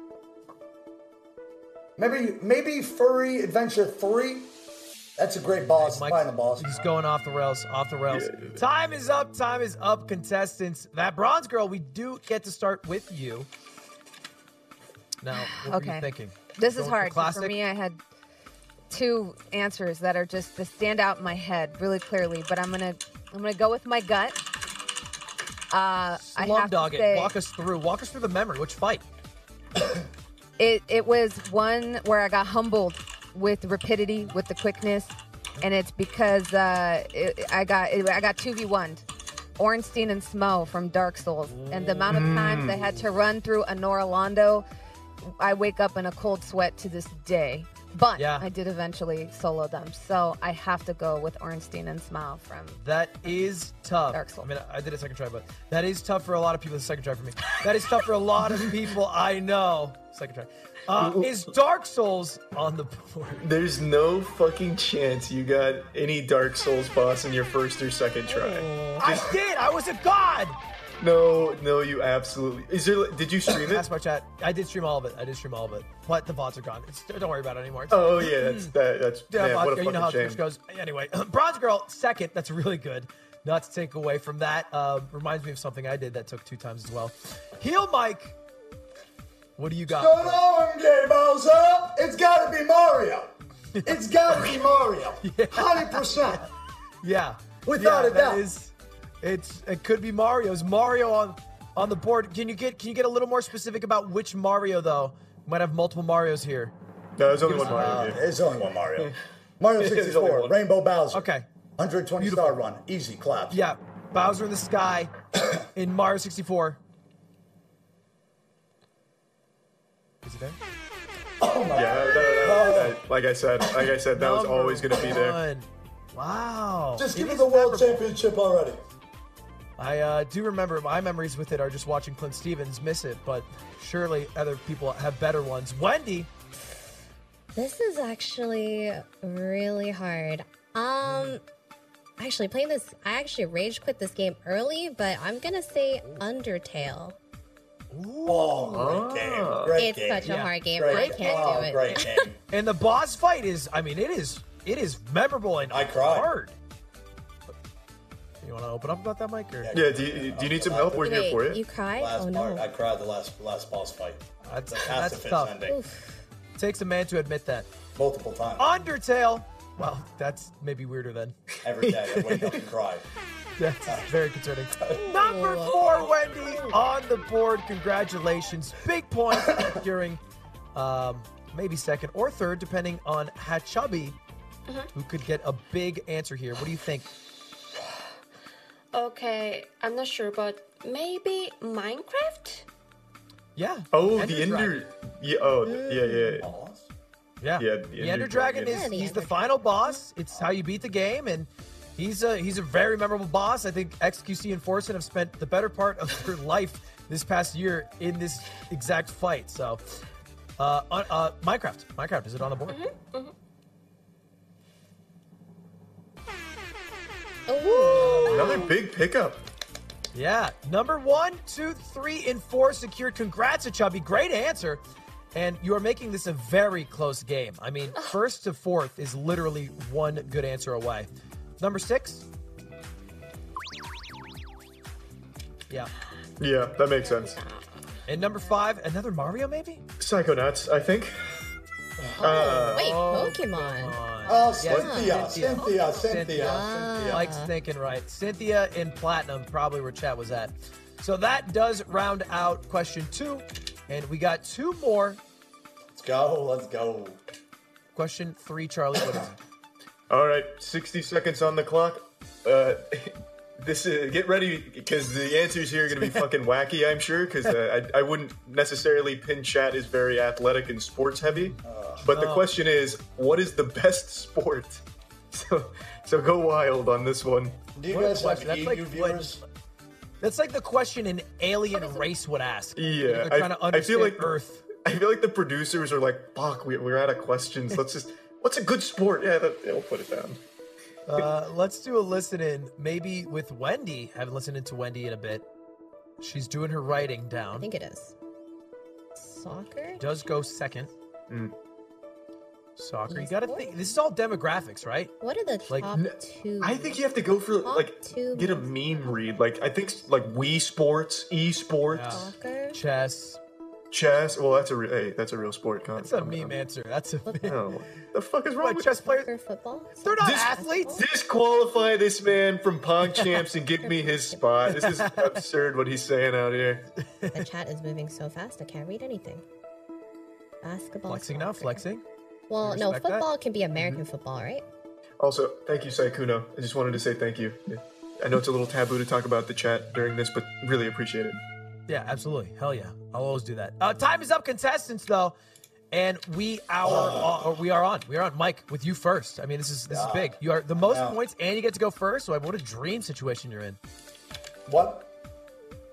Speaker 6: maybe maybe Furry Adventure Three. That's a great boss.
Speaker 2: Mike-
Speaker 6: Final boss.
Speaker 2: He's going off the rails, off the rails.
Speaker 1: Yeah.
Speaker 2: Time is up. Time is up, contestants. That bronze girl, we do get to start with you. Now, what were
Speaker 4: Okay.
Speaker 2: you thinking?
Speaker 4: This
Speaker 2: Going
Speaker 4: is
Speaker 2: for
Speaker 4: hard. 'cause
Speaker 2: Classic.
Speaker 4: For me, I had two answers that are just that stand out in my head really clearly, but I'm gonna I'm gonna go with my gut. Uh, I have
Speaker 2: Slumdog
Speaker 4: to
Speaker 2: it.
Speaker 4: say
Speaker 2: Walk us through. Walk us through the memory. Which fight?
Speaker 4: it it was one where I got humbled with rapidity, with the quickness, and it's because uh, it, I got it, I got two v one. Ornstein and Smo from Dark Souls, and the amount of times I had to run through Honora Londo, I wake up in a cold sweat to this day. But
Speaker 2: Yeah.
Speaker 4: I did eventually solo them, so I have to go with Ornstein and Smo from
Speaker 2: That is tough.
Speaker 4: Dark Souls.
Speaker 2: I mean, I did a second try, but that is tough for a lot of people. The second try for me. That is tough for a lot of people. I know. Second try. Uh, is Dark Souls on the board?
Speaker 1: There's no fucking chance you got any Dark Souls boss in your first or second try.
Speaker 2: I did. I was a god.
Speaker 1: No, no, you absolutely. Is there? Did you stream it?
Speaker 2: That's my chat. I did stream all of it. I did stream all of it. But the bots are gone. It's, don't worry about it anymore. It's,
Speaker 1: Oh yeah, that's that, that's
Speaker 2: Yeah,
Speaker 1: man,
Speaker 2: Bronze
Speaker 1: what a
Speaker 2: Girl, you know how
Speaker 1: fucking
Speaker 2: Twitch
Speaker 1: shame.
Speaker 2: goes. Anyway, Bronze Girl, second. That's really good. Not to take away from that. Uh, reminds me of something I did that took two times as well. Heel Mike, what do you got?
Speaker 6: Going on, Gay Bowser. It's gotta be Mario. It's gotta be Mario. Hundred percent.
Speaker 2: Yeah,
Speaker 6: Without
Speaker 2: yeah,
Speaker 6: a
Speaker 2: that
Speaker 6: doubt.
Speaker 2: is- it's it could be Mario's Mario on on the board. Can you get can you get a little more specific about which Mario though? We might have multiple Marios here.
Speaker 1: No, there's only one Mario. game.
Speaker 6: There's only one Mario. Mario
Speaker 1: only
Speaker 6: 64,
Speaker 1: one.
Speaker 6: Rainbow Bowser.
Speaker 2: Okay,
Speaker 6: 120 star run. Easy claps.
Speaker 2: yeah, Bowser in the sky in Mario 64. Is it there?
Speaker 6: Oh
Speaker 1: Yeah, that- that- that- like I said, like I said, that was
Speaker 2: Oh. Number
Speaker 1: always gonna be there.
Speaker 2: one. Wow.
Speaker 6: Just give
Speaker 2: It
Speaker 6: me
Speaker 2: is
Speaker 6: the world
Speaker 2: memorable.
Speaker 6: championship already.
Speaker 2: I uh, do remember my memories with it are just watching Clint Stevens miss it, but surely other people have better ones. Wendy,
Speaker 5: This is actually really hard. Um actually playing this I actually rage quit this game early, but I'm gonna say Undertale.
Speaker 6: Oh,
Speaker 2: Ah.
Speaker 6: great game. Great
Speaker 5: It's
Speaker 6: game.
Speaker 5: such a
Speaker 2: Yeah.
Speaker 5: hard game.
Speaker 6: Great
Speaker 5: I
Speaker 6: game.
Speaker 5: can't
Speaker 6: oh,
Speaker 5: do it.
Speaker 6: Great game.
Speaker 2: and the boss fight is, I mean, it is it is memorable and
Speaker 6: I cried.
Speaker 2: hard. You want to open up about that, Mike? Or?
Speaker 1: Yeah, do you, do you need some help? We're here
Speaker 5: Wait,
Speaker 1: for you.
Speaker 5: you cry?
Speaker 6: Last
Speaker 5: oh no.
Speaker 6: part, I cried the last last boss fight.
Speaker 2: That's, that's
Speaker 6: Pacifist
Speaker 2: tough.
Speaker 6: ending.
Speaker 2: Takes a man to admit that.
Speaker 6: Multiple times.
Speaker 2: Undertale. Well, that's maybe weirder then.
Speaker 6: Every day I wake up and cry.
Speaker 2: That's very concerning. Number four, Wendy, on the board. Congratulations. Big point during um, maybe second or third, depending on Hachabi, who could get a big answer here. What do you think?
Speaker 3: Okay, I'm not sure, but maybe Minecraft?
Speaker 2: Yeah.
Speaker 1: Oh,
Speaker 2: Ender
Speaker 1: the
Speaker 2: Dragon.
Speaker 1: Ender. Yeah, oh, th- yeah, yeah.
Speaker 6: Boss?
Speaker 2: Yeah.
Speaker 1: Yeah, the
Speaker 2: the Ender,
Speaker 1: Ender
Speaker 2: Dragon,
Speaker 1: Dragon.
Speaker 2: is
Speaker 5: Yeah, the
Speaker 2: he's
Speaker 5: Ender
Speaker 2: the final boss. It's how you beat the game and he's a he's a very memorable boss. I think XQC and Forsen have spent the better part of their life this past year in this exact fight. So uh, on, uh, Minecraft. Minecraft, is it on the board?
Speaker 5: Ooh.
Speaker 1: Another big pickup.
Speaker 2: Yeah. Number one, two, three, and four secured. Congrats, Chubby. Great answer. And you are making this a very close game. I mean, first to fourth is literally one good answer away. Number six. Yeah.
Speaker 1: Yeah, that makes sense.
Speaker 2: And number five, another Mario, maybe?
Speaker 1: Psychonauts, I think. Uh,
Speaker 5: Wait, Pokemon.
Speaker 6: Oh,
Speaker 2: Yeah,
Speaker 6: Cynthia,
Speaker 2: Ah, Cynthia.
Speaker 6: Cynthia, Cynthia,
Speaker 2: Cynthia.
Speaker 6: Cynthia.
Speaker 2: Mike's thinking right. Cynthia and Platinum, probably where chat was at. So that does round out question two. And we got two more.
Speaker 6: Let's go. Let's go.
Speaker 2: Question three, Charlie. What is it?
Speaker 1: All right, 60 seconds on the clock. Uh, this is get ready because the answers here are going to be fucking wacky, I'm sure, because uh, I, I wouldn't necessarily pin chat is very athletic and sports heavy. but the question is, what is the best sport? So, so go wild on this one.
Speaker 6: Do you
Speaker 2: What a
Speaker 6: guys have
Speaker 2: question. That's
Speaker 6: EU
Speaker 2: like what-
Speaker 6: viewers?
Speaker 2: That's like the question an alien race would ask. You know,
Speaker 1: Yeah,
Speaker 2: They're
Speaker 1: I-
Speaker 2: trying to
Speaker 1: I feel
Speaker 2: understand
Speaker 1: like-
Speaker 2: Earth.
Speaker 1: I feel like the producers are like, "Fuck, we, we're out of questions. Let's just, what's a good sport? Yeah, that, yeah, we'll put it down."
Speaker 2: Uh, let's do a listen in, maybe with Wendy. I haven't listened in to Wendy in a bit. She's doing her writing
Speaker 5: I
Speaker 2: down.
Speaker 5: think it is. Soccer?
Speaker 2: Does go second.
Speaker 1: Mm.
Speaker 2: Soccer. You
Speaker 5: Yes,
Speaker 2: got to
Speaker 5: boy.
Speaker 2: think. This is all demographics, right?
Speaker 5: What are the
Speaker 2: Like,
Speaker 5: top
Speaker 1: N-
Speaker 5: two?
Speaker 1: I think you have to go for
Speaker 5: Top
Speaker 1: like
Speaker 5: two
Speaker 1: get a
Speaker 5: most-
Speaker 1: meme read. Like I think like Wii Sports, esports,
Speaker 2: Yeah.
Speaker 5: Soccer?
Speaker 2: Chess.
Speaker 1: chess. Well, that's a re- hey, that's a real sport. Con-
Speaker 2: That's a meme answer. That's a meme.
Speaker 1: Oh, what the fuck is wrong
Speaker 2: What,
Speaker 1: with
Speaker 2: chess players?
Speaker 5: Soccer, football?
Speaker 2: They're not
Speaker 1: This-
Speaker 2: athletes.
Speaker 1: Disqualify this man from Pong Champs and give me his spot. This is absurd what he's saying out here.
Speaker 5: the chat is moving so fast, I can't read anything. Basketball.
Speaker 2: Flexing now,
Speaker 5: soccer.
Speaker 2: flexing.
Speaker 5: Well, no,
Speaker 2: respect that. Mm-hmm.
Speaker 5: football can be American football, right?
Speaker 1: Also, thank you, Saikuno. I just wanted to say thank you. I know it's a little taboo to talk about the chat during this, but really appreciate it.
Speaker 2: Yeah, absolutely. Hell yeah. I'll always do that. Uh, time is up, contestants, though. And we our or we are on. We are on Mike with you first. I mean, this is this is big. You are the most
Speaker 6: Yeah.
Speaker 2: points and you get to go first. So what a dream situation you're in.
Speaker 6: What?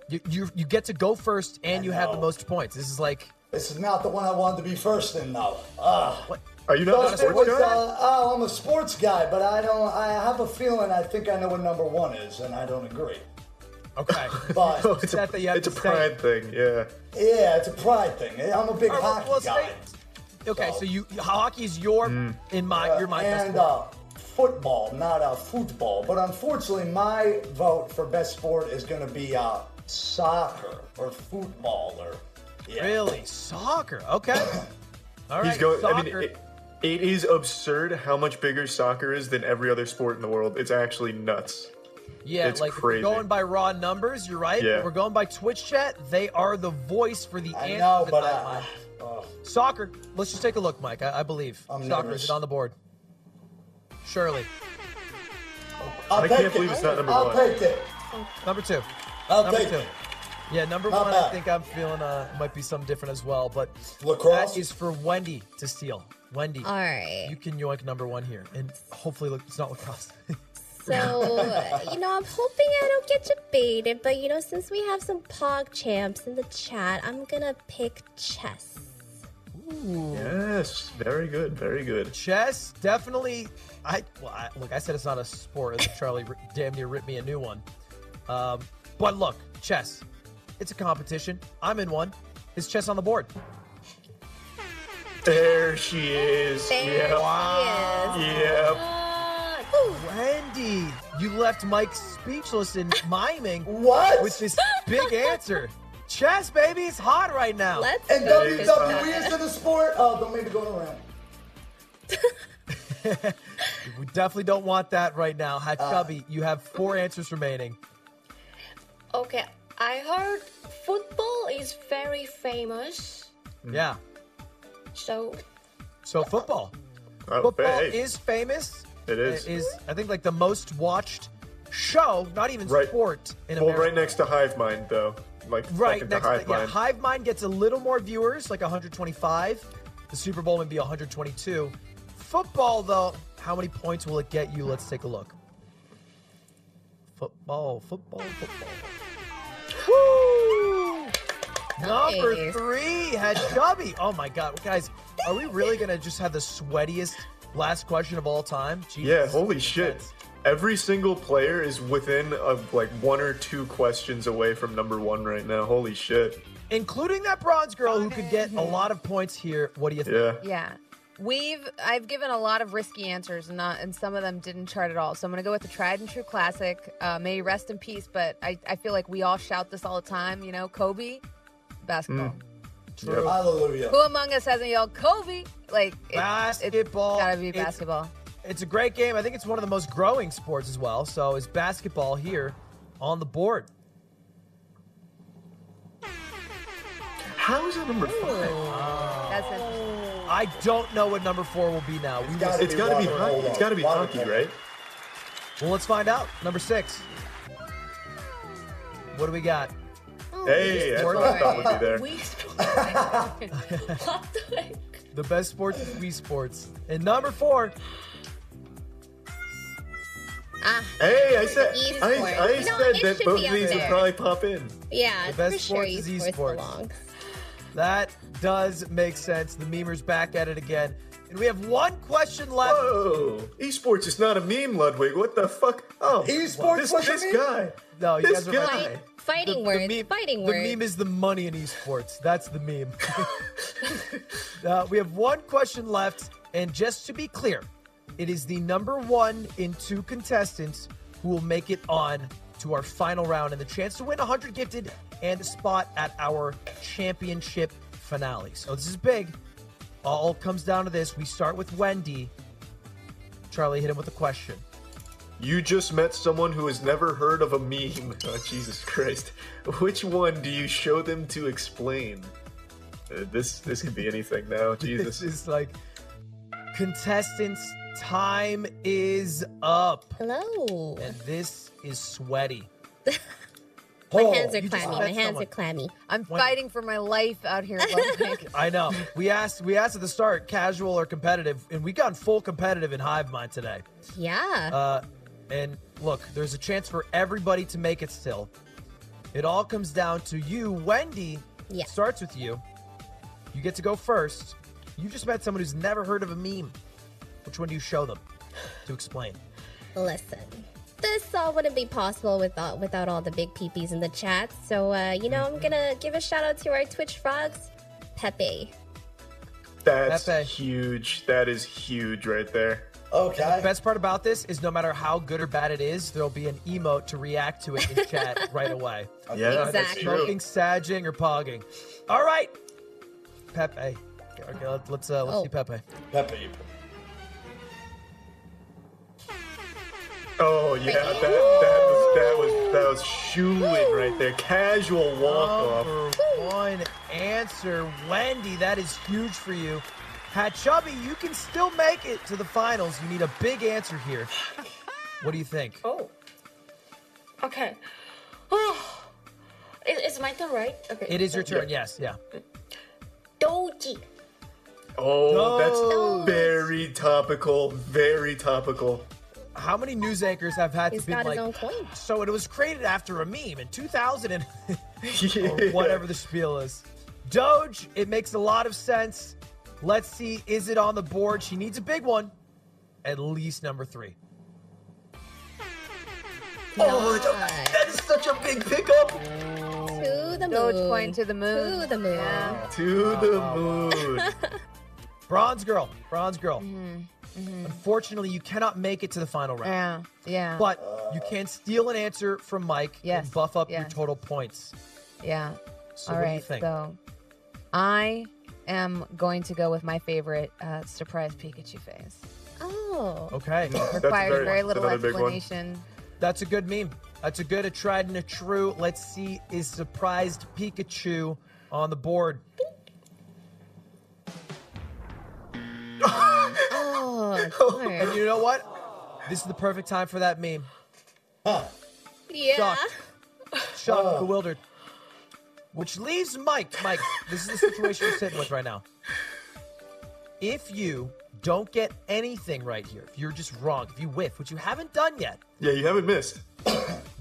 Speaker 2: You you, you get to go first and you have the
Speaker 6: know.
Speaker 2: most points. This is like
Speaker 6: This is not the one I wanted to be first in, though. Ugh.
Speaker 2: what
Speaker 1: Are you
Speaker 6: Thought
Speaker 1: not a
Speaker 6: it
Speaker 1: sports
Speaker 6: was,
Speaker 1: guy?
Speaker 6: uh, oh, I'm a sports guy, but I don't. I have a feeling. I think I know what number one is, and I don't agree.
Speaker 2: okay.
Speaker 6: But
Speaker 1: Oh, it's a,
Speaker 2: upset that you have
Speaker 1: it's a
Speaker 2: to say
Speaker 1: pride thing, yeah.
Speaker 6: yeah, it's a pride thing. I'm a big
Speaker 2: All right, well,
Speaker 6: hockey
Speaker 2: well,
Speaker 6: guy,
Speaker 2: stay- okay, so you hockey is your
Speaker 1: Mm.
Speaker 2: in my your mind best
Speaker 6: and
Speaker 2: sport.
Speaker 6: uh, football, not uh, football. But unfortunately, my vote for best sport is going to be uh, soccer or football or yeah.
Speaker 2: Really? Soccer. Okay. All right.
Speaker 1: uh, He's going.
Speaker 2: soccer.
Speaker 1: I mean, it, it is absurd how much bigger soccer is than every other sport in the world. It's actually nuts.
Speaker 2: Yeah,
Speaker 1: It's
Speaker 2: like if
Speaker 1: crazy.
Speaker 2: we're going by raw numbers, you're right.
Speaker 1: Yeah.
Speaker 2: If we're going by Twitch chat, they are the voice for the
Speaker 6: I
Speaker 2: answers
Speaker 6: know,
Speaker 2: in
Speaker 6: but
Speaker 2: my
Speaker 6: uh,
Speaker 2: mind.
Speaker 6: oh,
Speaker 2: soccer. Let's just take a look, Mike. I, I believe
Speaker 6: I'm
Speaker 2: soccer
Speaker 6: nervous.
Speaker 2: is it on the board. Surely,
Speaker 6: I'll
Speaker 1: I
Speaker 6: take
Speaker 1: can't believe
Speaker 6: it.
Speaker 1: it's not number
Speaker 6: I'll
Speaker 1: one.
Speaker 6: take it.
Speaker 2: number two.
Speaker 6: I'll
Speaker 2: Number
Speaker 6: take
Speaker 2: two.
Speaker 6: it.
Speaker 2: Yeah, number
Speaker 6: Not
Speaker 2: one. I
Speaker 6: bad.
Speaker 2: think I'm feeling uh might be something different as well, but
Speaker 6: Lacrosse?
Speaker 2: that is for Wendy to steal. Wendy,
Speaker 5: All right.
Speaker 2: you can yoink number one here, and hopefully look, it's not lacrosse.
Speaker 5: So, uh, you know, I'm hoping I don't get debated, but you know, since we have some pog champs in the chat, I'm gonna pick chess.
Speaker 2: Ooh.
Speaker 1: Yes, very good, very good.
Speaker 2: Chess, definitely. I, well, I look. I said it's not a sport. and Charlie ri- damn near ripped me a new one. Um, but look, chess. It's a competition. I'm in one. Is chess on the board?
Speaker 1: There she is.
Speaker 5: There
Speaker 1: yeah.
Speaker 5: she is.
Speaker 1: Yeah.
Speaker 2: Wendy, you left Mike speechless and miming
Speaker 6: What?
Speaker 2: with this big answer. Chess, baby, it's hot right now.
Speaker 5: Let's
Speaker 6: and
Speaker 5: go to
Speaker 6: WWE
Speaker 2: E
Speaker 5: that.
Speaker 6: E is in the sport. Oh, don't make me go around.
Speaker 2: we definitely don't want that right now. Hatchubby, you have four answers remaining.
Speaker 3: Okay, I heard football is very famous.
Speaker 2: Yeah.
Speaker 3: So
Speaker 2: So football.
Speaker 1: Oh,
Speaker 2: Football
Speaker 1: hey,
Speaker 2: is famous.
Speaker 1: It is.
Speaker 2: It is I think like the most watched show, not even
Speaker 1: Right.
Speaker 2: sport in
Speaker 1: well,
Speaker 2: America.
Speaker 1: right next to Hive Mind, though. Like
Speaker 2: Right
Speaker 1: fucking
Speaker 2: next
Speaker 1: to Hive
Speaker 2: to, yeah,
Speaker 1: Mind.
Speaker 2: Hive Mind gets a little more viewers, like 125. The Super Bowl would be 122. Football though, how many points will it get you? Let's take a look. Football, football, football. Woo! Number
Speaker 5: Nice.
Speaker 2: three had Chubby. Oh my god, guys, are we really gonna just have the sweatiest last question of all time? Jesus.
Speaker 1: yeah, holy shit.
Speaker 2: That's-
Speaker 1: Every single player is within of like one or two questions away from number one right now. Holy shit.
Speaker 2: Including that bronze girl who could get a lot of points here. What do you think?
Speaker 1: Yeah.
Speaker 4: Yeah. We've I've given a lot of risky answers, and not and some of them didn't chart at all. So I'm gonna go with the tried and true classic. Uh, may you rest in peace. But I, I feel like we all shout this all the time. You know, Kobe, basketball.
Speaker 2: Mm. True.
Speaker 6: Hallelujah.
Speaker 4: Who among us hasn't yelled Kobe? Like it-
Speaker 2: Basketball.
Speaker 4: It's gotta be
Speaker 2: It's-
Speaker 4: basketball.
Speaker 2: It's a great game. I think it's one of the most growing sports as well. So is basketball here on the board.
Speaker 1: How is that number five?
Speaker 4: That's interesting.
Speaker 2: Oh. I don't know what number four will be now. We will
Speaker 6: gotta
Speaker 2: see.
Speaker 1: It's got to be
Speaker 6: Water
Speaker 1: hockey.
Speaker 6: polo.
Speaker 1: It's got to be
Speaker 6: Water
Speaker 1: hockey,
Speaker 6: polo.
Speaker 1: right?
Speaker 2: Well, let's find out. Number six. What do we got?
Speaker 1: Hey, that's what I thought would be there.
Speaker 3: Wii Sports. what the heck?
Speaker 2: The best sports is Wii Sports. And number four,
Speaker 5: Ah,
Speaker 1: Hey, I said,
Speaker 5: Esports.
Speaker 1: I, I
Speaker 5: No,
Speaker 1: said
Speaker 5: it
Speaker 1: that
Speaker 5: should
Speaker 1: both
Speaker 5: be
Speaker 1: of
Speaker 5: up
Speaker 1: these would
Speaker 5: there.
Speaker 1: probably pop in.
Speaker 5: yeah,
Speaker 2: The best
Speaker 5: for sure
Speaker 2: sports is
Speaker 5: esports
Speaker 2: esports.
Speaker 5: belongs.
Speaker 2: that does make sense. The memer's back at it again. And we have one question left.
Speaker 1: Whoa, Oh, esports is not a meme, Ludwig. What the fuck? Oh,
Speaker 6: Esports
Speaker 1: this,
Speaker 6: was a
Speaker 1: this
Speaker 6: meme?
Speaker 1: guy.
Speaker 2: No, you
Speaker 1: this
Speaker 2: guys are right.
Speaker 1: guy.
Speaker 5: Fight, fighting words. fighting
Speaker 2: the
Speaker 5: words.
Speaker 2: meme is the money in esports. That's the meme. Uh, we have one question left, and just to be clear, it is the number one in two contestants who will make it on to our final round and the chance to win 100 gifted and a spot at our championship finale. So this is big. All comes down to this. We start with Wendy. Charlie, hit him with a question.
Speaker 1: You just met someone who has never heard of a meme. Oh, Jesus Christ. Which one do you show them to explain? Uh, this this could be anything now.
Speaker 2: This
Speaker 1: Jesus.
Speaker 2: is like contestants. Time is up.
Speaker 5: Hello.
Speaker 2: And this is sweaty.
Speaker 5: My hands are
Speaker 2: you just
Speaker 5: clammy. My
Speaker 2: met
Speaker 5: hands
Speaker 2: someone.
Speaker 5: are clammy.
Speaker 4: I'm
Speaker 2: When-
Speaker 4: fighting for my life out here. Ludwig.
Speaker 2: I know. We asked we asked at the start casual or competitive, and we got full competitive in Hive Mind today.
Speaker 5: Yeah.
Speaker 2: Uh, and look, there's a chance for everybody to make it still. It all comes down to you, Wendy.
Speaker 5: Yeah.
Speaker 2: Starts with you. You get to go first. You just met someone who's never heard of a meme. Which one do you show them to explain? Uh,
Speaker 5: Listen, this all wouldn't be possible without without all the big peepees in the chat. So uh, you know,
Speaker 2: Mm-hmm.
Speaker 5: I'm gonna give a shout out to our Twitch frogs, Pepe.
Speaker 1: That's
Speaker 2: Pepe.
Speaker 1: huge. That is huge right there.
Speaker 6: Okay.
Speaker 2: Best part about this is no matter how good or bad it is, there'll be an emote to react to it in chat right away.
Speaker 1: Yeah, that's
Speaker 5: Exactly.
Speaker 1: true.
Speaker 2: Smoking, sagging, or pogging. All right, Pepe. Okay, let- let's uh, let's
Speaker 5: Oh.
Speaker 2: see Pepe.
Speaker 6: Pepe.
Speaker 1: Oh yeah, that, that was that was that was shooing right there. Casual walk off.
Speaker 2: Number one answer, Wendy. That is huge for you. Hat Chubby, you can still make it to the finals. You need a big answer here. What do you think?
Speaker 3: Oh. Okay. Oh. It, it's my turn, right? Okay.
Speaker 2: It is your turn. Yes, yeah.
Speaker 3: Doji.
Speaker 1: Oh, that's
Speaker 5: Those.
Speaker 1: very topical. Very topical.
Speaker 2: How many news anchors have had
Speaker 5: He's
Speaker 2: to be
Speaker 5: got
Speaker 2: like?
Speaker 5: his own coin.
Speaker 2: So it was created after a meme in 2000 and
Speaker 1: Yeah.
Speaker 2: whatever the spiel is. Doge, it makes a lot of sense. Let's see, is it on the board? She needs a big one. At least number three.
Speaker 1: Oh, that- that is such a big pickup.
Speaker 2: Oh.
Speaker 5: To the moon.
Speaker 4: Dogecoin to the moon.
Speaker 5: To the moon.
Speaker 4: Yeah.
Speaker 1: To the moon.
Speaker 2: Bronze girl, bronze girl.
Speaker 4: Mm-hmm,
Speaker 2: Unfortunately, you cannot make it to the final round,
Speaker 4: Yeah. Yeah.
Speaker 2: but you can steal an answer from Mike
Speaker 4: Yes,
Speaker 2: and buff up your
Speaker 4: yes.
Speaker 2: total points.
Speaker 4: Yeah.
Speaker 2: So
Speaker 4: All right.
Speaker 2: what do you think?
Speaker 4: So I am going to go with my favorite uh, surprise Pikachu phase.
Speaker 5: Oh.
Speaker 2: Okay,
Speaker 4: Requires
Speaker 1: very-
Speaker 4: very, little
Speaker 1: another big one.
Speaker 4: explanation.
Speaker 2: that's a good meme. That's a good, a tried and a true. Let's see, is surprised Pikachu on the board?
Speaker 5: Oh.
Speaker 2: And
Speaker 5: darn.
Speaker 2: you know what? This is the perfect time for that meme.
Speaker 5: yeah.
Speaker 2: Shocked. Shocked, bewildered. Which leaves Mike. Mike, this is the situation you're sitting with right now. If you don't get anything right here, if you're just wrong, if you whiff, which you haven't done yet,
Speaker 1: Yeah, you haven't missed.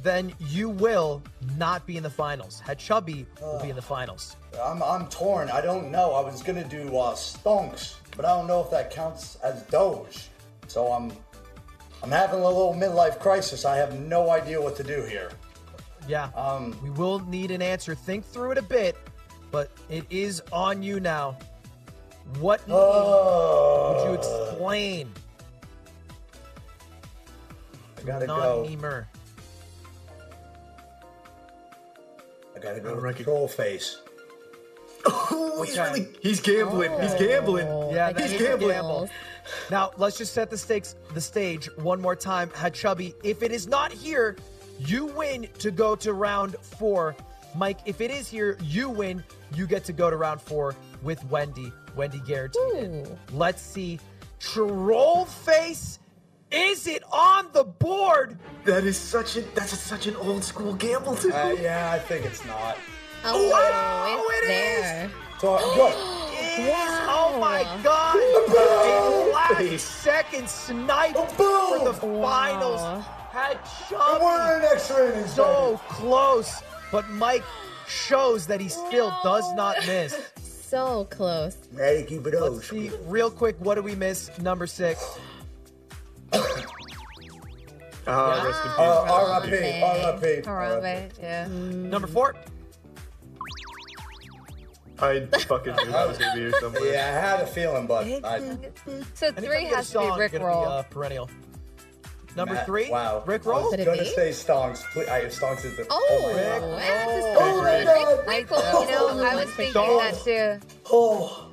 Speaker 2: then you will not be in the finals. Hachubby will be in the finals.
Speaker 6: I'm, I'm torn. I don't know. I was gonna do uh, stonks, but I don't know if that counts as Doge. So I'm I'm having a little midlife crisis. I have no idea what to do here.
Speaker 2: Yeah. Um, we will need an answer. Think through it a bit, but it is on you now. What meme
Speaker 6: Oh.
Speaker 2: would you explain?
Speaker 6: I gotta
Speaker 2: Non
Speaker 6: go.
Speaker 2: memer.
Speaker 6: I gotta go.
Speaker 1: don't
Speaker 6: with
Speaker 1: reckon-
Speaker 6: Troll face.
Speaker 1: Oh, he's
Speaker 2: Okay.
Speaker 1: really he's gambling. He's gambling.
Speaker 2: Oh. Yeah,
Speaker 5: Like
Speaker 2: that
Speaker 1: he's
Speaker 2: is a
Speaker 1: gambling.
Speaker 2: gamble. Now let's just set the stakes, the stage one more time. Hachubby, if it is not here, you win to go to round four. Mike, if it is here, you win. You get to go to round four with Wendy. Wendy guaranteed it.
Speaker 5: Ooh.
Speaker 2: Let's see. Troll face, is it on the board?
Speaker 1: That is such a that's a, such an old school gamble too.
Speaker 6: Uh, yeah, I think it's not.
Speaker 5: Oh,
Speaker 2: Wow,
Speaker 5: it's
Speaker 2: it is.
Speaker 5: there.
Speaker 6: So what?
Speaker 2: Yes. Oh my God! A last second snipe
Speaker 6: Oh,
Speaker 2: for the finals had
Speaker 6: And we're
Speaker 2: Chubby
Speaker 6: in extra innings,
Speaker 2: so
Speaker 6: baby.
Speaker 2: close, but Mike shows that he still does not miss.
Speaker 5: So close.
Speaker 6: Hey, keep it
Speaker 2: Let's see, real quick, what did we miss? Number six.
Speaker 1: Ah, rest in peace.
Speaker 6: Uh, RIP,
Speaker 5: Harambe.
Speaker 6: RIP.
Speaker 2: uh,
Speaker 4: Harambe, yeah.
Speaker 2: Number four.
Speaker 1: I fucking knew that was gonna be here somewhere.
Speaker 6: Yeah, I had a feeling, but I,
Speaker 4: So
Speaker 2: Anytime
Speaker 4: three
Speaker 2: we get a
Speaker 4: has to be
Speaker 2: song,
Speaker 4: Rick
Speaker 2: gonna
Speaker 4: Roll.
Speaker 2: uh, perennial. Number
Speaker 6: Matt,
Speaker 2: three.
Speaker 6: Wow.
Speaker 2: Rick Roll.
Speaker 5: Could it
Speaker 6: going to
Speaker 5: be?
Speaker 6: say Stonks. Please, I, Stonks is the.
Speaker 5: Oh,
Speaker 6: my God.
Speaker 5: I have to
Speaker 2: Oh.
Speaker 5: say-
Speaker 6: Oh my God.
Speaker 4: I, you know, I was thinking that too.
Speaker 6: Oh.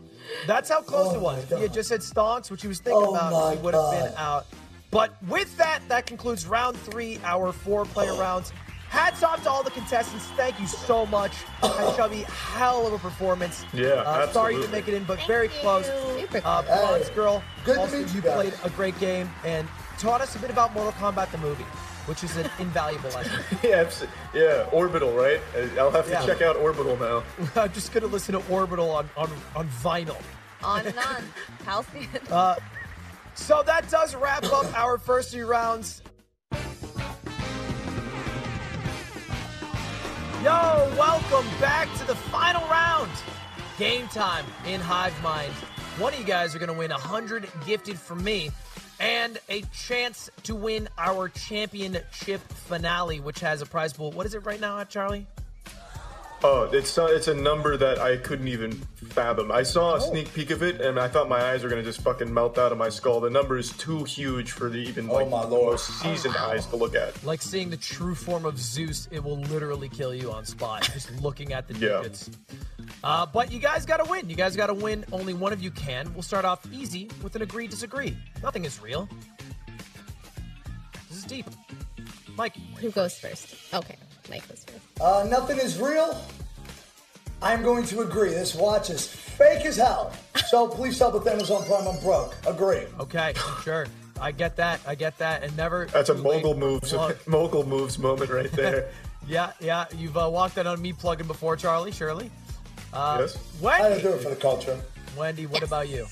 Speaker 2: That's how close
Speaker 6: Oh
Speaker 2: it was.
Speaker 6: my
Speaker 2: He had
Speaker 6: God.
Speaker 2: just said stonks, which he was thinking
Speaker 6: Oh
Speaker 2: about.
Speaker 6: my
Speaker 2: He would have been
Speaker 6: God.
Speaker 2: out. But with that, that concludes round three, our four player
Speaker 6: Oh.
Speaker 2: rounds. Hats off to all the contestants. Thank you so much.
Speaker 6: Oh.
Speaker 2: Hi, Chubby, hell of a performance.
Speaker 1: Yeah,
Speaker 2: uh, Sorry you
Speaker 1: absolutely.
Speaker 2: didn't make it in, but very close.
Speaker 5: Super
Speaker 2: Uh,
Speaker 5: close.
Speaker 2: Bronze
Speaker 6: Hey,
Speaker 2: Girl,
Speaker 6: good to
Speaker 2: also,
Speaker 6: meet you
Speaker 2: you
Speaker 6: guys.
Speaker 2: played a great game and taught us a bit about Mortal Kombat the movie, which is an invaluable lesson.
Speaker 1: Yeah, abs- yeah, Orbital, right? I- I'll have to
Speaker 2: Yeah.
Speaker 1: check out Orbital now.
Speaker 2: I'm just going to listen to Orbital on, on, on vinyl.
Speaker 4: On and on. Halcyon.
Speaker 2: So that does wrap up our first three rounds. Yo, welcome back to the final round. Game time in Hive Mind. One of you guys are going to win 100 gifted from me and a chance to win our championship finale, which has a prize pool. What is it right now, Charlie?
Speaker 1: Oh, it's not, it's a number that I couldn't even fathom. I saw
Speaker 6: Oh.
Speaker 1: a sneak peek of it, and I thought my eyes were gonna just fucking melt out of my skull. The number is too huge for the even
Speaker 6: Oh
Speaker 1: like
Speaker 6: my lord.
Speaker 1: most seasoned eyes to look at.
Speaker 2: Like seeing the true form of Zeus, it will literally kill you on spot just looking at the
Speaker 1: Yeah.
Speaker 2: digits. Uh, but you guys got to win. You guys got to win. Only one of you can. We'll start off easy with an agree disagree. Nothing is real. This is deep. Mike,
Speaker 5: Who goes first? Okay, Mike goes first.
Speaker 6: Uh, nothing is real. I'm going to agree. This watch is fake as hell. So please stop with Amazon Prime. I'm broke. Agree.
Speaker 2: okay, sure. I get that. I get that. And never.
Speaker 1: That's a
Speaker 2: too late
Speaker 1: mogul
Speaker 2: for
Speaker 1: moves,
Speaker 2: plug.
Speaker 1: mogul moves moment right there.
Speaker 2: Yeah, yeah. You've uh, walked that on me plugging before, Charlie, surely.
Speaker 6: Uh,
Speaker 1: yes.
Speaker 6: I didn't
Speaker 2: Wendy,
Speaker 6: do it for the culture.
Speaker 2: Wendy, what about you?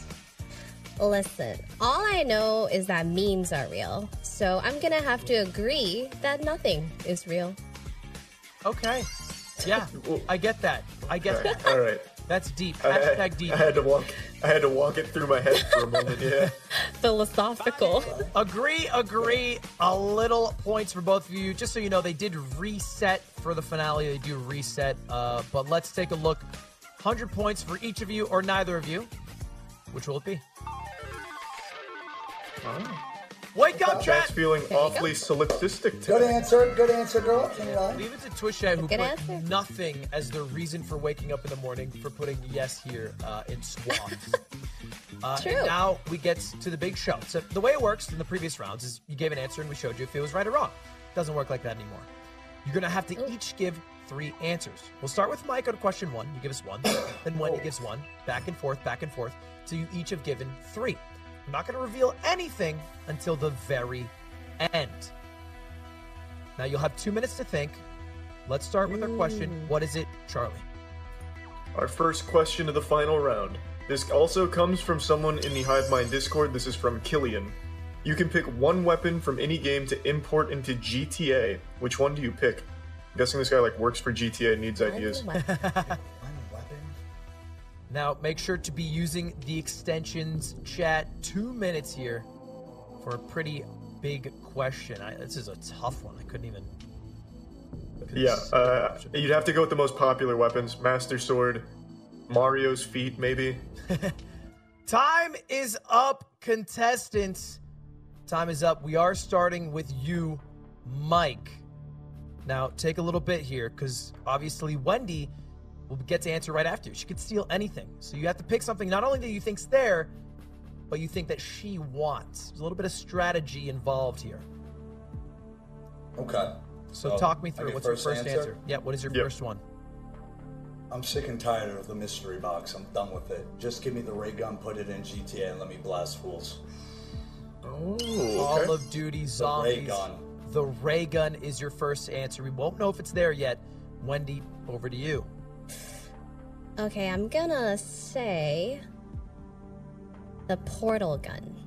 Speaker 5: Listen, all I know is that memes are real. So I'm gonna have to agree that nothing is real.
Speaker 2: Okay. Yeah, I get that. I get that.
Speaker 1: All right.
Speaker 2: That's deep.
Speaker 1: I- I-
Speaker 2: Hashtag deep.
Speaker 1: I had to walk. I had to walk it through my head for a moment. Yeah.
Speaker 5: Philosophical.
Speaker 2: Agree, agree. A little points for both of you. Just so you know, they did reset for the finale. They do reset. Uh, but let's take a look. 100 points for each of you or neither of you. Which will it be? Wake up,
Speaker 1: That's
Speaker 2: chat!
Speaker 1: feeling awfully solipsistic
Speaker 6: Good
Speaker 1: today.
Speaker 6: answer. Good answer, girl. You know.
Speaker 2: Leave it to Twisha, who put
Speaker 5: Good answer.
Speaker 2: nothing as their reason for waking up in the morning for putting yes here uh, in swaths. uh,
Speaker 5: True.
Speaker 2: and now we get to the big show. So the way it works in the previous rounds is you gave an answer and we showed you if it was right or wrong. doesn't work like that anymore. You're gonna have to each give three answers. We'll start with Mike on question one. You give us one, then Wendy gives one, back and forth, back and forth, till you each have given three. I'm not gonna reveal anything until the very end. Now you'll have two minutes to think. Let's start with our question. What is it, Charlie?
Speaker 1: Our first question of the final round. This also comes from someone in the Hive Mind Discord. This is from Killian. You can pick one weapon from any game to import into GTA. Which one do you pick? I'm guessing this guy like works for GTA and needs ideas.
Speaker 2: Now make sure to be using the extensions chat. Two minutes here for a pretty big question. I, this is a tough one. I couldn't even. couldn't
Speaker 1: Yeah,
Speaker 2: s-
Speaker 1: uh, you'd have to go with the most popular weapons: Master Sword, Mario's feet, maybe.
Speaker 2: Time is up, contestants. Time is up. We are starting with you, Mike. Now, take a little bit here because obviously Wendy will get to answer right after. She could steal anything. So you have to pick something not only that you think's there, but you think that she wants. There's a little bit of strategy involved here.
Speaker 6: Okay.
Speaker 2: So
Speaker 6: Oh,
Speaker 2: talk me
Speaker 6: I
Speaker 2: through.
Speaker 6: get
Speaker 2: What's your
Speaker 6: first
Speaker 2: first answer?
Speaker 6: answer?
Speaker 2: Yeah, what is your
Speaker 1: Yep.
Speaker 2: first one?
Speaker 6: I'm sick and tired of the mystery box. I'm done with it. Just give me the ray gun, put it in GTA, and let me blast fools.
Speaker 1: Oh,
Speaker 2: Call
Speaker 1: okay.
Speaker 2: of Duty Zombies.
Speaker 6: gun.
Speaker 2: The ray gun is your first answer. We won't know if it's there yet. Wendy, over to you.
Speaker 5: Okay, I'm gonna say the portal gun.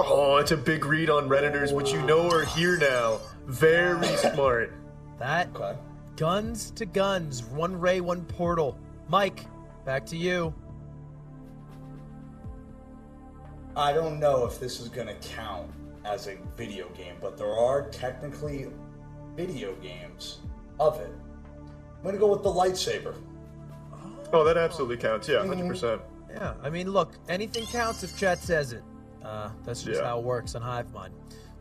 Speaker 1: Oh, it's a big read on Redditors, which you know are here now. Very smart.
Speaker 2: That
Speaker 6: Okay.
Speaker 2: guns to guns, one ray, one portal. Mike, back to you.
Speaker 6: I don't know if this is gonna count as a video game, but there are technically video games of it. I'm gonna go with the lightsaber.
Speaker 1: Oh, that absolutely counts. Yeah, 100%.
Speaker 2: Yeah, I mean, look, anything counts if chat says it. Uh, that's just
Speaker 1: Yeah.
Speaker 2: how it works on Hive Mind.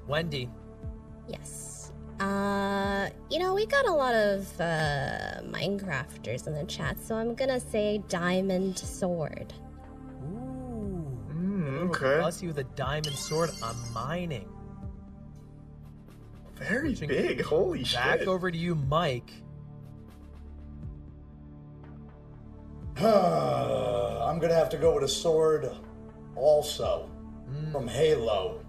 Speaker 2: Wendy,
Speaker 5: Yes. Uh, you know, we got a lot of uh, Minecrafters in the chat, so I'm gonna say diamond sword.
Speaker 2: ooh,
Speaker 1: Mm, okay.
Speaker 2: plus you with a diamond sword on mining.
Speaker 1: Very
Speaker 2: Switching
Speaker 1: big. Holy
Speaker 2: Back
Speaker 1: shit.
Speaker 2: over to you, Mike.
Speaker 6: I'm gonna have to go with a sword also from Halo.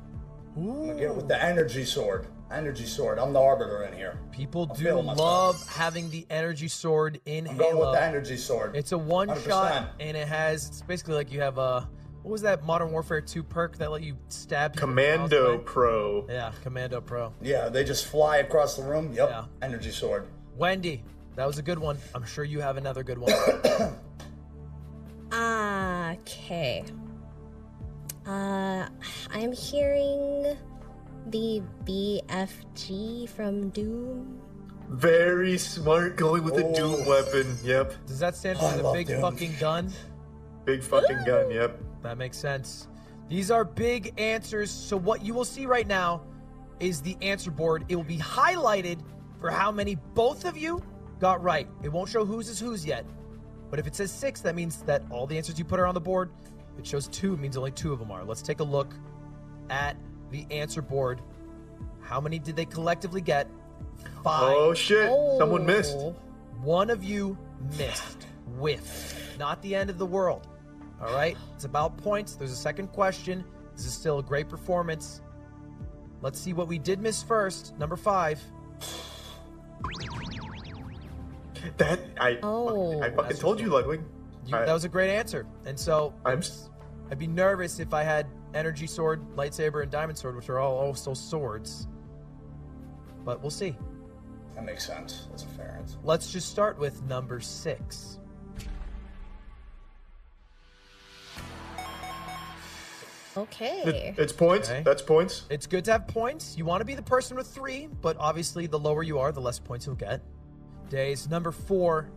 Speaker 6: I'm gonna get with the energy sword. Energy sword. I'm the arbiter in here.
Speaker 2: People
Speaker 6: I'm
Speaker 2: do
Speaker 6: feeling myself.
Speaker 2: love having the energy sword in
Speaker 6: I'm going
Speaker 2: Halo.
Speaker 6: with the energy sword.
Speaker 2: It's a one shot,
Speaker 6: 100%.
Speaker 2: and it has it's basically like you have a what was that Modern Warfare two perk that let you stab people with a mouse
Speaker 1: Commando
Speaker 2: blade?
Speaker 1: Pro.
Speaker 2: Yeah, Commando Pro.
Speaker 6: yeah, they just fly across the room. Yep.
Speaker 2: Yeah.
Speaker 6: Energy sword.
Speaker 2: Wendy, that was a good one. I'm sure you have another good one.
Speaker 5: Ah, okay. Uh, I'm hearing the BFG from Doom.
Speaker 1: Very smart going with a dual
Speaker 6: Oh.
Speaker 1: weapon. Yep.
Speaker 2: Does that stand
Speaker 6: I
Speaker 2: for the
Speaker 6: love
Speaker 2: big
Speaker 6: Doom.
Speaker 2: fucking gun?
Speaker 1: Big fucking gun. Yep.
Speaker 2: That makes sense. These are big answers. So what you will see right now is the answer board. It will be highlighted for how many both of you got right. It won't show whose is whose yet. But if it says six, that means that all the answers you put are on the board. If it shows two, it means only two of them are. Let's take a look at the answer board. How many did they collectively get? Five.
Speaker 1: Oh shit. Someone missed.
Speaker 5: Oh.
Speaker 2: One of you missed. Whiffed. Not the end of the world. All right? It's about points. There's a second question. This is still a great performance. Let's see what we did miss first. Number five.
Speaker 1: That I.
Speaker 5: Oh.
Speaker 1: I fucking told you, Ludwig.
Speaker 2: You,
Speaker 1: I-
Speaker 2: that was a great answer. And so
Speaker 1: I'm. s-
Speaker 2: I'd be nervous if I had energy sword, lightsaber, and diamond sword, which are all also swords. But we'll see.
Speaker 6: That makes sense. That's a fair answer.
Speaker 2: Let's just start with number six.
Speaker 5: Okay.
Speaker 1: It's points.
Speaker 2: Okay.
Speaker 1: That's points.
Speaker 2: It's good to have points. You want to be the person with three, but obviously, the lower you are, the less points you'll get. Days number four.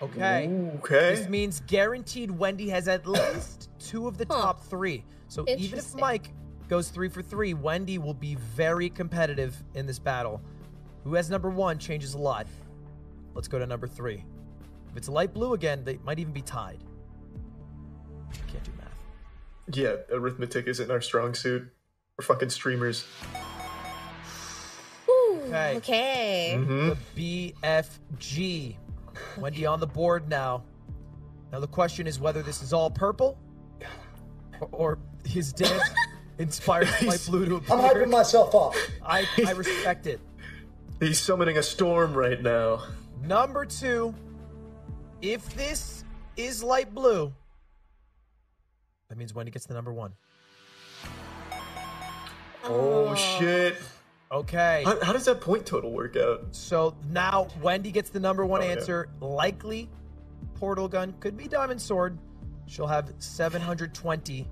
Speaker 2: Okay. This
Speaker 1: Okay.
Speaker 2: means guaranteed Wendy has at least two of the
Speaker 5: Huh.
Speaker 2: top three. So even if
Speaker 5: Interesting.
Speaker 2: Mike goes three for three, Wendy will be very competitive in this battle. Who has number one changes a lot. Let's go to number three. If it's light blue again, they might even be tied. Can't do math.
Speaker 1: Yeah, arithmetic isn't our strong suit. We're fucking streamers.
Speaker 5: Ooh,
Speaker 2: Okay.
Speaker 5: okay.
Speaker 2: the BFG. Wendy on the board now. Now the question is whether this is all purple or, or his dance inspired by blue to
Speaker 6: I'm hyping
Speaker 2: appear.
Speaker 6: myself up.
Speaker 2: I, I respect it.
Speaker 1: He's summoning a storm right now.
Speaker 2: Number two, if this is light blue, that means Wendy gets the number one.
Speaker 1: Oh shit.
Speaker 2: Okay.
Speaker 1: How, how does that point total work out?
Speaker 2: So now Wendy gets the number one
Speaker 1: Oh, yeah.
Speaker 2: answer. Likely portal gun could be diamond sword. She'll have 720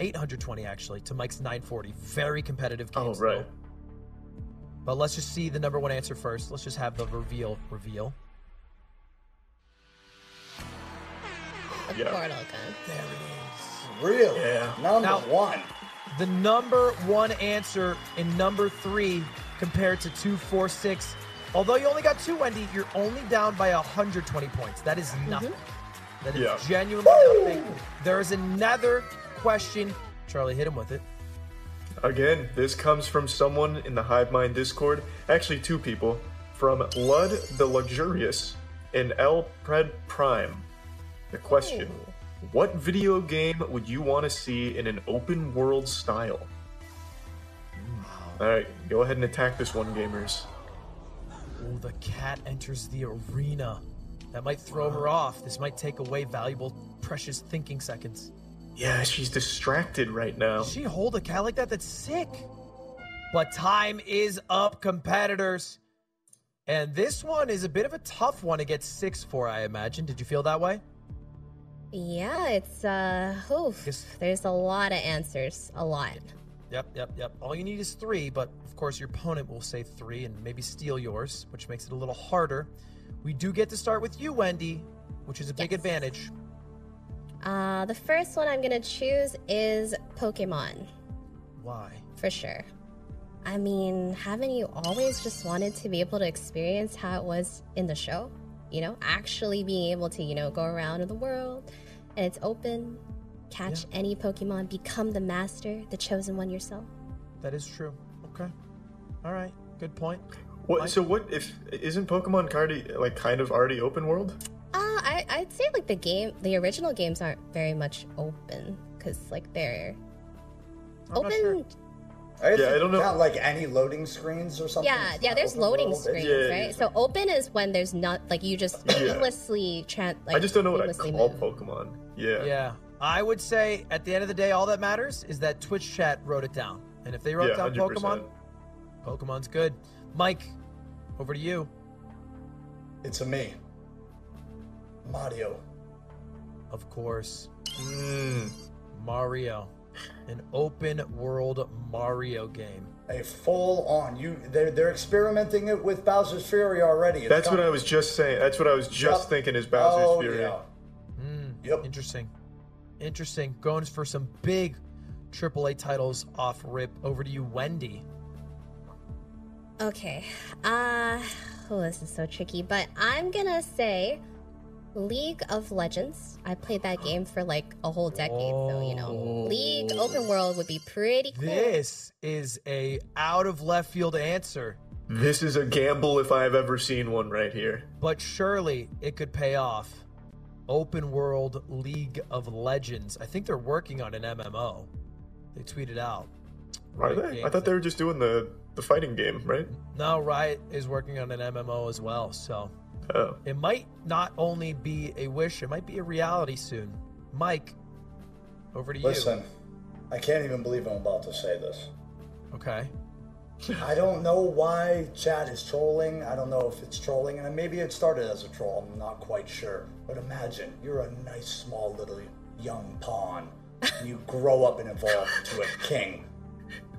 Speaker 2: 820 actually to Mike's 940. Very competitive game.
Speaker 1: Oh
Speaker 2: still.
Speaker 1: right.
Speaker 2: But let's just see the number one answer first. Let's just have the reveal reveal.
Speaker 5: A
Speaker 1: Yeah.
Speaker 5: portal gun.
Speaker 2: There it is.
Speaker 6: Really?
Speaker 1: Yeah.
Speaker 6: Number
Speaker 2: Now-
Speaker 6: one.
Speaker 2: the number one answer in number three compared to 246. Although you only got two, Wendy, you're only down by 120 points. That is nothing. That is
Speaker 1: Yeah.
Speaker 2: genuinely nothing. There is another question. Charlie, hit him with it.
Speaker 1: Again, this comes from someone in the Hive Mind Discord. Actually, two people. from Lud the Luxurious and El Pred Prime. The question What video game would you want to see in an open world style? Alright, go ahead and attack this one, gamers.
Speaker 2: Oh, the cat enters the arena. That might throw her off. This might take away valuable, precious thinking seconds.
Speaker 1: Yeah, she's distracted right now.
Speaker 2: She hold a cat like that? That's sick. But time is up, competitors. And this one is a bit of a tough one to get six for, I imagine. Did you feel that way?
Speaker 5: Yeah, it's uh, oof,
Speaker 2: Yes.
Speaker 5: there's a lot of answers, a lot.
Speaker 2: Yep, yep, yep. All you need is three, but of course your opponent will say three and maybe steal yours, which makes it a little harder. We do get to start with you, Wendy, which is a big
Speaker 5: Yes.
Speaker 2: advantage.
Speaker 5: Uh, the first one I'm gonna choose is Pokemon
Speaker 2: Why?
Speaker 5: for sure. I mean, haven't you always just wanted to be able to experience how it was in the show? You know, actually being able to, you know, go around in the world and it's open, catch any Pokemon, become the master, the chosen one yourself.
Speaker 2: That is true. Okay. All right. Good point.
Speaker 1: What, so what if isn't Pokemon already like kind of already open world?
Speaker 5: Uh, I, I'd say like the game, the original games aren't very much open because like they're
Speaker 2: I'm
Speaker 5: open.
Speaker 2: not sure.
Speaker 6: I guess
Speaker 1: Yeah, I
Speaker 6: you
Speaker 1: don't know.
Speaker 6: Count, like any loading screens or something.
Speaker 5: Yeah,
Speaker 6: It's
Speaker 5: yeah.
Speaker 6: not
Speaker 5: There's
Speaker 6: open
Speaker 5: loading
Speaker 6: world.
Speaker 5: screens,
Speaker 1: Yeah, yeah,
Speaker 5: right?
Speaker 1: yeah.
Speaker 5: So open is when there's not like you just
Speaker 1: Yeah.
Speaker 5: aimlessly tran Like,
Speaker 1: I just don't know what I
Speaker 5: aimlessly
Speaker 1: call
Speaker 5: move.
Speaker 1: Pokemon. Yeah.
Speaker 2: Yeah. I would say at the end of the day, all that matters is that Twitch chat wrote it down. And if they wrote
Speaker 1: Yeah,
Speaker 2: down
Speaker 1: 100%.
Speaker 2: Pokemon, Pokemon's good. Mike, over to you.
Speaker 6: It's a me. Mario.
Speaker 2: Of course,
Speaker 1: Mm,
Speaker 2: Mario. An open world Mario game.
Speaker 6: A full on you. They're they're experimenting it with Bowser's Fury already. It's
Speaker 1: that's what
Speaker 6: coming.
Speaker 1: I was just saying. That's what I was just
Speaker 6: Yep.
Speaker 1: thinking is Bowser's
Speaker 6: oh,
Speaker 1: Fury.
Speaker 6: Yeah. Yep.
Speaker 2: Interesting. Interesting. Going for some big AAA titles off rip. Over to you, Wendy.
Speaker 5: Okay. Uh, oh, this is so tricky, but I'm gonna say League of Legends. I played that game for like a whole decade, so you know, League
Speaker 2: Oh.
Speaker 5: open world would be pretty cool.
Speaker 2: This is a out of left field answer,
Speaker 1: This is a gamble if I have ever seen one right here.
Speaker 2: but surely it could pay off. Open World League of Legends. I think they're working on an MMO. They tweeted out.
Speaker 1: Are
Speaker 2: Riot
Speaker 1: they? I
Speaker 2: Games
Speaker 1: thought they were just doing the the fighting game, right?
Speaker 2: No, Riot is working on an MMO as well, so
Speaker 1: Oh.
Speaker 2: it might not only be a wish, it might be a reality soon. Mike, over to
Speaker 6: Listen, I can't even believe I'm about to say this.
Speaker 2: you. Okay.
Speaker 6: I don't know why chat is trolling. I don't know if it's trolling, and maybe it started as a troll. I'm not quite sure. But imagine you're a nice, small, little young pawn. and you grow up and evolve to a king,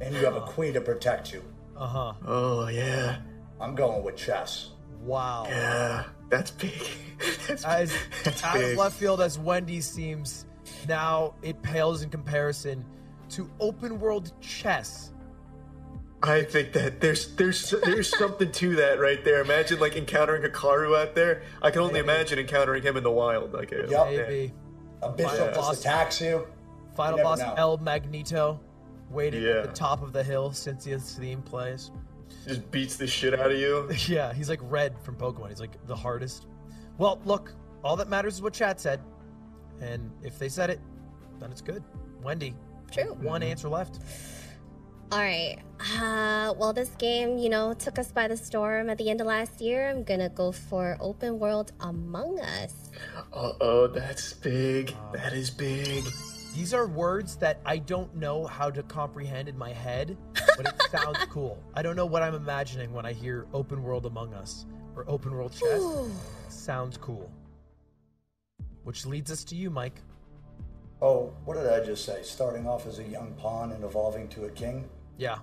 Speaker 6: and you have a queen to protect you.
Speaker 2: Uh huh.
Speaker 1: Oh yeah.
Speaker 6: I'm going with chess.
Speaker 2: Wow.
Speaker 1: Yeah. That's big. that's
Speaker 2: As
Speaker 1: that's
Speaker 2: out of
Speaker 1: big.
Speaker 2: left field as Wendy seems, now it pales in comparison to open world chess.
Speaker 1: I think that there's there's there's something to that right there. Imagine like encountering a Karu out there. I can only imagine encountering him in the wild. Like, uh,
Speaker 6: Yup.
Speaker 2: Maybe.
Speaker 6: A bishop
Speaker 1: Yeah.
Speaker 6: just attacks you.
Speaker 2: Final
Speaker 6: You never
Speaker 2: boss
Speaker 6: know.
Speaker 2: El Magneto waiting at the
Speaker 1: Yeah.
Speaker 2: top of the hill, Cynthia's theme plays.
Speaker 1: just beats the shit out of you.
Speaker 2: Yeah, he's like red from Pokemon. He's like the hardest. Well, look, all that matters is what chat said. And if they said it, then it's good. Wendy,
Speaker 5: True.
Speaker 2: one answer left.
Speaker 5: All right. Uh, well, this game, you know, took us by the storm at the end of last year. I'm gonna go for open world Among Us.
Speaker 1: Uh oh, that's big. That is big.
Speaker 2: These are words that I don't know how to comprehend in my head, but it sounds cool. I don't know what I'm imagining when I hear open world among us or open world chess. sounds cool. Which leads us to you, Mike.
Speaker 6: Oh, what did I just say? Starting off as a young pawn and evolving to a king?
Speaker 2: Yeah.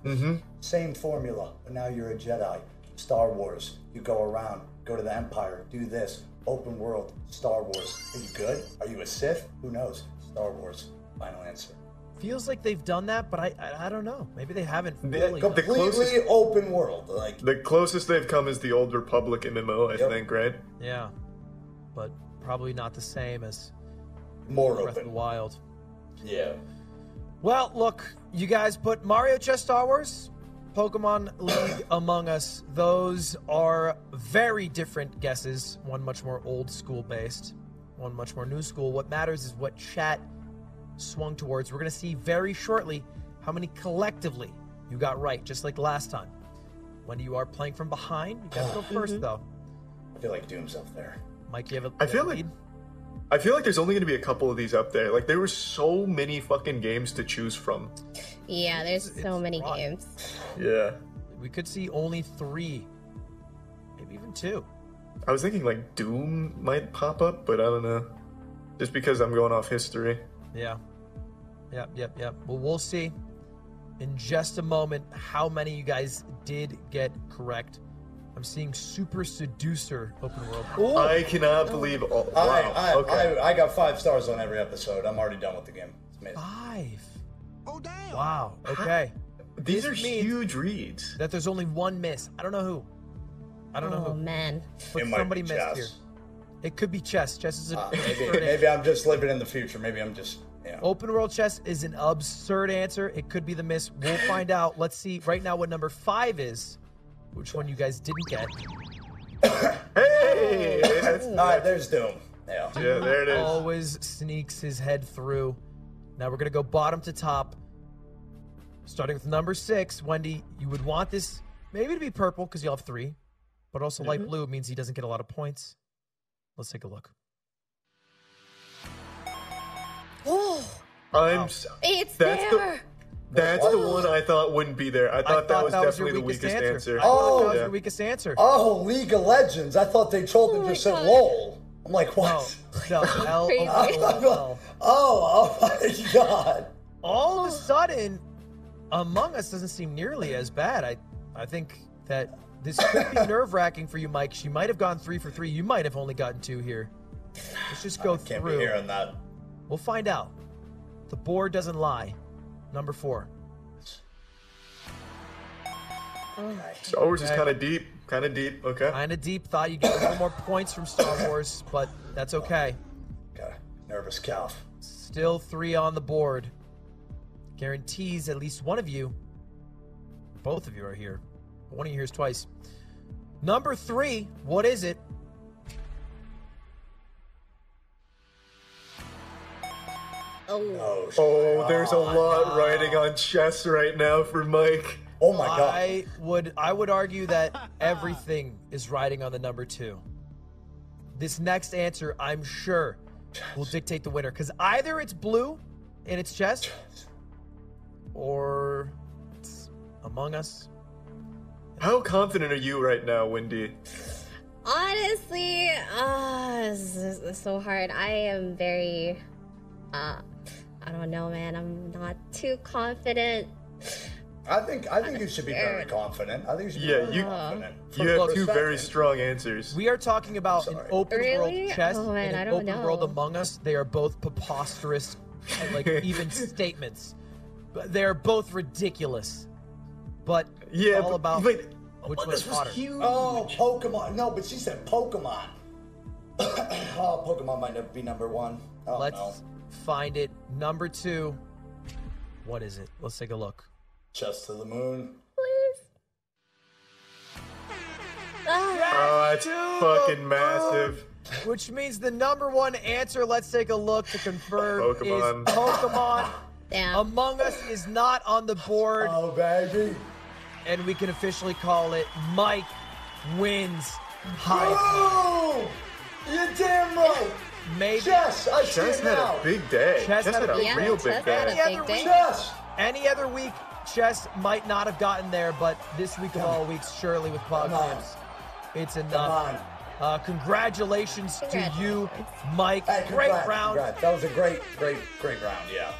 Speaker 6: Same formula, but now you're a Jedi. Star Wars. You go around, go to the Empire, do this. Open world, Star Wars. Are you good? Are you a Sith? Who knows? Star Wars. Final answer.
Speaker 2: Feels like they've done that, but I I, I don't know. Maybe they haven't
Speaker 1: They-
Speaker 2: fully.
Speaker 1: the
Speaker 2: done it.
Speaker 6: Completely
Speaker 1: closest-
Speaker 6: open world. Like,
Speaker 1: The closest they've come is the old Republic MMO, I
Speaker 6: Yep.
Speaker 1: think, right?
Speaker 2: Yeah. But probably not the same as
Speaker 6: more
Speaker 2: Breath of the
Speaker 6: open.
Speaker 2: Wild.
Speaker 6: Yeah.
Speaker 2: Well, look, you guys put Mario Chess Star Wars, Pokemon League Among Us, those are very different guesses. One much more old school based, one much more new school. What matters is what chat swung towards. We're going to see very shortly how many collectively you got right, just like last time. When you are playing from behind, you got to go first, though.
Speaker 6: I feel like Doom's up there.
Speaker 2: Mike, you have a
Speaker 1: I feel
Speaker 2: a
Speaker 1: like-
Speaker 2: lead?
Speaker 1: I feel like there's only going to be a couple of these up there. Like there were so many fucking games to choose from.
Speaker 5: Yeah, there's so
Speaker 2: it's
Speaker 5: many
Speaker 2: rotten.
Speaker 5: games.
Speaker 1: Yeah.
Speaker 2: we could see only three, maybe even two.
Speaker 1: I was thinking like Doom might pop up, but I don't know. Just because I'm going off history.
Speaker 2: Yeah. Yep, yep, yep. Well, we'll see in just a moment how many you guys did get correct. I'm seeing Super Seducer open world. Ooh,
Speaker 1: I cannot believe all. Wow.
Speaker 6: I, I,
Speaker 1: okay.
Speaker 6: I, I got five stars on every episode. I'm already done with the game. It's amazing.
Speaker 1: Ah,
Speaker 2: five. Oh, damn. Wow. Okay.
Speaker 1: These
Speaker 2: this
Speaker 1: are
Speaker 2: means-
Speaker 1: huge reads.
Speaker 2: That there's only one miss. I don't know who. I don't know
Speaker 5: Oh
Speaker 2: who.
Speaker 5: man.
Speaker 2: But
Speaker 6: It might
Speaker 2: somebody
Speaker 6: be
Speaker 2: missed
Speaker 6: Jazz.
Speaker 2: here. It could be chess. Chess is an
Speaker 6: Uh,
Speaker 2: absurd
Speaker 6: maybe,
Speaker 2: answer.
Speaker 6: maybe I'm just living in the future. Maybe I'm just, you
Speaker 1: Oh,
Speaker 6: know.
Speaker 2: Open world chess is an absurd answer. It could be the miss. We'll find out. Let's see right now what number five is, which one you guys didn't get.
Speaker 1: Hey! That's-
Speaker 6: All right, there's Doom. Yeah.
Speaker 1: yeah, there it is.
Speaker 2: always sneaks his head through. Now we're gonna go bottom to top. Starting with number six, Wendy, you would want this maybe to be purple because you'll have three, but also light blue means he doesn't get a lot of points. Let's take a look.
Speaker 5: Oh,
Speaker 1: I'm. s-
Speaker 3: It's
Speaker 1: That's the-
Speaker 3: there.
Speaker 1: That's the one I thought wouldn't be there. I thought, that was definitely the
Speaker 2: your
Speaker 1: weakest answer.
Speaker 2: I thought that was
Speaker 6: Oh.
Speaker 2: your weakest answer.
Speaker 6: Oh, League of Legends. I thought they trolled and
Speaker 3: my
Speaker 6: just said
Speaker 3: God.
Speaker 6: LOL. I'm like, what?
Speaker 2: No, Oh, no, L-
Speaker 3: Crazy.
Speaker 2: L- L-
Speaker 6: Oh, oh my God.
Speaker 2: all
Speaker 6: Oh.
Speaker 2: of a sudden, Among Us doesn't seem nearly as bad. I, I think that this could be nerve wracking for you, Mike. She might have gone three for three. You might have only gotten two here. Let's just go
Speaker 6: Can't
Speaker 2: through.
Speaker 6: be hearing that.
Speaker 2: We'll find out. The board doesn't lie. Number four.
Speaker 1: Star Wars is kind of deep. Kind of deep. Okay.
Speaker 2: Kind of deep. Thought you'd get a little more points from Star Wars, but that's okay.
Speaker 6: Got a nervous calf.
Speaker 2: Still three on the board. Guarantees at least one of you. Both of you are here. One of you hears twice. Number three, what is it?
Speaker 5: oh,
Speaker 6: Oh, sh-
Speaker 1: Oh, there's a lot riding on chess right now for Mike.
Speaker 6: oh my God.
Speaker 2: I would I would argue that everything is riding on the number two. This next answer, I'm sure, will dictate the winner. Because either it's blue and it's chess, or it's Among Us.
Speaker 1: How confident are you right now, Wendy?
Speaker 5: honestly, ah, this is this is so hard. I am very, uh, I don't know, man. I'm not too confident.
Speaker 6: I think I think you should be very confident. I think you should be
Speaker 1: Yeah,
Speaker 6: very
Speaker 1: you-
Speaker 6: confident.
Speaker 1: You have
Speaker 2: Look,
Speaker 1: two very
Speaker 6: second.
Speaker 1: strong answers.
Speaker 2: We are talking about an
Speaker 6: Sorry.
Speaker 2: open
Speaker 5: Really?
Speaker 2: world chess
Speaker 5: Oh, man,
Speaker 2: and
Speaker 5: I
Speaker 2: an
Speaker 5: don't
Speaker 2: open world
Speaker 5: know.
Speaker 2: Among Us. They are both preposterous, and, like even statements. But They are both ridiculous. But it's
Speaker 1: yeah,
Speaker 2: all
Speaker 1: but-
Speaker 2: about
Speaker 1: but
Speaker 2: which
Speaker 1: oh,
Speaker 2: one's
Speaker 1: this was
Speaker 2: hotter.
Speaker 1: huge.
Speaker 6: Oh, Pokemon. No, but she said Pokemon. oh, Pokemon might never be number one. Oh,
Speaker 2: Let's
Speaker 6: no.
Speaker 2: find it. Number two. What is it? Let's take a look.
Speaker 6: Chest to the moon.
Speaker 1: Oh, that's
Speaker 2: Dude,
Speaker 1: fucking massive.
Speaker 2: Which means the number one answer, let's take a look to confirm,
Speaker 1: Pokemon.
Speaker 2: is Pokemon.
Speaker 5: Damn.
Speaker 2: Among Us is not on the board,
Speaker 6: Oh, baby.
Speaker 2: and we can officially call it Mike wins. High.
Speaker 6: Oh, you're damn right.
Speaker 2: Maybe
Speaker 6: Chess, I see
Speaker 1: Chess
Speaker 6: it
Speaker 1: had
Speaker 6: now.
Speaker 1: a big day.
Speaker 2: Chess
Speaker 1: Chess,
Speaker 2: had
Speaker 1: had
Speaker 2: a
Speaker 1: a
Speaker 2: big
Speaker 5: Yeah,
Speaker 1: real
Speaker 5: Chess
Speaker 1: big
Speaker 5: had
Speaker 1: day.
Speaker 5: a
Speaker 2: Any
Speaker 5: big
Speaker 2: other
Speaker 5: day.
Speaker 6: Chess.
Speaker 2: any other week, chess might not have gotten there, but this week of all weeks, surely with Pog
Speaker 6: Come on.
Speaker 2: Games, it's
Speaker 6: Come
Speaker 2: enough.
Speaker 6: on.
Speaker 2: Uh, congratulations to you, Mike.
Speaker 6: Hey,
Speaker 2: Great
Speaker 6: congrats,
Speaker 2: round.
Speaker 6: congrats. That was a great, great, great round. Yeah.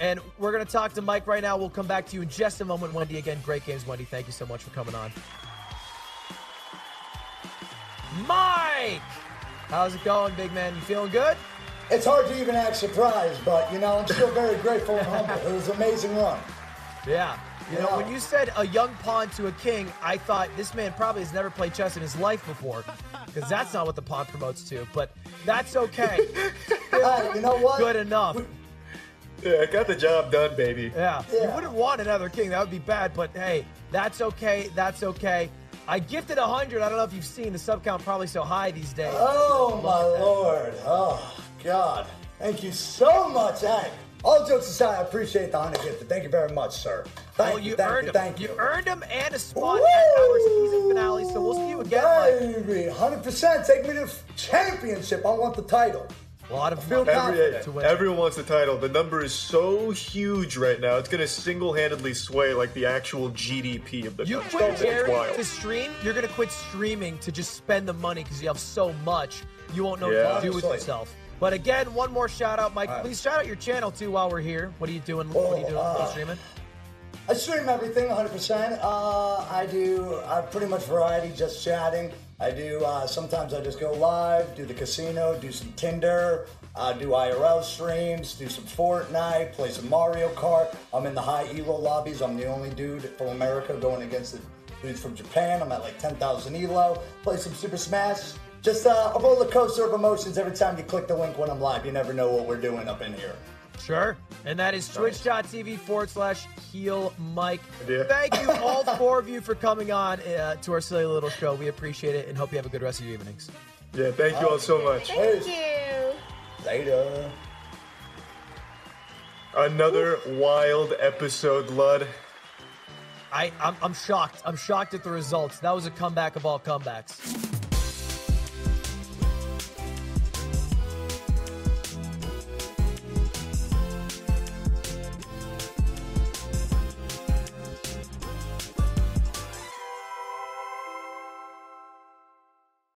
Speaker 2: And we're going to talk to Mike right now. We'll come back to you in just a moment, Wendy. Again, great games, Wendy. Thank you so much for coming on. Mike! How's it going, big man? You feeling good?
Speaker 6: It's hard to even act surprised, but you know, I'm still very grateful and humble. It was an amazing run.
Speaker 2: Yeah. You know,
Speaker 6: Yeah.
Speaker 2: when you said a young pawn to a king, I thought this man probably has never played chess in his life before because that's not what the pawn promotes to, but that's okay.
Speaker 6: Hey, you know what?
Speaker 2: Good enough.
Speaker 1: Yeah, I got the job done, baby.
Speaker 2: Yeah. You wouldn't want another king. That would be bad. But hey, that's okay. That's okay. I gifted 100. I don't know if you've seen the sub count probably so high these days.
Speaker 6: Oh my lord. Oh God. Thank you so much, Hank. All jokes aside, I appreciate the honor gift. Thank you very much, sir. Thank
Speaker 2: well, Oh, you,
Speaker 6: thank
Speaker 2: earned
Speaker 6: you,
Speaker 2: them.
Speaker 6: thank you.
Speaker 2: earned them and a spot at our season finale. So we'll see you again. Like,
Speaker 6: Baby, 100%. Take me to f- championship. I want the title.
Speaker 2: a lot of
Speaker 6: Feel
Speaker 2: money
Speaker 1: Every,
Speaker 6: confident
Speaker 2: to win.
Speaker 1: everyone wants the title. The number is so huge right now. It's going to single-handedly sway like the actual GDP of the
Speaker 2: You
Speaker 1: country.
Speaker 2: quit
Speaker 1: It's
Speaker 2: Jerry
Speaker 1: wild.
Speaker 2: to stream. You're gonna quit streaming to just spend the money because you have so much. You won't know
Speaker 1: Yeah.
Speaker 2: what to do with
Speaker 6: Honestly.
Speaker 2: yourself. But again, one more shout out, Mike.
Speaker 6: All right.
Speaker 2: Please shout out your channel too while we're here. What are you doing? what are you
Speaker 6: Oh,
Speaker 2: doing? What are you
Speaker 6: uh,
Speaker 2: streaming?
Speaker 6: I stream everything 100%. Uh, I do I pretty much variety, just chatting. I do, uh, sometimes I just go live, do the casino, do some Tinder, uh, do IRL streams, do some Fortnite, play some Mario Kart. I'm in the high ELO lobbies. I'm the only dude from America going against the dudes from Japan. I'm at like 10,000 ELO. Play some Super Smash. Just uh, a roller coaster of emotions every time you click the link when I'm live. You never know what we're doing up in here.
Speaker 2: Sure. And that is twitch.tv forward slash heel Mike.
Speaker 1: Yeah.
Speaker 2: Thank you, all four of you, for coming on uh, to our silly little show. We appreciate it and hope you have a good rest of your evenings.
Speaker 1: Yeah, thank you all so
Speaker 2: Oh,
Speaker 1: much.
Speaker 3: Thank you.
Speaker 6: Later.
Speaker 1: Another wild episode, Lud.
Speaker 2: I, I'm, I'm shocked. I'm shocked at the results. That was a comeback of all comebacks.